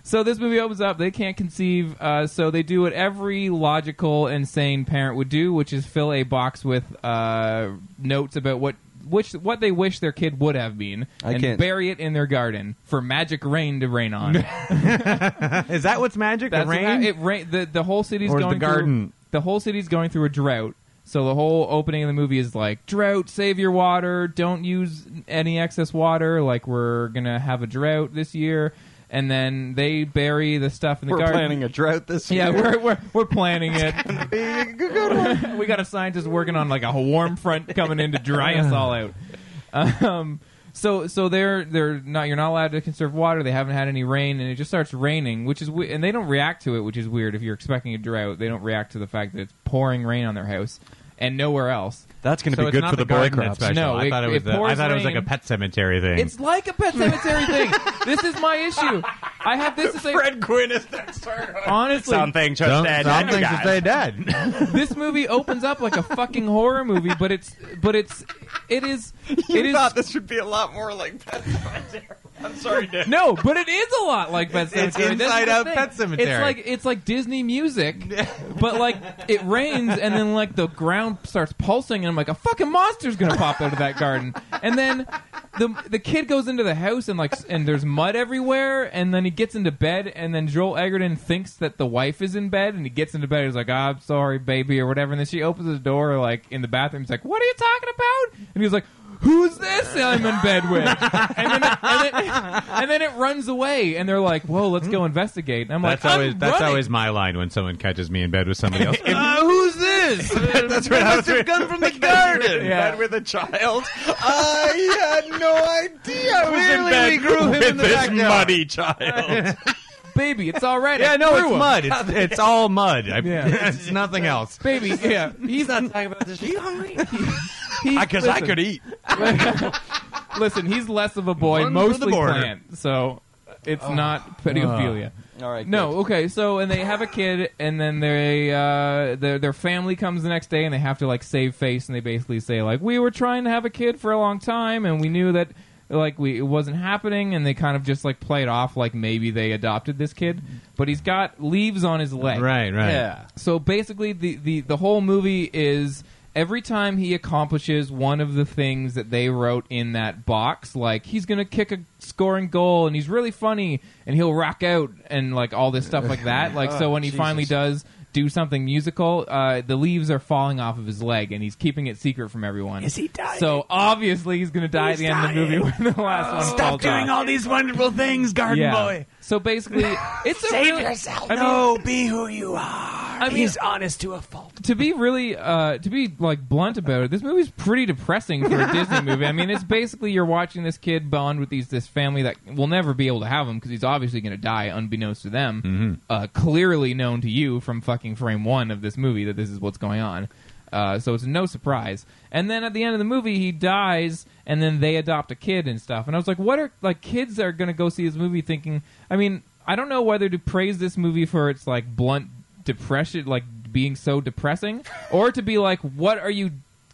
Speaker 1: So this movie opens up. They can't conceive, uh, so they do what every logical and sane parent would do, which is fill a box with uh, notes about what which what they wish their kid would have been,
Speaker 3: I
Speaker 1: and
Speaker 3: can't-
Speaker 1: bury it in their garden for magic rain to rain
Speaker 2: [LAUGHS]
Speaker 1: on.
Speaker 2: Is that what's magic?
Speaker 1: That's
Speaker 2: the rain?
Speaker 1: what- it rain. The, the whole city's
Speaker 2: Or the
Speaker 1: going
Speaker 2: garden?
Speaker 1: Through, the whole city's going through a drought. So the whole opening of the movie is like drought, save your water, don't use any excess water. Like we're gonna have a drought this year, and then they bury the stuff in the
Speaker 3: We're
Speaker 1: garden.
Speaker 3: planning a drought this
Speaker 1: yeah, [LAUGHS]
Speaker 3: year.
Speaker 1: we're, we're, we're planning it. [LAUGHS] we got a scientist working on like a warm front coming in to dry [SIGHS] us all out. Um, so so they're they're not you're not allowed to conserve water. They haven't had any rain, and it just starts raining, which is we- and they don't react to it, which is weird. If you're expecting a drought, they don't react to the fact that it's pouring rain on their house. and nowhere else.
Speaker 3: That's going to
Speaker 2: So
Speaker 3: be
Speaker 2: it's
Speaker 3: good
Speaker 2: not
Speaker 3: for
Speaker 2: the
Speaker 3: the boy
Speaker 2: garden that's
Speaker 3: crops.
Speaker 2: special.
Speaker 1: No,
Speaker 2: I
Speaker 1: it-
Speaker 2: thought it was.
Speaker 1: it
Speaker 2: the- I
Speaker 1: pours
Speaker 2: thought it was
Speaker 1: rain.
Speaker 2: like a pet cemetery thing.
Speaker 1: It's like a pet cemetery
Speaker 3: [LAUGHS]
Speaker 1: thing. This is my issue. I have this to say.
Speaker 3: Quinn is that sort of-
Speaker 1: honestly,
Speaker 3: Something just
Speaker 2: some,
Speaker 3: said,
Speaker 2: some
Speaker 3: you
Speaker 2: things
Speaker 3: guys.
Speaker 2: to stay [LAUGHS] Uh, dead.
Speaker 1: this movie opens up like a fucking horror movie, but it's but it's it is it
Speaker 3: [LAUGHS] You
Speaker 1: is
Speaker 3: thought this would be a lot more like Pet Cemetery. I'm sorry, Nick.
Speaker 1: no, but it is a lot like Pet Cemetery.
Speaker 2: it's
Speaker 1: That's
Speaker 2: Inside
Speaker 1: the
Speaker 2: Out
Speaker 1: thing.
Speaker 2: Pet Sematary.
Speaker 1: It's like it's like Disney music, but like it rains and then like the ground starts pulsing and I'm like a fucking monster's gonna pop out of that garden and then. The, the kid goes into the house and like s- and there's mud everywhere and then he gets into bed and then Joel Egerton thinks that the wife is in bed and he gets into bed and he's like "Ah, I'm sorry baby or whatever and then she opens the door like in the bathroom he's like what are you talking about and he's like who's this I'm in bed with and then it, and, it, and then it runs away and they're like whoa let's go investigate and I'm
Speaker 2: that's
Speaker 1: like
Speaker 2: always
Speaker 1: I'm
Speaker 2: that's
Speaker 1: running.
Speaker 2: always my line when someone catches me in bed with somebody else.
Speaker 1: Uh, [LAUGHS] who's this?
Speaker 2: [LAUGHS]
Speaker 3: That's what I was doing. gun from the
Speaker 1: [LAUGHS]
Speaker 3: garden.
Speaker 1: Yeah.
Speaker 3: Bed with a child. I had no idea. I was
Speaker 2: Clearly we grew him in
Speaker 3: with
Speaker 2: the
Speaker 3: this
Speaker 2: backyard.
Speaker 3: muddy child.
Speaker 1: Baby, it's all right. I
Speaker 2: yeah, no,
Speaker 1: threw
Speaker 2: it's
Speaker 1: him.
Speaker 2: mud. It's, it's all mud. I,
Speaker 1: Yeah.
Speaker 2: [LAUGHS] it's
Speaker 1: [LAUGHS]
Speaker 2: nothing else.
Speaker 1: Baby,
Speaker 2: [LAUGHS]
Speaker 1: yeah. He's not
Speaker 3: talking about this. Are you hungry?
Speaker 1: he's,
Speaker 3: Because I could eat.
Speaker 1: Listen, he's less of a boy,
Speaker 2: Run for the
Speaker 1: mostly
Speaker 2: border. Oh.
Speaker 1: plant, so it's not pedophilia.
Speaker 3: All right.
Speaker 1: No, okay. So and they have a kid, and then they uh, their their family comes the next day, and they have to like save face, and they basically say like we were trying to have a kid for a long time, and we knew that like we it wasn't happening, and they kind of just like play it off like maybe they adopted this kid, but he's got leaves on his leg.
Speaker 2: Right, right.
Speaker 3: Yeah.
Speaker 1: So basically, the, the, the whole movie is every time he accomplishes one of the things that they wrote in that box, like he's going to kick a scoring goal and he's really funny and he'll rock out and like all this stuff like that. Like, [LAUGHS] so when he finally does do something musical, uh, the leaves are falling off of his leg and he's keeping it secret from everyone. Is he dying? So obviously, he's Oh. going to die at the end of the movie when the last one falls off.
Speaker 2: these wonderful things, Garden
Speaker 1: yeah. So [LAUGHS] basically, it's a really- I mean,
Speaker 2: be who you are.
Speaker 1: I mean,
Speaker 2: honest to a fault.
Speaker 1: to be really uh, to be like blunt about it this movie's pretty depressing for a disney movie i mean it's basically you're watching this kid bond with these this family that will never be able to have him because he's obviously going to die unbeknownst to them uh, clearly known to you from fucking frame one of this movie that this is what's going on uh, so it's no surprise and then at the end of the movie he dies and then they adopt a kid and stuff and i was like what are like kids are going to go see this movie thinking i mean i don't know whether to praise this movie for its like blunt depression like being so depressing or to be like what are you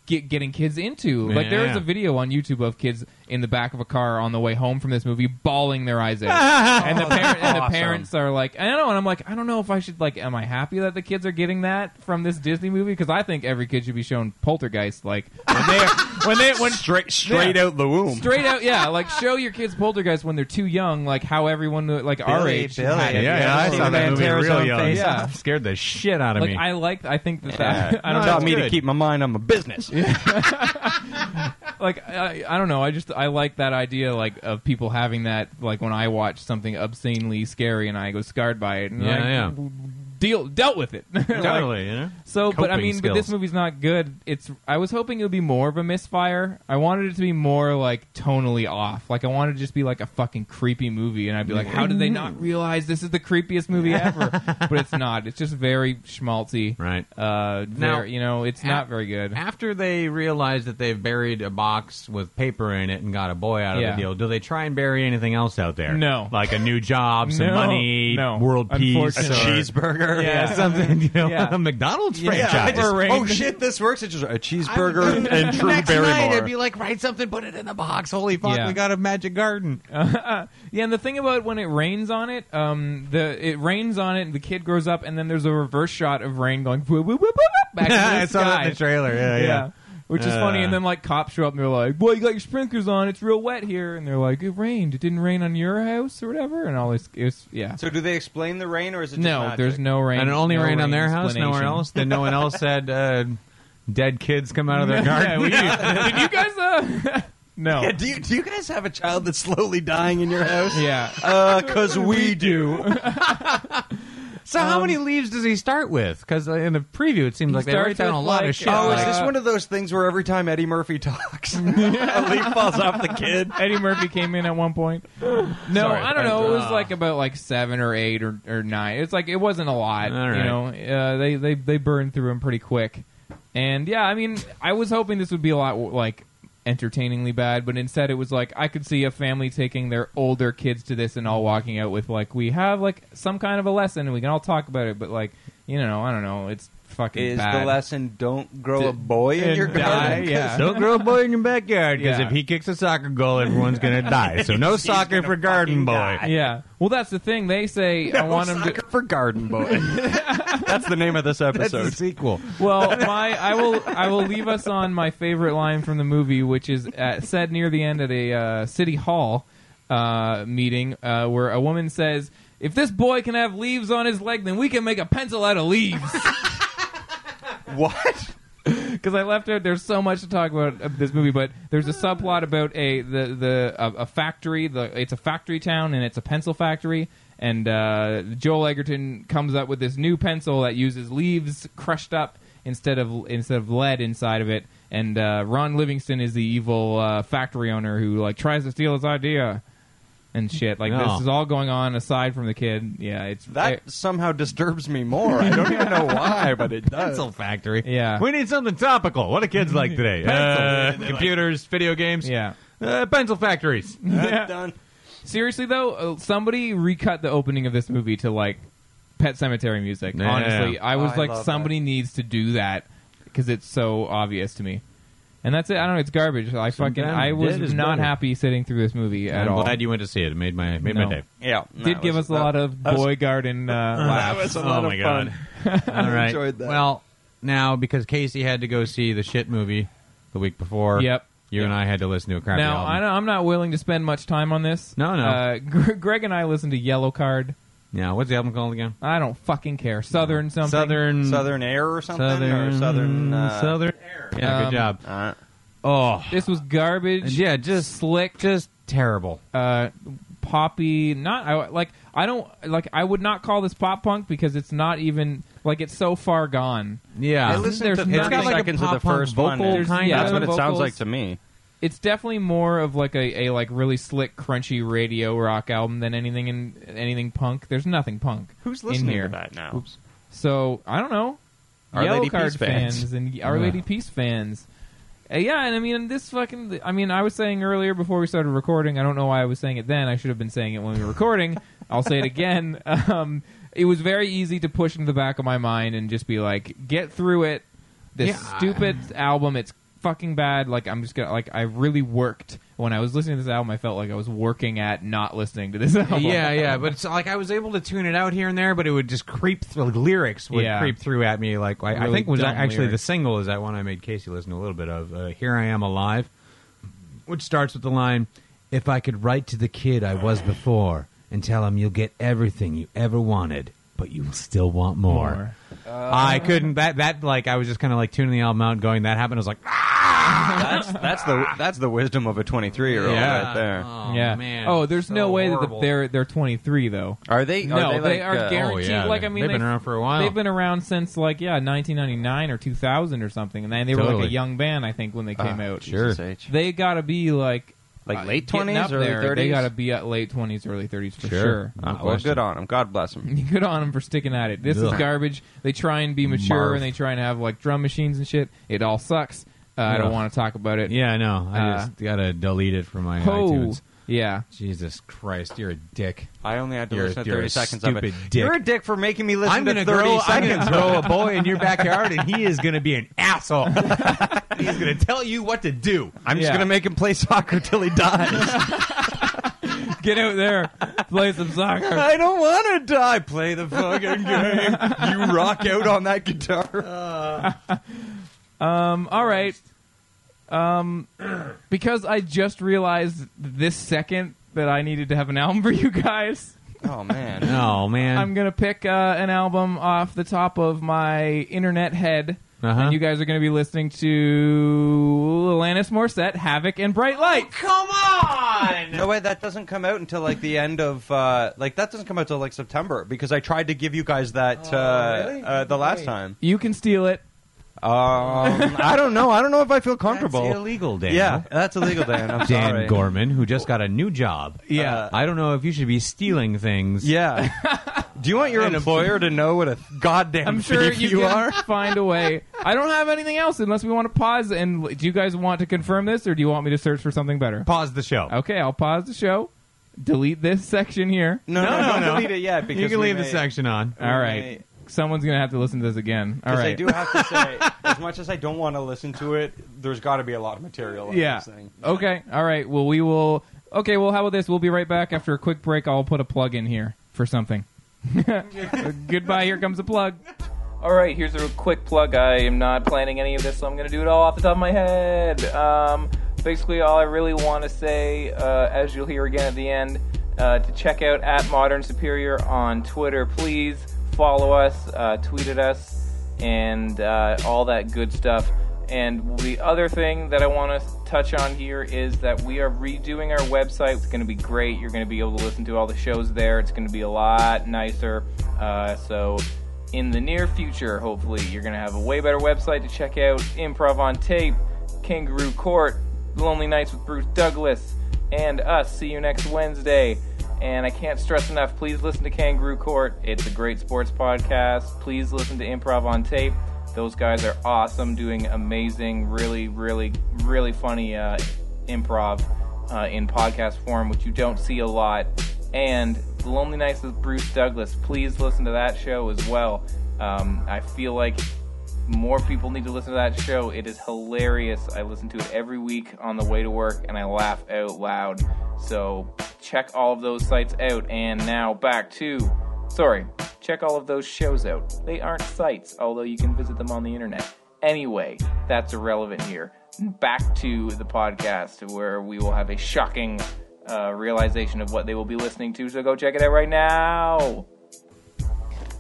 Speaker 1: get, getting kids into like there is
Speaker 2: Yeah.
Speaker 1: a video on youtube of kids in the back of a car on the way home from this movie bawling their eyes out and, the parent, and the parents are like i don't know and i'm like i don't know if i should like am i happy that the kids are getting that from this disney movie because i think every kid should be shown poltergeist like when they're when they
Speaker 2: [LAUGHS]
Speaker 1: when
Speaker 3: Straight, straight
Speaker 1: Yeah.
Speaker 3: out the womb.
Speaker 1: straight out yeah like show your kids poltergeist when they're too young like how everyone like our age had
Speaker 2: Yeah,
Speaker 1: it.
Speaker 2: yeah, I
Speaker 1: seen
Speaker 2: saw
Speaker 1: the
Speaker 2: that movie
Speaker 3: Pantera's
Speaker 2: real
Speaker 3: own
Speaker 2: young.
Speaker 3: face
Speaker 2: Yeah.
Speaker 1: off.
Speaker 2: Scared the shit out of
Speaker 1: like
Speaker 2: me.
Speaker 1: I like I think that, that [LAUGHS] [LAUGHS] I
Speaker 3: I
Speaker 1: don't know
Speaker 3: taught me to
Speaker 2: good.
Speaker 3: keep my mind on my business.
Speaker 1: like I, I don't know. I just I like that idea like of people having that like when I watch something obscenely scary and I go scarred by it. And
Speaker 2: Yeah,
Speaker 1: like,
Speaker 2: yeah.
Speaker 1: Deal dealt with it. [LAUGHS] Like,
Speaker 2: totally, you know?
Speaker 1: so, but I
Speaker 2: Coping
Speaker 1: mean, but this
Speaker 2: skills.
Speaker 1: movie's not good. It's I was hoping it would be more of a misfire. I wanted it to be more like tonally off. Like I wanted it to just be like a fucking creepy movie, and I'd be like, how did they not
Speaker 2: Mm-hmm.
Speaker 1: realize this is the creepiest movie ever?
Speaker 2: [LAUGHS]
Speaker 1: but it's not. It's just very schmaltzy.
Speaker 2: Right.
Speaker 1: Uh,
Speaker 2: Now-
Speaker 1: very- you know, it's not very good.
Speaker 2: After they realize that they've buried a box with paper in it and got a boy out of
Speaker 1: Yeah.
Speaker 2: the deal, do they try and bury anything else out there?
Speaker 1: No.
Speaker 2: Like a new job, [LAUGHS] some
Speaker 1: No.
Speaker 2: money,
Speaker 1: No.
Speaker 2: world peace,
Speaker 3: A
Speaker 1: Unfortunately.
Speaker 2: or-
Speaker 3: cheeseburger.
Speaker 2: [LAUGHS] Yeah, something, you know,
Speaker 1: Yeah.
Speaker 2: a McDonald's franchise.
Speaker 3: Yeah, I just-
Speaker 1: Or rain.
Speaker 2: [LAUGHS]
Speaker 3: oh shit, this works. It's just a cheeseburger and, and Drew Barrymore.
Speaker 2: like, write something, put it in the box. Holy fuck,
Speaker 1: Yeah.
Speaker 2: we got a magic [LAUGHS] garden.
Speaker 1: Uh, Yeah, and the thing about when it rains on it, um, the it rains on it, and the kid grows up, and then there's a reverse shot of rain going [LAUGHS] whoop, whoop, whoop, whoop, back into the
Speaker 2: [LAUGHS] I saw that
Speaker 1: sky.
Speaker 2: in the trailer. Yeah, yeah.
Speaker 1: Which is funny,
Speaker 2: Uh.
Speaker 1: and then like cops show up and they're like, "Well, you got your sprinklers on. It's real wet here." And they're like, "It rained. It didn't rain on your house or whatever." And all this, it's yeah.
Speaker 3: so, do they explain the rain, or is it just
Speaker 1: no,
Speaker 3: magic?
Speaker 1: there's no rain.
Speaker 2: And it only
Speaker 1: no
Speaker 2: rained on their house, nowhere
Speaker 1: explanation.
Speaker 2: else. Then no one else had uh, dead kids come out of their
Speaker 1: yeah,
Speaker 2: garden.
Speaker 1: well, you- did you guys? Uh, [LAUGHS] no.
Speaker 3: Yeah, do you, do you guys have a child that's slowly dying in your house?
Speaker 1: yeah.
Speaker 3: Uh, cause we do.
Speaker 2: So how many leaves does he start with? Because in the preview, it seems like they
Speaker 1: starts
Speaker 2: write down a
Speaker 1: with,
Speaker 2: lot
Speaker 1: like,
Speaker 2: of shit.
Speaker 3: Oh,
Speaker 2: like,
Speaker 3: is this one of those things where every time Eddie Murphy talks, [LAUGHS] a leaf falls off the kid?
Speaker 1: Eddie Murphy came in at one point. No, I don't know. It
Speaker 2: uh,
Speaker 1: was like about like seven or eight or, or nine. It's like it wasn't a lot.
Speaker 2: All
Speaker 1: You
Speaker 2: right.
Speaker 1: know, uh, they they they burned through them pretty quick. And yeah, I mean, I was hoping this would be a lot like entertainingly bad, but instead it was like I could see a family taking their older kids to this and all walking out with like we have like some kind of a lesson and we can all talk about it, but like you know, I don't know, it's fucking
Speaker 3: Is
Speaker 1: bad.
Speaker 3: the lesson don't grow
Speaker 1: D-
Speaker 3: a boy in
Speaker 1: and
Speaker 3: your
Speaker 1: die,
Speaker 3: [LAUGHS] garden? 'Cause
Speaker 1: yeah.
Speaker 2: Don't grow a boy in your backyard because
Speaker 1: Yeah.
Speaker 2: if he kicks a soccer goal, everyone's gonna die. So no soccer for garden boy.
Speaker 1: Yeah. Well, that's the thing. They
Speaker 3: [LAUGHS]
Speaker 1: say I want them to.
Speaker 3: for Garden
Speaker 2: [LAUGHS]
Speaker 3: Boy. That's the name of this
Speaker 2: That's the
Speaker 3: episode.
Speaker 2: sequel.
Speaker 1: Well, my I will I will leave us on my favorite line from the movie, which is at, said near the end at a uh, city hall uh, meeting, uh, where a woman says, "If this boy can have leaves on his leg, then we can make a pencil out of leaves."
Speaker 3: what?
Speaker 1: Because I left out, there's so much to talk about uh, this movie, but there's a subplot about a the the a, a factory. The it's a factory town, and it's a pencil factory. And uh, Joel Egerton comes up with this new pencil that uses leaves crushed up instead of instead of lead inside of it. And uh, Ron Livingston is the evil uh, factory owner who like tries to steal his idea and shit. Like
Speaker 2: No.
Speaker 1: this is all going on aside from the kid. Yeah, it's
Speaker 3: That
Speaker 1: it-
Speaker 3: somehow disturbs me more.
Speaker 2: [LAUGHS]
Speaker 3: I don't even know why, but it does.
Speaker 2: Pencil factory.
Speaker 1: Yeah.
Speaker 2: We need something topical. What do kids like today? Uh, computers, video games.
Speaker 1: yeah.
Speaker 2: Uh, pencil factories.
Speaker 3: That's done.
Speaker 1: Seriously though, uh, somebody recut the opening of this movie to like Pet Cemetery music.
Speaker 2: Yeah.
Speaker 1: Honestly, I was
Speaker 3: I
Speaker 1: like,
Speaker 3: love
Speaker 1: somebody needs to do that because it's so obvious to me. And that's it. I don't know. It's garbage. I fucking.
Speaker 2: Sometimes
Speaker 1: I was
Speaker 2: dead is
Speaker 1: not
Speaker 2: better.
Speaker 1: happy sitting through this movie at
Speaker 2: I'm
Speaker 1: all.
Speaker 2: glad you went to see it. It made my made
Speaker 1: No.
Speaker 2: my day.
Speaker 3: Yeah. no,
Speaker 1: Did
Speaker 3: it
Speaker 1: give
Speaker 3: was-
Speaker 1: us a lot
Speaker 3: that-
Speaker 1: of
Speaker 3: that was-
Speaker 1: boy garden. Uh,
Speaker 3: [LAUGHS] That
Speaker 1: laughs.
Speaker 3: was a
Speaker 2: oh
Speaker 3: lot
Speaker 2: my
Speaker 3: of fun. [LAUGHS]
Speaker 2: god! All right.
Speaker 3: enjoyed that.
Speaker 2: Well, now because Casey had to go see the shit movie the week before.
Speaker 1: Yep.
Speaker 2: You and I had to listen to a crappy
Speaker 1: Now
Speaker 2: album.
Speaker 1: I know I'm not willing to spend much time on this.
Speaker 2: uh, No, no.
Speaker 1: Uh, Gre- Greg and I listened to Yellow Card.
Speaker 2: Yeah. What's the album called again?
Speaker 1: I don't fucking care. Southern something.
Speaker 2: Southern.
Speaker 3: Southern Air or something?
Speaker 2: Southern.
Speaker 3: Or Southern. Uh,
Speaker 2: Southern. Yeah.
Speaker 1: Um,
Speaker 2: good job.
Speaker 3: uh,
Speaker 2: Oh.
Speaker 1: This was garbage.
Speaker 2: Yeah. Just slick. Just terrible.
Speaker 1: uh, poppy. Not I, like I don't like I would not call this pop punk because it's not even like it's so far gone.
Speaker 2: Yeah.
Speaker 3: I listened
Speaker 1: there's
Speaker 3: to
Speaker 1: nothing-
Speaker 3: it's
Speaker 1: It's got like a
Speaker 3: seconds of the
Speaker 2: pop-punk
Speaker 3: first one.
Speaker 2: vocal
Speaker 3: and
Speaker 2: kind
Speaker 1: of-
Speaker 3: That's what it sounds
Speaker 1: vocals.
Speaker 3: like to me.
Speaker 1: It's definitely more of like a, a like really slick, crunchy radio rock album than anything in anything punk. There's nothing punk.
Speaker 3: Who's
Speaker 1: in
Speaker 3: listening
Speaker 1: here.
Speaker 3: to that now?
Speaker 1: So I don't know.
Speaker 3: Our
Speaker 1: Yellow
Speaker 3: Lady
Speaker 1: Card
Speaker 3: Peace fans.
Speaker 1: and Our Lady Peace fans. Uh, yeah, and I mean this fucking. I mean, I was saying earlier before we started recording. I don't know why I was saying it then. I should have been saying it when we were
Speaker 2: [LAUGHS]
Speaker 1: recording. I'll say it again. Um, it was very easy to push into the back of my mind and just be like, "Get through it." This
Speaker 2: Yeah.
Speaker 1: stupid album. It's fucking bad. Like I'm just gonna. Like I really worked when I was listening to this album. I felt like I was working at not listening to this [LAUGHS] album.
Speaker 2: [LAUGHS] yeah, yeah, but it's like I was able to tune it out here and there, but it would just creep through. The lyrics would
Speaker 1: Yeah.
Speaker 2: creep through at me. Like I, I
Speaker 1: Really
Speaker 2: think was
Speaker 1: dumb
Speaker 2: actually the
Speaker 1: lyrics.
Speaker 2: single is that one I made Casey listen to a little bit of. Uh, Here I am alive, which starts with the line, "If I could write to the kid I was before and tell him you'll get everything you ever wanted, but you will still want more." Uh,
Speaker 1: More.
Speaker 2: I couldn't. That that like I was just kind of like tuning the album out, and going that happened. I was like,
Speaker 3: That's, that's, the, that's the wisdom of a 23 year old
Speaker 2: Yeah.
Speaker 3: right there.
Speaker 2: oh
Speaker 1: yeah.
Speaker 2: man,
Speaker 1: oh, there's
Speaker 2: so
Speaker 1: no way that
Speaker 2: horrible.
Speaker 1: the, they're they're 23 though.
Speaker 3: Are they?
Speaker 1: No,
Speaker 3: are
Speaker 1: they,
Speaker 3: they, like,
Speaker 1: are
Speaker 3: uh,
Speaker 1: guaranteed.
Speaker 2: oh, yeah,
Speaker 1: Like I
Speaker 2: they-
Speaker 1: mean,
Speaker 2: they've been around for a while.
Speaker 1: They've been around since like yeah, 1999 or 2000 or something, and they, they were like
Speaker 2: Totally. Ah,
Speaker 1: a young band I think when they came out.
Speaker 3: Jesus H.
Speaker 1: They gotta be like
Speaker 3: Like
Speaker 1: uh,
Speaker 3: late
Speaker 1: getting
Speaker 3: 20s,
Speaker 1: up
Speaker 3: early
Speaker 1: there. They
Speaker 3: 30s?
Speaker 1: gotta be at late 20s, early 30s for
Speaker 2: Sure. Uh,
Speaker 1: sure.
Speaker 2: No
Speaker 3: oh. well,
Speaker 2: question.
Speaker 3: good on them. God bless them.
Speaker 1: Good on them for sticking at it. This is
Speaker 2: Ugh.
Speaker 1: garbage. They try and be mature
Speaker 2: Marv.
Speaker 1: and they try and have like drum machines and shit. It all sucks. Uh, I don't
Speaker 2: Ugh.
Speaker 1: want to talk about it.
Speaker 2: Yeah, I know. I
Speaker 1: Uh, Oh.
Speaker 2: just gotta delete it from my
Speaker 1: Ho.
Speaker 2: iTunes.
Speaker 1: Yeah.
Speaker 2: Jesus Christ, you're a dick.
Speaker 3: I only had to
Speaker 2: You're-
Speaker 3: listen to
Speaker 2: you're
Speaker 3: 30
Speaker 2: a
Speaker 3: seconds of it.
Speaker 2: stupid dick.
Speaker 3: You're a dick for making me listen
Speaker 2: I'm
Speaker 3: to
Speaker 2: gonna
Speaker 3: 30
Speaker 2: grow. I'm
Speaker 3: seconds.
Speaker 2: gonna grow a boy in your backyard, and he is gonna [LAUGHS] be an asshole. He's gonna tell you what to do.
Speaker 3: I'm just
Speaker 1: Yeah.
Speaker 3: gonna make him play soccer till he
Speaker 2: [LAUGHS]
Speaker 3: dies.
Speaker 1: Get out there, play some soccer.
Speaker 3: [LAUGHS] I don't want to die. Play the
Speaker 2: [LAUGHS]
Speaker 3: fucking game. You rock out on that guitar.
Speaker 1: Um, all right. Um, because I just realized this second that I needed to have an album for you guys.
Speaker 3: Oh man.
Speaker 2: Oh man,
Speaker 1: I'm gonna pick uh, an album off the top of my internet head,
Speaker 2: Uh-huh.
Speaker 1: and you guys are gonna be listening to Alanis Morissette, "Havoc" and "Bright Light."
Speaker 3: Oh, Come on! No way, that doesn't come out until like the end of uh, like that doesn't come out till like September because I tried to give you guys
Speaker 2: Oh,
Speaker 3: that uh, uh, the last time.
Speaker 1: You can steal it.
Speaker 3: Um, I don't know. I don't know if I feel
Speaker 2: that's
Speaker 3: comfortable.
Speaker 2: illegal, Dan.
Speaker 3: Yeah, that's illegal, Dan. I'm
Speaker 2: Dan
Speaker 3: sorry.
Speaker 2: Gorman, who just got a new job. Uh,
Speaker 3: Yeah.
Speaker 2: I don't know if you should be stealing things.
Speaker 3: Yeah. Do you [LAUGHS] want your
Speaker 2: And a-
Speaker 3: employer to know what a goddamn
Speaker 2: [LAUGHS]
Speaker 1: I'm sure
Speaker 3: thief
Speaker 1: you, can
Speaker 3: are?
Speaker 1: [LAUGHS] find a way. I don't have anything else unless we want to pause. And l- do you guys want to confirm this, or do you want me to search for something better?
Speaker 2: Pause the show.
Speaker 1: Okay, I'll pause the show. Delete this [LAUGHS] section here.
Speaker 3: No, no,
Speaker 2: no,
Speaker 3: no,
Speaker 2: no.
Speaker 3: Don't delete it yet because
Speaker 2: you can
Speaker 3: we
Speaker 2: leave the
Speaker 3: may-
Speaker 2: section on.
Speaker 1: All
Speaker 2: [LAUGHS]
Speaker 1: right, someone's gonna have to listen to this again. All
Speaker 3: Because
Speaker 1: right.
Speaker 3: I do have to say, as much as I don't want to listen to it, there's got to be a lot of material. In
Speaker 1: yeah.
Speaker 3: This thing.
Speaker 1: Okay. All right. Well, we will. Okay. Well, how about this? We'll be right back after a quick break. I'll put a plug in here for something. [LAUGHS] Goodbye. Here comes a plug.
Speaker 7: All right, here's a quick plug. I am not planning any of this, so I'm going to do it all off the top of my head. Um, basically, all I really want to say, uh, as you'll hear again at the end, uh, to check out at Modern Superior on Twitter. Please follow us, uh, tweet at us, and uh, all that good stuff. And the other thing that I want to touch on here is that we are redoing our website. It's going to be great. You're going to be able to listen to all the shows there. It's going to be a lot nicer. Uh, so in the near future, hopefully, you're going to have a way better website to check out Improv on Tape, Kangaroo Court, Lonely Nights with Bruce Douglas, and us. See you next Wednesday. And I can't stress enough, please listen to Kangaroo Court. It's a great sports podcast. Please listen to Improv on Tape. Those guys are awesome, doing amazing, really, really, really funny uh, improv uh, in podcast form, which you don't see a lot. And The Lonely Nights with Bruce Douglas. Please listen to that show as well. Um, I feel like more people need to listen to that show. It is hilarious. I listen to it every week on the way to work and I laugh out loud. So check all of those sites out. And now back to. Sorry, check all of those shows out. They aren't sites, although you can visit them on the internet. Anyway, that's irrelevant here. Back to the podcast where we will have a shocking uh, realization of what they will be listening to, so go check it out right now.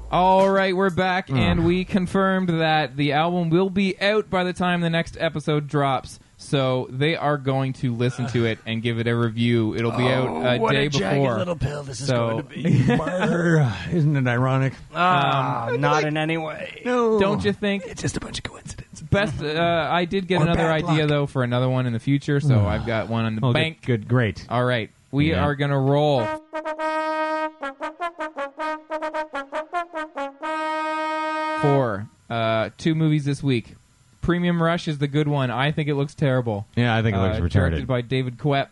Speaker 1: All right, we're back, and we confirmed that the album will be out by the time the next episode drops. So they are going to listen to it and give it a review. It'll be
Speaker 2: Oh,
Speaker 1: out a day before.
Speaker 2: pill this
Speaker 1: is So- going to
Speaker 2: be. Isn't it ironic?
Speaker 1: Oh,
Speaker 2: Oh,
Speaker 3: Uh, not in any way.
Speaker 2: no.
Speaker 1: Don't you think?
Speaker 2: It's just a bunch of coincidences.
Speaker 1: Best. Uh, I did get
Speaker 2: Or
Speaker 1: another
Speaker 2: bad
Speaker 1: idea
Speaker 2: luck.
Speaker 1: though for another one in the future. So I've got one on the
Speaker 2: Oh,
Speaker 1: bank.
Speaker 2: good, good, great.
Speaker 1: All right, we
Speaker 2: Yeah.
Speaker 1: are gonna roll. Four. Uh, two movies this week. Premium Rush is the good one. I think it looks terrible.
Speaker 2: Yeah, I think it looks
Speaker 1: Uh,
Speaker 2: retarded.
Speaker 1: Directed by David Koepp.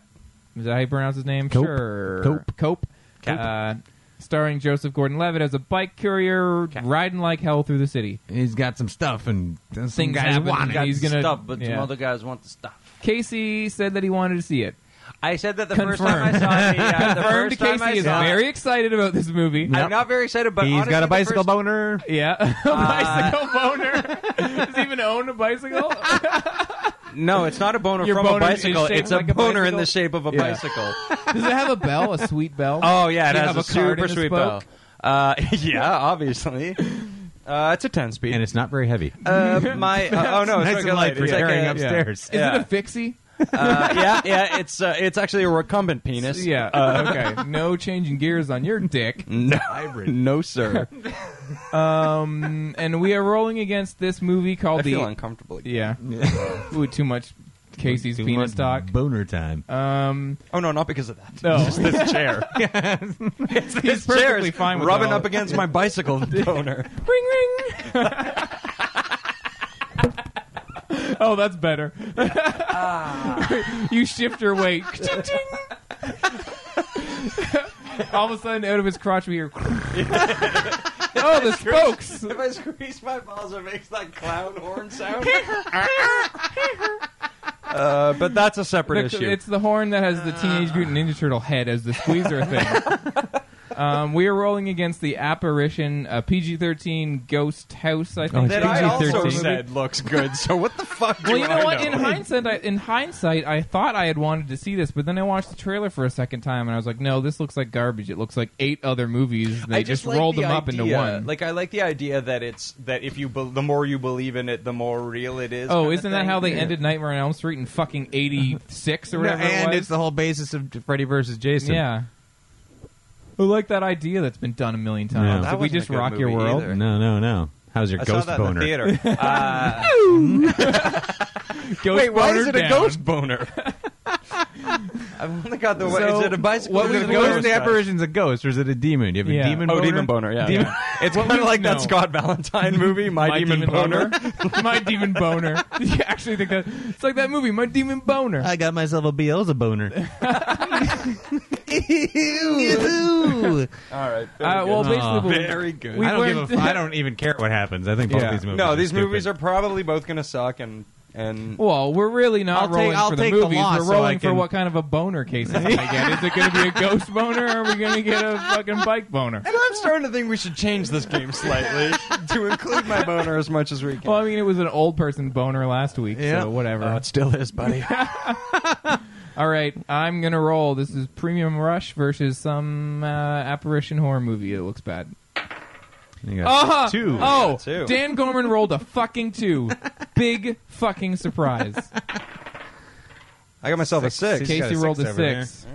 Speaker 1: Is that how you pronounce his name?
Speaker 2: Cope.
Speaker 1: Sure.
Speaker 2: Cope.
Speaker 1: Cope. Uh, starring Joseph Gordon-Levitt as a bike courier riding like hell through the city.
Speaker 2: He's got some stuff and some
Speaker 1: Things
Speaker 2: guys
Speaker 1: happen.
Speaker 2: want it.
Speaker 1: He's gonna-
Speaker 3: stuff, but some
Speaker 1: yeah.
Speaker 3: other guys want the stuff.
Speaker 1: Casey said that he wanted to see it.
Speaker 3: I said that the first
Speaker 1: Confirmed.
Speaker 3: time I saw it. Yeah,
Speaker 1: [LAUGHS]
Speaker 3: the
Speaker 1: Confirmed
Speaker 3: first time
Speaker 1: Casey
Speaker 3: I
Speaker 1: is
Speaker 3: saw it-
Speaker 1: very excited about this movie.
Speaker 2: Yep.
Speaker 3: I'm not very excited, but
Speaker 2: He's
Speaker 3: honestly,
Speaker 2: got a
Speaker 3: the
Speaker 2: bicycle
Speaker 3: first-
Speaker 2: boner.
Speaker 1: Yeah, [LAUGHS] a bicycle boner. Does he even own a [LAUGHS] bicycle?
Speaker 3: No, it's not a boner
Speaker 1: Your
Speaker 3: from
Speaker 1: boner
Speaker 3: a
Speaker 1: is
Speaker 3: bicycle.
Speaker 1: shaped
Speaker 3: It's a
Speaker 1: like a
Speaker 3: boner in
Speaker 1: bicycle?
Speaker 3: the shape of a bicycle.
Speaker 1: Does it have a bell? A sweet bell?
Speaker 3: Oh yeah, it
Speaker 1: Does have
Speaker 3: has a,
Speaker 1: card
Speaker 3: super
Speaker 1: in the
Speaker 3: sweet
Speaker 1: spoke?
Speaker 3: bell. Uh, [LAUGHS] yeah, obviously. Uh, it's a ten speed.
Speaker 2: And it's not very heavy.
Speaker 3: uh, my uh, oh no, it's not
Speaker 2: nice and
Speaker 3: good
Speaker 2: light
Speaker 3: light.
Speaker 2: for
Speaker 3: It's like
Speaker 2: carrying
Speaker 3: a- yeah.
Speaker 2: upstairs.
Speaker 1: Is
Speaker 2: [LAUGHS]
Speaker 3: Yeah.
Speaker 1: it a fixie?
Speaker 3: Uh, yeah, yeah, it's uh, it's actually a recumbent penis.
Speaker 1: Yeah.
Speaker 3: Uh, [LAUGHS]
Speaker 1: okay. No changing gears on your dick.
Speaker 3: No,
Speaker 2: Hybrid.
Speaker 3: no, sir.
Speaker 1: Um, and we are rolling against this movie called
Speaker 3: I
Speaker 1: the.
Speaker 3: feel uncomfortable.
Speaker 1: yeah. Ooh, too much Casey's
Speaker 2: Too
Speaker 1: penis
Speaker 2: much
Speaker 1: talk.
Speaker 2: Boner time.
Speaker 1: Um,
Speaker 3: Oh no, not because of
Speaker 1: [LAUGHS]
Speaker 3: that.
Speaker 1: No.
Speaker 3: it's just [LAUGHS] this [LAUGHS] chair. it's this
Speaker 1: perfectly
Speaker 3: chair is
Speaker 1: fine with
Speaker 3: rubbing
Speaker 1: all-
Speaker 3: up against my bicycle boner.
Speaker 1: ring ring. [LAUGHS] oh, that's better.
Speaker 3: Ah.
Speaker 1: you shift your
Speaker 3: [LAUGHS]
Speaker 1: weight. Ting, ting. [LAUGHS] All of a sudden, out of his crotch, we
Speaker 3: [LAUGHS]
Speaker 1: hear. oh, the spokes.
Speaker 3: if I squeeze my balls, it makes that clown horn sound. [LAUGHS] uh, but that's a separate
Speaker 1: The-
Speaker 3: issue.
Speaker 1: It's the horn that has the
Speaker 3: Ah.
Speaker 1: Teenage Mutant Ninja Turtle head as the squeezer
Speaker 3: [LAUGHS]
Speaker 1: thing. Um, we are rolling against the apparition, uh, PG-13 ghost house. I think
Speaker 3: that I also
Speaker 1: PG-13.
Speaker 3: said looks good. So what the fuck? do
Speaker 1: Well, you know
Speaker 3: I
Speaker 1: what? In hindsight, I, in hindsight, I thought I had wanted to see this, but then I watched the trailer for a second time, and I was like, "No, this looks like garbage. It looks like eight other movies. and They
Speaker 3: I just, like
Speaker 1: rolled
Speaker 3: the
Speaker 1: them up into
Speaker 3: idea-
Speaker 1: one."
Speaker 3: Like I like the idea that it's that if you be- the more you believe in it, the more real it is.
Speaker 1: oh,
Speaker 3: kinda
Speaker 1: isn't that
Speaker 3: thing.
Speaker 1: how they
Speaker 3: [LAUGHS]
Speaker 1: ended Nightmare on Elm Street in fucking '86 or whatever? it
Speaker 2: and
Speaker 1: was?
Speaker 2: it's the whole basis of Freddy versus Jason.
Speaker 1: yeah. I like that idea that's been done a million times.
Speaker 3: that
Speaker 1: Did we
Speaker 3: wasn't a
Speaker 1: just
Speaker 3: good
Speaker 1: rock your
Speaker 3: movie
Speaker 1: world.
Speaker 3: either.
Speaker 2: No, no, no. How's your
Speaker 3: I
Speaker 2: ghost
Speaker 3: saw that
Speaker 2: boner?
Speaker 1: [LAUGHS]
Speaker 3: in the theater. Uh,
Speaker 1: Ghost
Speaker 3: wait, why is
Speaker 1: boner
Speaker 3: it a
Speaker 1: down.
Speaker 3: ghost boner? I've only got the.
Speaker 1: So,
Speaker 3: is it a bicycle?
Speaker 1: what
Speaker 3: or
Speaker 2: What
Speaker 3: is
Speaker 2: is
Speaker 3: it
Speaker 2: the
Speaker 3: a
Speaker 2: ghost?
Speaker 3: ghost?
Speaker 2: The apparition's a ghost, or is it a demon? Do you have a
Speaker 1: Yeah.
Speaker 2: demon?
Speaker 3: Oh,
Speaker 2: Boner?
Speaker 3: demon boner. Yeah,
Speaker 2: Demon-
Speaker 3: yeah.
Speaker 1: [LAUGHS]
Speaker 3: it's
Speaker 1: What
Speaker 3: kind of
Speaker 1: we
Speaker 3: like
Speaker 1: know.
Speaker 3: that Scott Valentine movie, [LAUGHS] My, Demon, Boner.
Speaker 1: [LAUGHS] my demon boner. You actually think that it's like that movie, My Demon Boner.
Speaker 2: I got myself a
Speaker 3: [LAUGHS]
Speaker 2: Beelzebub boner. Ew.
Speaker 3: [LAUGHS] All right.
Speaker 1: Uh, well,
Speaker 2: Aw.
Speaker 1: basically,
Speaker 3: Very good.
Speaker 1: We
Speaker 2: I don't give a.
Speaker 1: learned-
Speaker 2: F- I don't even care what happens. I think both
Speaker 1: Yeah.
Speaker 2: these movies.
Speaker 3: no,
Speaker 2: are
Speaker 3: these
Speaker 2: stupid.
Speaker 3: movies are probably both going to suck, and and
Speaker 1: Well, we're really not
Speaker 2: I'll take-
Speaker 1: rolling
Speaker 2: I'll
Speaker 1: for the
Speaker 2: take the
Speaker 1: movies.
Speaker 2: loss
Speaker 1: we're
Speaker 2: so
Speaker 1: rolling
Speaker 2: I can-
Speaker 1: for what kind of a boner case is going to get. Is it going to be a ghost boner, or are we going to get a fucking bike boner?
Speaker 3: And I'm starting to think we should change this game slightly to include my boner as much as we can.
Speaker 1: Well, I mean, it was an old person boner last week,
Speaker 2: Yeah. Uh-huh.
Speaker 1: so whatever.
Speaker 3: Oh, it still is, buddy.
Speaker 1: All right, I'm gonna roll. This is Premium Rush versus some uh, apparition horror movie that looks bad.
Speaker 2: [LAUGHS] You got
Speaker 1: Uh-huh.
Speaker 2: two.
Speaker 1: Oh,
Speaker 3: Yeah, two.
Speaker 1: Dan Gorman rolled a fucking
Speaker 2: [LAUGHS]
Speaker 1: two. Big fucking surprise.
Speaker 3: I got myself a six.
Speaker 2: He's got
Speaker 1: Casey
Speaker 2: a
Speaker 1: rolled
Speaker 2: six
Speaker 1: a
Speaker 2: over
Speaker 1: six.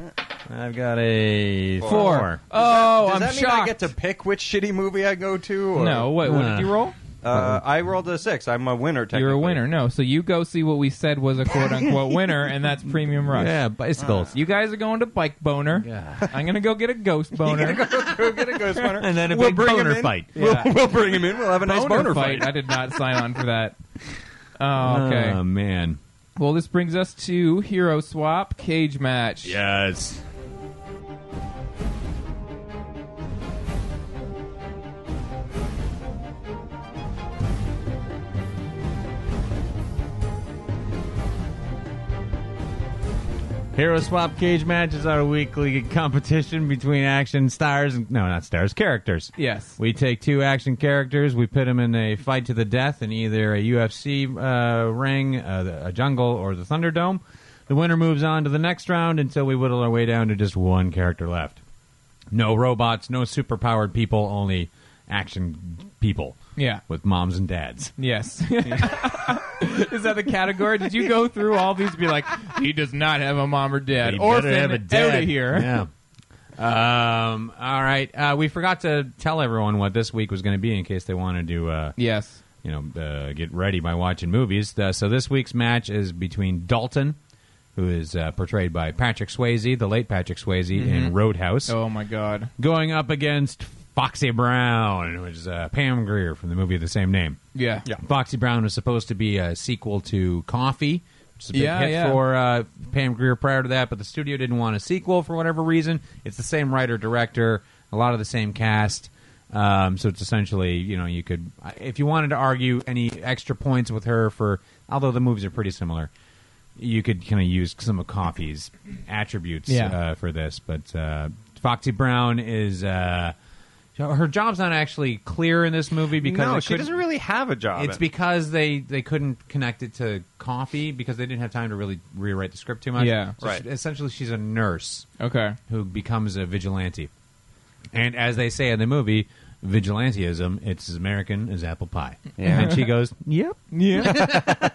Speaker 2: I've got a four.
Speaker 1: Four. Oh,
Speaker 3: Does
Speaker 1: I'm
Speaker 3: that mean
Speaker 1: shocked.
Speaker 3: I get to pick which shitty movie I go to? Or?
Speaker 1: no, what, what
Speaker 2: Uh.
Speaker 1: did you roll?
Speaker 3: Uh, I rolled a six. I'm a winner. Technically,
Speaker 1: You're a winner. No, so you go see what we said was a quote unquote winner, and that's Premium Rush.
Speaker 2: Yeah,
Speaker 1: [LAUGHS]
Speaker 2: bicycles.
Speaker 1: You guys are going to bike boner. [LAUGHS] I'm gonna go get a ghost boner.
Speaker 3: [LAUGHS] Go get a ghost winner.
Speaker 2: And then a
Speaker 3: we'll
Speaker 2: big
Speaker 3: bring him
Speaker 2: boner
Speaker 3: in.
Speaker 2: fight.
Speaker 3: We'll, we'll bring him in. We'll have a nice
Speaker 1: boner
Speaker 3: boner
Speaker 1: fight. I did not sign on for that. Oh, okay.
Speaker 2: Oh man.
Speaker 1: well, this brings us to Hero Swap Cage Match.
Speaker 2: Yes. Hero Swap Cage Match is our weekly competition between action stars and no, not stars, characters.
Speaker 1: Yes.
Speaker 2: We take two action characters, we pit them in a fight to the death in either a UFC uh, ring, uh, the- a jungle, or the Thunderdome. The winner moves on to the next round until we whittle our way down to just one character left. No robots, no superpowered people, only action people
Speaker 1: Yeah.
Speaker 2: with moms and dads.
Speaker 1: Yes. Is that the category? Did you go through all these and be like, he does not have a mom or dad?
Speaker 2: They
Speaker 1: Orphan,
Speaker 2: better have a dad.
Speaker 1: out of here.
Speaker 2: Yeah. Um, all right. Uh, we forgot to tell everyone what this week was going to be in case they wanted to uh,
Speaker 1: Yes.
Speaker 2: you know, uh, get ready by watching movies. Uh, so this week's match is between Dalton, who is uh, portrayed by Patrick Swayze, the late Patrick Swayze in Roadhouse,
Speaker 1: Oh my god.
Speaker 2: going up against Foxy Brown, which is uh, Pam Grier from the movie of the same name.
Speaker 1: Yeah. Yeah.
Speaker 2: Foxy Brown was supposed to be a sequel to Coffee, which is a big
Speaker 1: Yeah,
Speaker 2: hit
Speaker 1: yeah.
Speaker 2: for uh, Pam Grier prior to that, but the studio didn't want a sequel for whatever reason. It's the same writer director, a lot of the same cast. Um, so it's essentially, you know, you could, if you wanted to argue any extra points with her for, although the movies are pretty similar, you could kind of use some of Coffee's attributes
Speaker 1: Yeah.
Speaker 2: uh, for this. But uh, Foxy Brown is, uh, her job's not actually clear in this movie because
Speaker 3: no,
Speaker 2: it
Speaker 3: she
Speaker 2: couldn't-
Speaker 3: doesn't really have a job.
Speaker 2: it's because they they couldn't connect it to coffee because they didn't have time to really rewrite the script too much.
Speaker 1: Yeah.
Speaker 2: So
Speaker 3: Right.
Speaker 2: she- essentially, she's a nurse
Speaker 1: Okay.
Speaker 2: who becomes a vigilante, and as they say in the movie, vigilanteism it's as American as apple pie.
Speaker 3: Yeah.
Speaker 2: And she goes, "Yep."
Speaker 1: Yeah.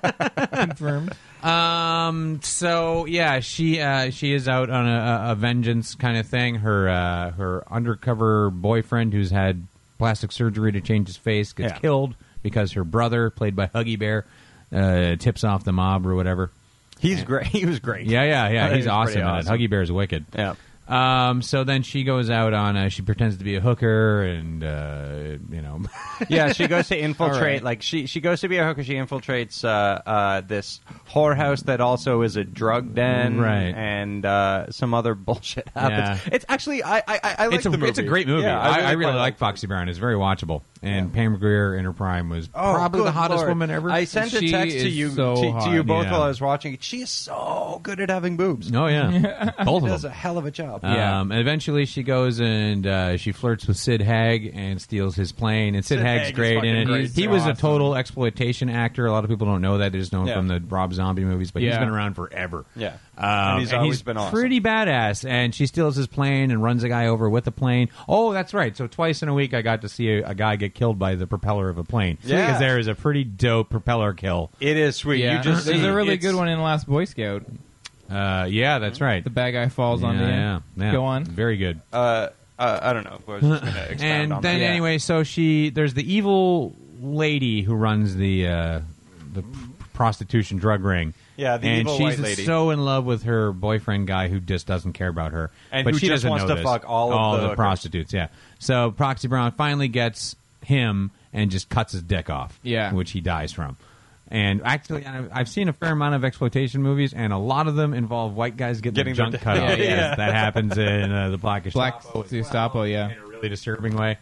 Speaker 1: [LAUGHS] Confirmed.
Speaker 2: Um. So yeah, she uh, she is out on a, a vengeance kind of thing. Her uh, her undercover boyfriend, who's had plastic surgery to change his face, gets
Speaker 3: Yeah.
Speaker 2: killed because her brother, played by Huggy Bear, uh, tips off the mob or whatever.
Speaker 3: he's great. [LAUGHS] He was great.
Speaker 2: Yeah, yeah, yeah. He's
Speaker 3: He's pretty
Speaker 2: awesome. in it.
Speaker 3: awesome.
Speaker 2: Huggy Bear's wicked.
Speaker 3: Yeah.
Speaker 2: Um. So then she goes out on. A, she pretends to be a hooker, and uh,
Speaker 3: [LAUGHS]
Speaker 2: you know,
Speaker 3: yeah, she
Speaker 2: [LAUGHS]
Speaker 3: goes to infiltrate.
Speaker 1: All right.
Speaker 3: Like she she goes to be a hooker. She infiltrates uh, uh, this whorehouse that also is a drug den,
Speaker 2: Right.
Speaker 3: And uh, some other [LAUGHS] bullshit happens.
Speaker 2: Yeah.
Speaker 3: It's actually I I, I I like
Speaker 2: it's a
Speaker 3: the movie.
Speaker 2: it's a great movie.
Speaker 3: Yeah,
Speaker 2: I, I really,
Speaker 3: quite
Speaker 2: like Foxy Brown. It's very watchable. And Pam Grier in her prime was
Speaker 3: Oh,
Speaker 2: probably
Speaker 3: good
Speaker 2: the hottest
Speaker 3: Lord.
Speaker 2: woman ever.
Speaker 3: I sent a
Speaker 1: She
Speaker 3: text to
Speaker 1: is
Speaker 3: you
Speaker 1: so
Speaker 3: to, to you
Speaker 1: hot.
Speaker 3: both
Speaker 2: Yeah.
Speaker 3: while I was watching it. She is so good at having boobs. [LAUGHS]
Speaker 2: oh yeah, both
Speaker 3: she
Speaker 2: of
Speaker 3: does a
Speaker 2: them.
Speaker 3: hell of a job.
Speaker 1: yeah.
Speaker 2: Um, and eventually, she goes and uh, she flirts with Sid Haig and steals his plane. And Sid,
Speaker 3: Sid
Speaker 2: Haig's
Speaker 3: Haig is
Speaker 2: great
Speaker 3: fucking
Speaker 2: in it.
Speaker 3: great.
Speaker 2: He was a total exploitation actor. A lot of people don't know that. They just know him
Speaker 3: Yeah.
Speaker 2: from the Rob Zombie movies, but he's
Speaker 1: Yeah.
Speaker 2: been around forever.
Speaker 3: Yeah.
Speaker 2: Um,
Speaker 3: And he's always been awesome.
Speaker 2: pretty badass. And she steals his plane and runs a guy over with a plane. Oh, that's right. So twice in a week, I got to see a, a guy get killed by the propeller of a plane.
Speaker 3: Yeah.
Speaker 2: because there is a pretty dope propeller kill.
Speaker 3: It is sweet.
Speaker 1: Yeah.
Speaker 3: You just
Speaker 1: There's
Speaker 3: see
Speaker 1: a really
Speaker 3: it's-
Speaker 1: good one in Last Boy Scout.
Speaker 2: Uh, yeah, that's right.
Speaker 1: The bad guy falls
Speaker 2: yeah,
Speaker 1: on the
Speaker 2: yeah,
Speaker 1: end.
Speaker 2: yeah.
Speaker 1: Go on.
Speaker 2: Very good.
Speaker 3: Uh, uh, I don't know. I was just gonna
Speaker 2: [LAUGHS]
Speaker 3: expound
Speaker 2: and
Speaker 3: on
Speaker 2: then
Speaker 3: that.
Speaker 2: anyway, so she there's the evil lady who runs the uh, the p- prostitution drug ring.
Speaker 3: Yeah, the
Speaker 2: and
Speaker 3: evil
Speaker 2: she's
Speaker 3: white lady.
Speaker 2: so in love with her boyfriend guy who just doesn't care about her,
Speaker 3: And
Speaker 2: but
Speaker 3: who
Speaker 2: she
Speaker 3: just
Speaker 2: doesn't
Speaker 3: wants
Speaker 2: know
Speaker 3: to
Speaker 2: this.
Speaker 3: fuck all of the hookers.
Speaker 2: prostitutes. Yeah, so Proxy Brown finally gets him and just cuts his dick off.
Speaker 1: Yeah.
Speaker 2: which he dies from. And actually, I- I've seen a fair amount of exploitation movies, and a lot of them involve white guys getting,
Speaker 3: Getting
Speaker 2: their junk
Speaker 3: their-
Speaker 2: cut off.
Speaker 1: Yeah,
Speaker 3: [LAUGHS]
Speaker 2: Yes,
Speaker 3: yeah.
Speaker 2: that happens in uh, the Black
Speaker 1: Black
Speaker 2: Gestapo as
Speaker 1: Gestapo, yeah.
Speaker 2: in a really disturbing way.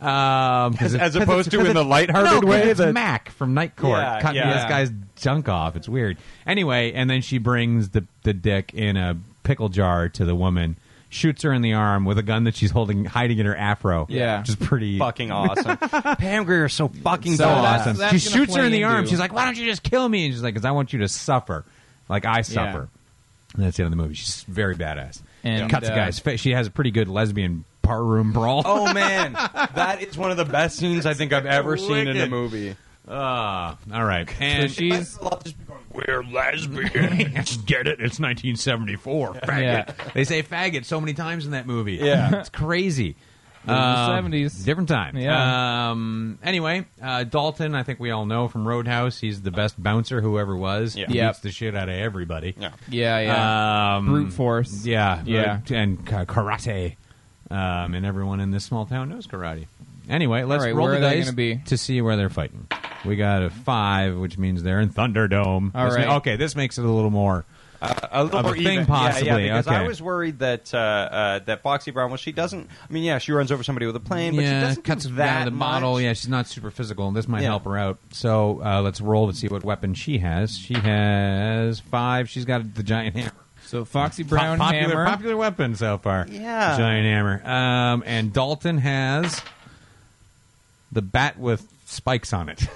Speaker 2: Um, [LAUGHS] 'cause it-
Speaker 3: As
Speaker 2: 'cause
Speaker 3: opposed
Speaker 2: it's-
Speaker 3: to
Speaker 2: 'cause
Speaker 3: in the
Speaker 2: it's-
Speaker 3: lighthearted
Speaker 2: no,
Speaker 3: way
Speaker 2: 'cause It's
Speaker 3: that-
Speaker 2: Mac from Night Court
Speaker 3: Yeah,
Speaker 2: cutting
Speaker 3: yeah.
Speaker 2: this guy's junk off. It's weird. Anyway, and then she brings the the dick in a pickle jar to the woman, shoots her in the arm with a gun that she's holding, hiding in her afro.
Speaker 1: Yeah.
Speaker 2: which is pretty
Speaker 3: fucking awesome.
Speaker 2: [LAUGHS]
Speaker 3: Pam Grier is so fucking
Speaker 1: So
Speaker 3: badass.
Speaker 1: awesome.
Speaker 2: awesome.
Speaker 1: that's
Speaker 2: She
Speaker 1: gonna
Speaker 2: shoots her
Speaker 1: play
Speaker 2: in the
Speaker 1: into-
Speaker 2: arm. She's like, "Why don't you just kill me?" And she's like, "Because I want you to suffer, like I suffer." And that's the end of the movie. She's very badass.
Speaker 1: And,
Speaker 2: cuts
Speaker 1: uh,
Speaker 2: a guy's face. She has a pretty good lesbian bar room brawl.
Speaker 3: Oh man, that is one of the best scenes I think I've ever seen in a
Speaker 2: Wicked.
Speaker 3: movie.
Speaker 2: Ah, all right. And
Speaker 1: she's-
Speaker 2: we're lesbian. Get it? [LAUGHS] It's 1974. Faggot.
Speaker 1: Yeah.
Speaker 2: They say faggot so many times in that movie.
Speaker 3: Yeah.
Speaker 2: [LAUGHS] it's crazy.
Speaker 1: was the
Speaker 2: Um,
Speaker 1: 70s.
Speaker 2: different time.
Speaker 1: Yeah.
Speaker 2: Um, anyway, uh, Dalton, I think we all know from Roadhouse, he's the best bouncer who ever was.
Speaker 3: Yeah.
Speaker 2: He
Speaker 1: Yep.
Speaker 2: beats the shit out of everybody.
Speaker 3: Yeah.
Speaker 1: Yeah, yeah.
Speaker 2: Um,
Speaker 1: Brute force.
Speaker 2: Yeah,
Speaker 1: Yeah.
Speaker 2: uh, and ka- karate, um, and everyone in this small town knows karate. Anyway, let's
Speaker 1: right,
Speaker 2: roll
Speaker 1: where
Speaker 2: the
Speaker 1: are they
Speaker 2: dice
Speaker 1: gonna be?
Speaker 2: to see where they're fighting. We got a five, which means they're in Thunderdome.
Speaker 1: All
Speaker 2: This
Speaker 1: right.
Speaker 2: ma- okay, this makes it a little more.
Speaker 3: a little
Speaker 2: Of a
Speaker 3: more
Speaker 2: thing,
Speaker 3: even. Yeah,
Speaker 2: possibly.
Speaker 3: yeah, because I
Speaker 2: Okay.
Speaker 3: was worried that uh, uh, that Foxy Brown, well, she doesn't. I mean, yeah, she runs over somebody with a plane, but she doesn't
Speaker 2: cuts
Speaker 3: do
Speaker 2: down
Speaker 3: that
Speaker 2: the model.
Speaker 3: much.
Speaker 2: Yeah, she's not super physical, and this might
Speaker 3: Yeah.
Speaker 2: help her out. So uh, let's roll to see what weapon she has. She has five. She's got the giant hammer.
Speaker 1: so Foxy Brown
Speaker 2: Po- popular,
Speaker 1: Hammer.
Speaker 2: popular weapon so far.
Speaker 3: Yeah.
Speaker 2: giant hammer. Um, and Dalton has the bat with spikes
Speaker 3: [LAUGHS]
Speaker 2: on it.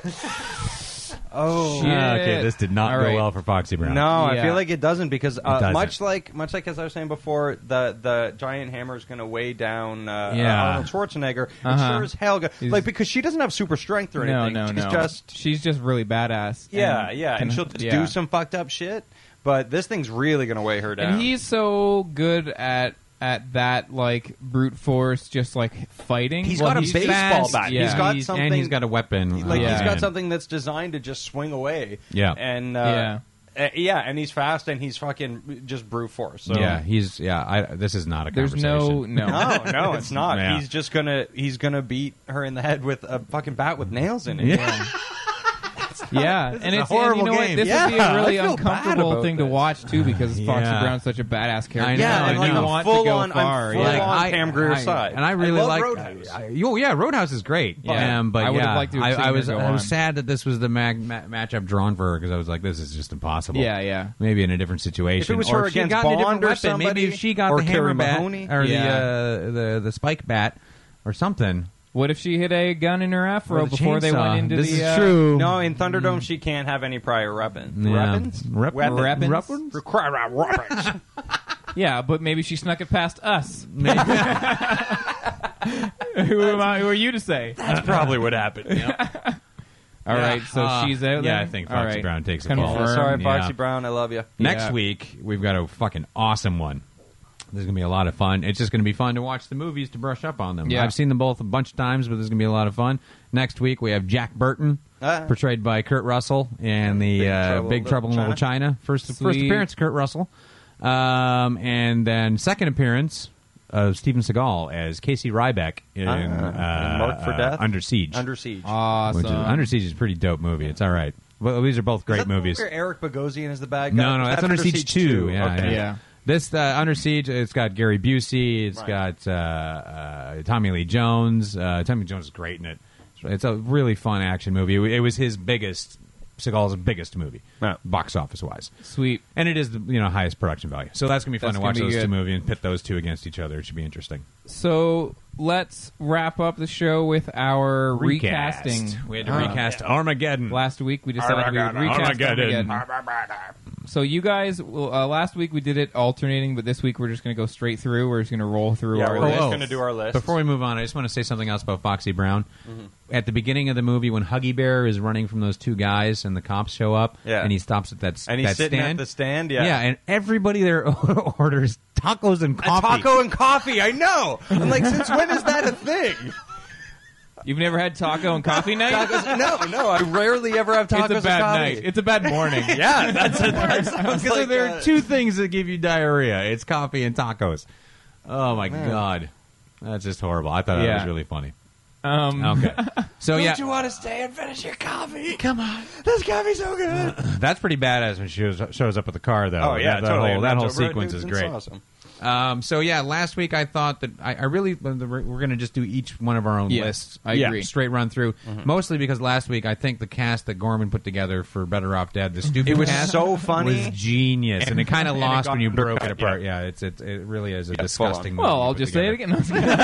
Speaker 3: Oh.
Speaker 1: Shit.
Speaker 2: okay, this did not
Speaker 1: All
Speaker 2: go
Speaker 1: right.
Speaker 2: well for Foxy Brown.
Speaker 3: No,
Speaker 1: Yeah.
Speaker 3: I feel like it doesn't because uh,
Speaker 2: doesn't.
Speaker 3: much like much like as I was saying before, the the giant hammer is going to weigh down uh,
Speaker 2: Yeah.
Speaker 3: uh, Arnold Schwarzenegger. And
Speaker 1: Uh-huh.
Speaker 3: sure as hell, go-
Speaker 1: He's-
Speaker 3: like because she doesn't have super strength or
Speaker 1: No,
Speaker 3: anything.
Speaker 1: no,
Speaker 3: she's
Speaker 1: no.
Speaker 3: just
Speaker 1: she's just really badass.
Speaker 3: yeah, yeah, and she'll just
Speaker 1: yeah.
Speaker 3: do some fucked up shit. But this thing's really going to weigh her down.
Speaker 1: And he's so good at at that like brute force, just like fighting.
Speaker 3: He's
Speaker 1: Well,
Speaker 3: got a
Speaker 1: he's
Speaker 3: baseball
Speaker 1: fast,
Speaker 3: bat.
Speaker 1: Yeah.
Speaker 3: He's got
Speaker 2: He's-
Speaker 3: something-
Speaker 2: and he's got a weapon.
Speaker 3: like
Speaker 2: uh,
Speaker 3: he's
Speaker 1: Yeah.
Speaker 3: got something that's designed to just swing away.
Speaker 2: Yeah.
Speaker 3: and uh,
Speaker 1: Yeah.
Speaker 3: yeah. yeah, and he's fast and he's fucking just brute force. So.
Speaker 2: Yeah, he's yeah. I, this is not a
Speaker 1: There's [LAUGHS] no
Speaker 2: conversation.
Speaker 1: no.
Speaker 3: No, no, it's not.
Speaker 2: [LAUGHS] Yeah.
Speaker 3: He's just gonna he's gonna beat her in the head with a fucking bat with nails in it.
Speaker 2: Yeah.
Speaker 1: Yeah, and
Speaker 2: a
Speaker 1: it's and you
Speaker 2: horrible
Speaker 1: know what?
Speaker 2: game.
Speaker 1: This would be
Speaker 3: Yeah,
Speaker 1: a really
Speaker 3: I feel bad
Speaker 1: uncomfortable
Speaker 3: about
Speaker 1: thing to
Speaker 3: this.
Speaker 1: watch too
Speaker 2: [SIGHS]
Speaker 1: because Foxy
Speaker 2: Yeah.
Speaker 1: Brown's such a badass character.
Speaker 2: I know,
Speaker 3: Yeah,
Speaker 2: I
Speaker 3: and like
Speaker 2: know.
Speaker 3: I'm
Speaker 1: want
Speaker 3: full
Speaker 1: to go
Speaker 3: on,
Speaker 1: far.
Speaker 3: I'm full
Speaker 1: yeah.
Speaker 3: on Pam Greer's
Speaker 2: I-
Speaker 3: side,
Speaker 2: And I really
Speaker 3: love
Speaker 2: like
Speaker 3: Roadhouse.
Speaker 2: I- you- yeah, Roadhouse is great.
Speaker 1: Yeah.
Speaker 2: Um, but
Speaker 1: I would've
Speaker 2: yeah,
Speaker 1: liked to have
Speaker 2: I,
Speaker 1: seen
Speaker 2: I
Speaker 1: her
Speaker 2: was
Speaker 1: go
Speaker 2: I was
Speaker 1: on.
Speaker 2: sad that this was the mag, ma- match I've drawn for her because I was like, this is just impossible.
Speaker 1: Yeah, yeah.
Speaker 2: Maybe in a different situation.
Speaker 3: If it was
Speaker 2: or
Speaker 3: her
Speaker 2: if she
Speaker 3: against
Speaker 2: got a different
Speaker 3: Bond or
Speaker 2: weapon,
Speaker 3: somebody,
Speaker 2: maybe if she got
Speaker 3: or
Speaker 2: the hammer
Speaker 3: Kerry
Speaker 2: bat
Speaker 3: Mahoney.
Speaker 2: or
Speaker 1: Yeah.
Speaker 2: the, uh, the the spike bat or something.
Speaker 1: What if she hit a gun in her
Speaker 2: or
Speaker 1: afro
Speaker 2: the
Speaker 1: before they
Speaker 2: chainsaw.
Speaker 1: went into
Speaker 2: this
Speaker 1: the?
Speaker 2: is
Speaker 1: uh,
Speaker 2: true.
Speaker 3: No, in Thunderdome she can't have any prior weapon.
Speaker 2: Yeah.
Speaker 3: Weapons?
Speaker 2: Rep-
Speaker 3: weapons.
Speaker 1: weapons?
Speaker 2: Weapons?
Speaker 3: Require weapons.
Speaker 1: Yeah, but maybe she snuck it past us. who,
Speaker 2: [LAUGHS]
Speaker 1: am I, [LAUGHS] who are you to say? All right,
Speaker 3: That's probably what happened.
Speaker 2: Yeah.
Speaker 1: so
Speaker 2: Uh,
Speaker 1: she's out. then?
Speaker 2: yeah, I think
Speaker 1: All
Speaker 2: Foxy
Speaker 1: right.
Speaker 2: Brown takes the ball.
Speaker 1: Confirmed.
Speaker 2: Confirm,
Speaker 3: Sorry, Foxy
Speaker 2: yeah.
Speaker 3: Brown, I love you.
Speaker 2: Next
Speaker 1: Yeah.
Speaker 2: week, we've got a fucking awesome one. This is going to be a lot of fun. It's just going to be fun to watch the movies to brush up on them.
Speaker 1: Yeah.
Speaker 2: I've seen them both a bunch of times, but this is going to be a lot of fun. Next week, we have Jack Burton,
Speaker 3: Ah.
Speaker 2: portrayed by Kurt Russell, and the
Speaker 3: Big
Speaker 2: uh,
Speaker 3: Trouble
Speaker 2: Big
Speaker 3: in
Speaker 2: Trouble in
Speaker 3: Little
Speaker 2: Little China. First, first
Speaker 1: Sweet.
Speaker 2: appearance, Kurt Russell. Um, and then second appearance of Steven Seagal as Casey Ryback in,
Speaker 3: Ah,
Speaker 2: uh,
Speaker 3: and Marked for
Speaker 2: uh,
Speaker 3: Death?
Speaker 2: Under Siege.
Speaker 3: Under Siege.
Speaker 2: Which
Speaker 1: Awesome.
Speaker 2: is, Under Siege is a pretty dope movie. It's all right. Well, these are both
Speaker 3: Is
Speaker 2: great
Speaker 3: that the one
Speaker 2: movies.
Speaker 3: Where Eric Bogosian is the bad guy.
Speaker 2: No, no,
Speaker 3: Was
Speaker 2: that's
Speaker 3: that
Speaker 2: Under Siege, 2. Yeah,
Speaker 3: Okay.
Speaker 1: Yeah.
Speaker 2: This uh, Under Siege, it's got Gary Busey, It's
Speaker 3: Right.
Speaker 2: got uh, uh, Tommy Lee Jones. Uh, Tommy Jones is great in it. It's a really fun action movie. It was his biggest, Seagal's biggest movie,
Speaker 3: Yeah.
Speaker 2: box office wise,
Speaker 1: Sweet.
Speaker 2: and it is the you know highest production value. So that's gonna be fun
Speaker 1: That's
Speaker 2: to
Speaker 1: gonna
Speaker 2: watch
Speaker 1: be
Speaker 2: those
Speaker 1: good.
Speaker 2: two movies and pit those two against each other. It should be interesting.
Speaker 1: So let's wrap up the show with our recasting.
Speaker 2: we had to
Speaker 1: Uh,
Speaker 2: recast Armageddon.
Speaker 1: Last week we decided we would recast
Speaker 2: Armageddon.
Speaker 1: Armageddon. So you guys, well, uh, last week we did it alternating, but this week we're just going to go straight through. We're just going to roll through
Speaker 3: Yeah,
Speaker 1: our
Speaker 3: we're
Speaker 1: list.
Speaker 3: just gonna do our list.
Speaker 2: Before we move on, I just want to say something else about Foxy Brown.
Speaker 3: Mm-hmm.
Speaker 2: At the beginning of the movie, when Huggy Bear is running from those two guys and the cops show up,
Speaker 3: Yeah.
Speaker 2: and he stops at that s-
Speaker 3: And he's
Speaker 2: that
Speaker 3: sitting at
Speaker 2: stand,
Speaker 3: the stand, yeah.
Speaker 2: and everybody there [LAUGHS] orders tacos and
Speaker 3: A
Speaker 2: coffee.
Speaker 3: taco and coffee. I know. I'm like, since when is that a thing?
Speaker 1: You've never had taco and coffee
Speaker 2: [LAUGHS]
Speaker 1: night?
Speaker 3: no, no, I rarely ever have tacos.
Speaker 1: it's a
Speaker 3: and
Speaker 1: bad
Speaker 3: coffee.
Speaker 1: night.
Speaker 3: [LAUGHS]
Speaker 1: It's a bad morning.
Speaker 3: yeah,
Speaker 2: [LAUGHS]
Speaker 3: that's it. That sounds
Speaker 2: Because
Speaker 3: like,
Speaker 2: there
Speaker 3: uh,
Speaker 2: are two things that give you diarrhea. It's coffee and tacos. Oh my god, that's just horrible. I thought that
Speaker 1: Yeah.
Speaker 2: was really funny.
Speaker 1: Um,
Speaker 2: Okay, so
Speaker 3: Don't
Speaker 2: yeah,
Speaker 3: you want to stay and finish your coffee? Come on, this coffee's so good.
Speaker 2: [LAUGHS] that's pretty badass when she shows, shows up with the car though.
Speaker 3: Oh yeah,
Speaker 2: that, that
Speaker 3: totally.
Speaker 2: whole that whole
Speaker 3: Rancho Verde,
Speaker 2: sequence is
Speaker 3: it's
Speaker 2: great.
Speaker 3: Awesome.
Speaker 2: Um, so yeah, last week I thought that I, I really we're going to just do each one of our own
Speaker 1: Yes,
Speaker 2: lists.
Speaker 1: I
Speaker 2: Yeah,
Speaker 1: agree.
Speaker 2: Straight run through,
Speaker 3: Mm-hmm.
Speaker 2: mostly because last week I think the cast that Gorman put together for Better Off Dead, the stupid
Speaker 3: It was
Speaker 2: cast,
Speaker 3: so funny.
Speaker 2: was genius, and, it kind of
Speaker 1: and it
Speaker 2: lost
Speaker 1: got
Speaker 2: when you
Speaker 3: undercut,
Speaker 2: broke it apart. Yeah, it's it, it really is a
Speaker 3: full on.
Speaker 2: disgusting.
Speaker 1: well,
Speaker 2: movie
Speaker 1: I'll
Speaker 2: put
Speaker 1: just say
Speaker 2: together.
Speaker 1: it again. [LAUGHS]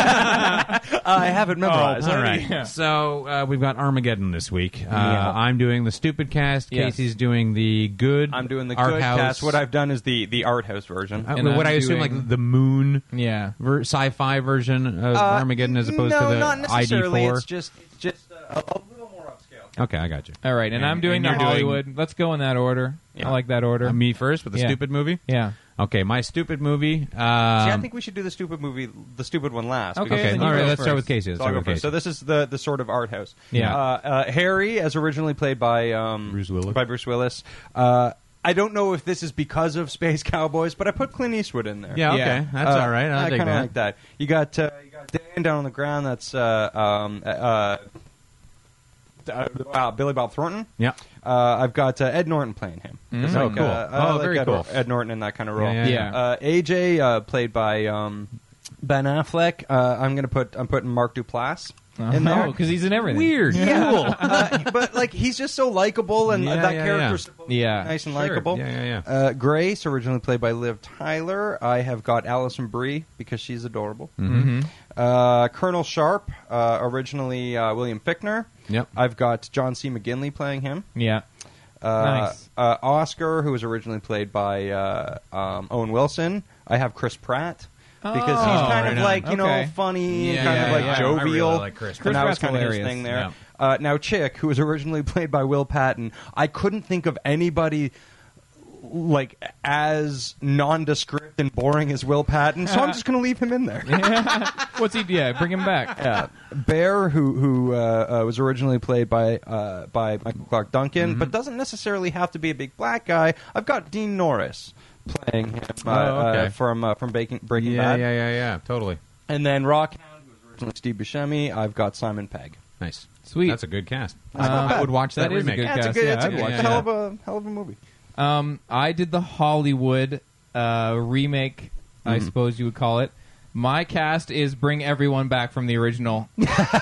Speaker 3: I haven't memorized.
Speaker 2: Oh,
Speaker 3: [LAUGHS]
Speaker 2: All right. So uh, we've got Armageddon this week. Uh, I'm doing the stupid cast.
Speaker 1: Yes.
Speaker 2: Casey's doing the good.
Speaker 3: I'm doing the
Speaker 2: art
Speaker 3: good
Speaker 2: house.
Speaker 3: cast. What I've done is the the art house version.
Speaker 2: Uh,
Speaker 1: And
Speaker 2: what
Speaker 1: I'm
Speaker 2: I assume
Speaker 1: doing-
Speaker 2: like the moon
Speaker 1: yeah.
Speaker 2: ver- sci-fi version of Armageddon as opposed
Speaker 3: Uh, no,
Speaker 2: to the
Speaker 3: not necessarily.
Speaker 2: ID4.
Speaker 3: It's just just uh, a, a little more upscale.
Speaker 2: okay, I got you.
Speaker 1: All right, and,
Speaker 2: And-
Speaker 1: I'm doing
Speaker 2: and
Speaker 1: the
Speaker 2: you're doing-
Speaker 1: Hollywood. Let's go in that order. I like that order.
Speaker 2: Uh, me first with a
Speaker 1: Yeah.
Speaker 2: stupid movie.
Speaker 1: yeah.
Speaker 2: Okay, my stupid movie. Um,
Speaker 3: See, I think we should do the stupid movie, the stupid one last.
Speaker 1: Okay,
Speaker 3: because
Speaker 2: okay,
Speaker 1: then
Speaker 3: it's
Speaker 1: you
Speaker 2: all right.
Speaker 1: go
Speaker 2: Let's start
Speaker 1: first.
Speaker 2: with Casey. Let's
Speaker 3: So I'll
Speaker 2: start
Speaker 3: go
Speaker 2: with Casey.
Speaker 3: first. So this is the the sort of art house.
Speaker 1: Yeah.
Speaker 3: Uh, uh, Harry, as originally played by um,
Speaker 2: Bruce Willis.
Speaker 3: By Bruce Willis. Uh, I don't know if this is because of Space Cowboys, but I put Clint Eastwood in there.
Speaker 2: yeah, okay,
Speaker 1: Yeah.
Speaker 2: that's
Speaker 3: Uh,
Speaker 2: all right. I'll
Speaker 3: I
Speaker 2: take
Speaker 3: kind of
Speaker 2: that.
Speaker 3: like that. You got uh, you got Dan down on the ground. That's uh, um, uh, uh, uh, wow, Billy Bob Thornton.
Speaker 2: Yeah.
Speaker 3: Uh, I've got uh, Ed Norton playing him. It's
Speaker 2: Oh,
Speaker 3: like,
Speaker 2: cool.
Speaker 3: uh, I
Speaker 2: Oh,
Speaker 3: like
Speaker 2: very
Speaker 3: Ed,
Speaker 2: cool.
Speaker 3: Ed Norton in that kind of role.
Speaker 2: Yeah, yeah,
Speaker 1: yeah.
Speaker 3: Uh, AJ uh, played by um, Ben Affleck. Uh, I'm gonna put I'm putting Mark Duplass in there.
Speaker 1: Oh, because he's in everything.
Speaker 2: Weird.
Speaker 3: [LAUGHS] Yeah. [LAUGHS] Uh, but like he's just so likable, and uh,
Speaker 2: Yeah,
Speaker 3: that
Speaker 2: yeah,
Speaker 3: character's
Speaker 2: yeah.
Speaker 3: supposed to be
Speaker 1: Yeah.
Speaker 3: nice and
Speaker 2: Sure.
Speaker 3: likable.
Speaker 2: Yeah, yeah, yeah.
Speaker 3: Uh, Grace, originally played by Liv Tyler. I have got Allison Brie because she's adorable. Mm-hmm. Uh, Colonel Sharp, uh, originally uh, William Fickner.
Speaker 2: Yep.
Speaker 3: I've got John C. McGinley playing him.
Speaker 1: Yeah.
Speaker 3: Uh,
Speaker 1: Nice.
Speaker 3: uh, Oscar, who was originally played by uh, um, Owen Wilson. I have Chris Pratt. Because he's
Speaker 1: Oh,
Speaker 3: kind
Speaker 2: right
Speaker 3: of
Speaker 2: on.
Speaker 3: like you
Speaker 1: Okay.
Speaker 3: know funny,
Speaker 2: Yeah,
Speaker 3: kind
Speaker 2: yeah,
Speaker 3: of like
Speaker 2: yeah. I really
Speaker 3: jovial.
Speaker 2: like Chris
Speaker 3: and that was
Speaker 1: Pratt's
Speaker 3: kind of his
Speaker 1: hilarious.
Speaker 3: thing there.
Speaker 2: Yeah.
Speaker 3: Uh, now Chick, who was originally [LAUGHS] played by Will Patton, I couldn't think of anybody like as nondescript and boring as Will Patton, so I'm just going to leave him in
Speaker 2: [LAUGHS]
Speaker 3: there.
Speaker 1: [LAUGHS] What's he? Yeah, bring him back.
Speaker 3: Yeah. Bear, who who uh, uh, was originally played by uh, by Michael Clark Duncan,
Speaker 2: Mm-hmm.
Speaker 3: but doesn't necessarily have to be a big black guy. I've got Dean Norris playing him uh,
Speaker 2: Oh, okay.
Speaker 3: uh, from uh, from Baking, Breaking
Speaker 2: Yeah,
Speaker 3: Bad,
Speaker 2: yeah, yeah, yeah. Totally.
Speaker 3: and then Rockhound, who was originally Steve Buscemi. I've got Simon Pegg.
Speaker 2: Nice.
Speaker 1: Sweet.
Speaker 2: That's a good cast.
Speaker 3: That's not
Speaker 2: I
Speaker 3: bad.
Speaker 2: would watch that,
Speaker 1: That is a
Speaker 2: remake.
Speaker 1: good
Speaker 3: Yeah, it's a
Speaker 1: cast.
Speaker 3: good,
Speaker 1: Yeah,
Speaker 3: it's a
Speaker 1: I'd
Speaker 3: good-
Speaker 1: watch
Speaker 3: hell
Speaker 2: that.
Speaker 3: of a hell of a movie.
Speaker 1: Um, I did the Hollywood uh, remake, I suppose you would call it. My cast is bring everyone back from the original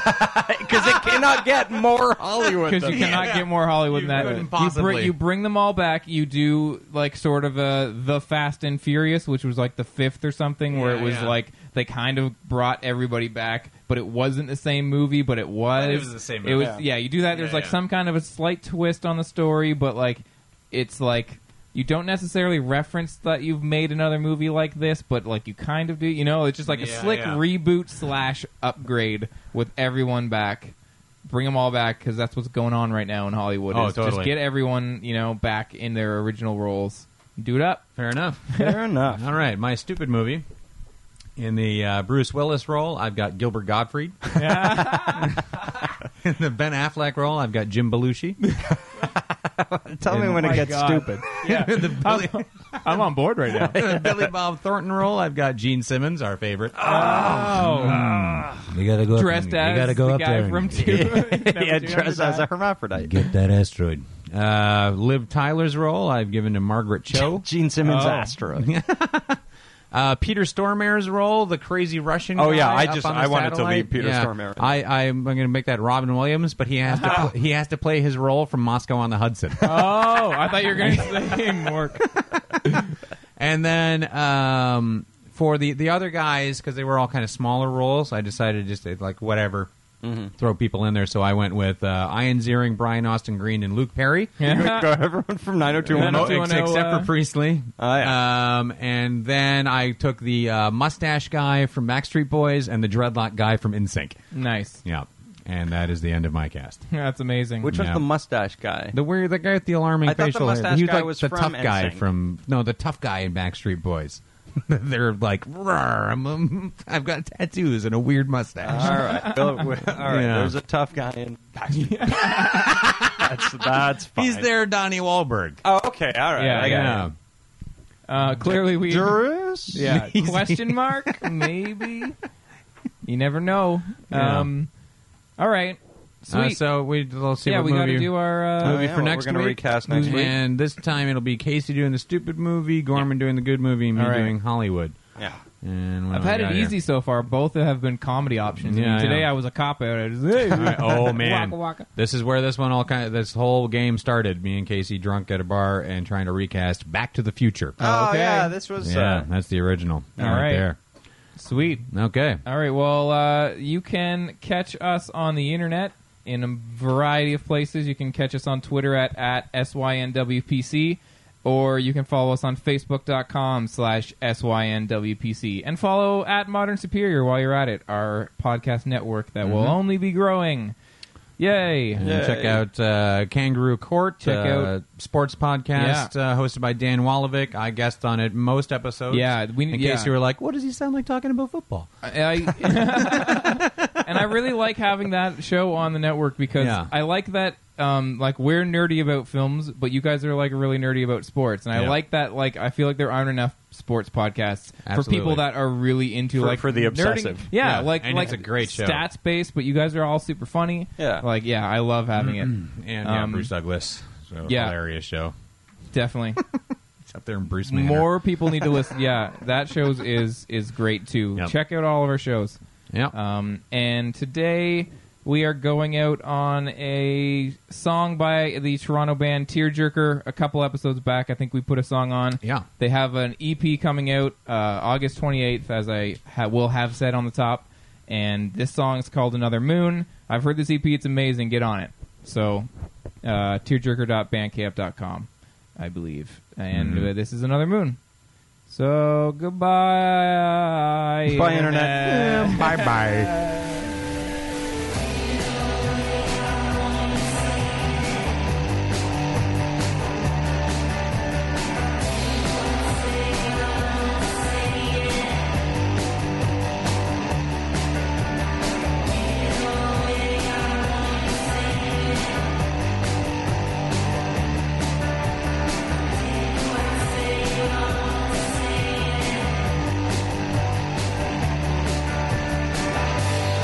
Speaker 3: Because it cannot get more Hollywood.
Speaker 1: because you
Speaker 3: than that.
Speaker 1: cannot get more Hollywood
Speaker 2: You
Speaker 1: than that.
Speaker 2: couldn't
Speaker 1: You, bring,
Speaker 2: possibly.
Speaker 1: you bring them all back. You do like sort of uh the Fast and Furious, which was like the fifth or something, where
Speaker 2: Yeah,
Speaker 1: it was
Speaker 2: yeah.
Speaker 1: like they kind of brought everybody back, but it wasn't the same movie, but it was.
Speaker 2: But it was the same
Speaker 1: It
Speaker 2: movie.
Speaker 1: was yeah. You do that. There's
Speaker 2: Yeah,
Speaker 1: like
Speaker 2: yeah.
Speaker 1: some kind of a slight twist on the story, but like it's like. You don't necessarily reference that you've made another movie like this, but like you kind of do. You know, it's just like a
Speaker 2: Yeah,
Speaker 1: slick
Speaker 2: yeah.
Speaker 1: reboot slash upgrade with everyone back bring them all back because that's what's going on right now in Hollywood.
Speaker 2: Oh,
Speaker 1: is
Speaker 2: totally.
Speaker 1: Just get everyone, you know, back in their original roles. Do it up.
Speaker 2: Fair enough. [LAUGHS]
Speaker 3: Fair enough.
Speaker 2: All right, my stupid movie. In the uh, Bruce Willis role, I've got Gilbert Gottfried. [LAUGHS] In the Ben Affleck role, I've got Jim Belushi.
Speaker 3: Tell me when it
Speaker 1: my
Speaker 3: gets
Speaker 1: God.
Speaker 3: stupid.
Speaker 1: Yeah,
Speaker 2: [LAUGHS]
Speaker 1: I'm, I'm on board right now.
Speaker 2: In the Billy Bob Thornton role, I've got Gene Simmons, our favorite.
Speaker 1: Oh,
Speaker 8: You gotta go
Speaker 1: dressed
Speaker 8: up.
Speaker 1: as
Speaker 8: you gotta go
Speaker 1: the
Speaker 8: up
Speaker 1: guy
Speaker 8: there. and
Speaker 1: from two. [LAUGHS]
Speaker 8: [LAUGHS]
Speaker 3: yeah, dressed as a hermaphrodite.
Speaker 8: Get that asteroid.
Speaker 2: Uh, Liv Tyler's role, I've given to
Speaker 3: [LAUGHS]
Speaker 2: Margaret Cho.
Speaker 3: Gene Simmons
Speaker 1: Oh.
Speaker 2: [LAUGHS]
Speaker 3: asteroid.
Speaker 2: Uh, Peter Stormare's role, the crazy Russian.
Speaker 3: Oh, yeah,
Speaker 2: guy
Speaker 3: I
Speaker 2: up
Speaker 3: just-
Speaker 2: on the
Speaker 3: I wanted to
Speaker 2: satellite.
Speaker 3: leave Peter
Speaker 2: Yeah.
Speaker 3: Stormare.
Speaker 2: I, I am going to make that Robin Williams, but he has to pl-
Speaker 3: [LAUGHS]
Speaker 2: he has to play his role from Moscow on the Hudson.
Speaker 1: Oh, I thought you were going to say Mork.
Speaker 2: [LAUGHS] And then um, for the the other guys, because they were all kind of smaller roles, I decided just to, like whatever.
Speaker 3: Mm-hmm.
Speaker 2: Throw people in there, so I went with uh, Ian Ziering, Brian Austin Green, and Luke Perry,
Speaker 3: Go everyone from 90210.
Speaker 2: Mo- ex- except
Speaker 3: uh,
Speaker 2: for Priestley.
Speaker 3: Oh,
Speaker 2: oh um, and then I took the uh, mustache guy from Backstreet Boys and the dreadlock guy from InSync.
Speaker 1: [LAUGHS] Nice.
Speaker 2: Yeah, and that is the end of my cast.
Speaker 1: That's amazing.
Speaker 3: Which one's
Speaker 2: Yeah.
Speaker 3: the mustache guy?
Speaker 2: The weird, the guy with the alarming
Speaker 3: I thought the
Speaker 2: facial hair.
Speaker 3: mustache
Speaker 2: He was
Speaker 3: guy
Speaker 2: like
Speaker 3: was
Speaker 2: the
Speaker 3: from
Speaker 2: tough guy
Speaker 3: NSYNC.
Speaker 2: from no, the tough guy in Backstreet Boys. [LAUGHS] They're like, "Rawr, I'm, um, I've got tattoos and a weird
Speaker 1: Uh,
Speaker 2: mustache.
Speaker 3: All right.
Speaker 2: [LAUGHS]
Speaker 3: Bill- all right.
Speaker 2: Yeah.
Speaker 3: There's a tough guy in
Speaker 2: [LAUGHS]
Speaker 3: Baxter. that's that's fine.
Speaker 2: He's there, Donnie Wahlberg.
Speaker 3: Oh, okay. All right.
Speaker 1: Yeah,
Speaker 3: I
Speaker 2: yeah.
Speaker 3: got
Speaker 1: Uh, clearly we.
Speaker 3: it.
Speaker 1: [LAUGHS]
Speaker 3: Durus?
Speaker 1: Yeah. Question mark? Maybe. You never know.
Speaker 2: Yeah.
Speaker 1: Um, all right. Sweet.
Speaker 2: Uh, so we, we'll see
Speaker 1: yeah,
Speaker 2: what
Speaker 1: we got
Speaker 2: movie.
Speaker 1: to do our. Uh,
Speaker 2: movie
Speaker 3: yeah,
Speaker 2: for
Speaker 3: well,
Speaker 2: next
Speaker 3: we're gonna
Speaker 2: week.
Speaker 3: recast next week.
Speaker 2: And this time it'll be Casey doing the stupid movie, Gorman doing the good movie, and me
Speaker 1: All right.
Speaker 2: doing Hollywood.
Speaker 3: Yeah.
Speaker 2: And what
Speaker 1: I've
Speaker 2: do I
Speaker 1: had it
Speaker 2: got here?
Speaker 1: easy so far. Both have been comedy options. I mean,
Speaker 2: Oh, Yeah,
Speaker 1: today
Speaker 2: yeah.
Speaker 1: I was a cop out. I was, hey.
Speaker 2: All [LAUGHS]
Speaker 1: [LAUGHS]
Speaker 2: right. Oh man,
Speaker 1: Waka, waka.
Speaker 2: this is where this one all kind of this whole game started. Me and Casey drunk at a bar and trying to recast Back to the Future.
Speaker 3: Oh,
Speaker 1: Okay.
Speaker 3: yeah. This was.
Speaker 2: yeah,
Speaker 3: Uh,
Speaker 2: that's the original.
Speaker 1: All
Speaker 2: right,
Speaker 1: right.
Speaker 2: there.
Speaker 1: Sweet.
Speaker 2: Okay.
Speaker 1: All right. Well, uh, you can catch us on the internet in a variety of places. You can catch us on Twitter at, at SYNWPC, or you can follow us on Facebook.com slash SYNWPC. And follow at Modern Superior while you're at it, our podcast network that will only be growing. Yay.
Speaker 2: Mm-hmm. And
Speaker 3: Yay.
Speaker 2: check out uh, Kangaroo Court,
Speaker 1: Check
Speaker 2: uh,
Speaker 1: out-
Speaker 2: sports podcast uh, hosted by Dan Walovic. I guest on it most episodes.
Speaker 1: Yeah, we-
Speaker 2: in
Speaker 1: yeah.
Speaker 2: case you were like, what does he sound like talking about football?
Speaker 1: I, and I [LAUGHS] really like having that show on the network because
Speaker 2: Yeah.
Speaker 1: I like that. Um, like we're nerdy about films, but you guys are like really nerdy about sports, and I
Speaker 2: Yeah.
Speaker 1: like that. Like I feel like there aren't enough sports podcasts for
Speaker 2: Absolutely.
Speaker 1: people that are really into
Speaker 3: For-
Speaker 1: like
Speaker 3: for the
Speaker 1: nerding-
Speaker 3: obsessive.
Speaker 1: Yeah,
Speaker 2: Yeah,
Speaker 1: like
Speaker 2: and
Speaker 1: like
Speaker 2: it's a great show.
Speaker 1: stats based, but you guys are all super funny.
Speaker 3: Yeah.
Speaker 1: like yeah, I love having it.
Speaker 2: [CLEARS THROAT] And yeah,
Speaker 1: Um,
Speaker 2: Bruce Douglas. So
Speaker 1: yeah.
Speaker 2: hilarious show. [LAUGHS]
Speaker 1: Definitely.
Speaker 2: It's up there in Bruce Manor.
Speaker 1: More people need to listen. Yeah, that shows is is great too.
Speaker 2: Yep.
Speaker 1: Check out all of our shows.
Speaker 2: Yeah.
Speaker 1: Um, and today we are going out on a song by the Toronto band Tearjerker. A couple episodes back, I think we put a song on.
Speaker 2: Yeah.
Speaker 1: They have an EP coming out uh, August 28th, as I ha- will have said on the top. And this song is called Another Moon. I've heard this EP. It's amazing. Get on it. So, uh, tearjerker.bandcamp.com, I believe. And uh, this is Another Moon. So, goodbye.
Speaker 3: Bye, Internet.
Speaker 2: bye bye.
Speaker 9: Another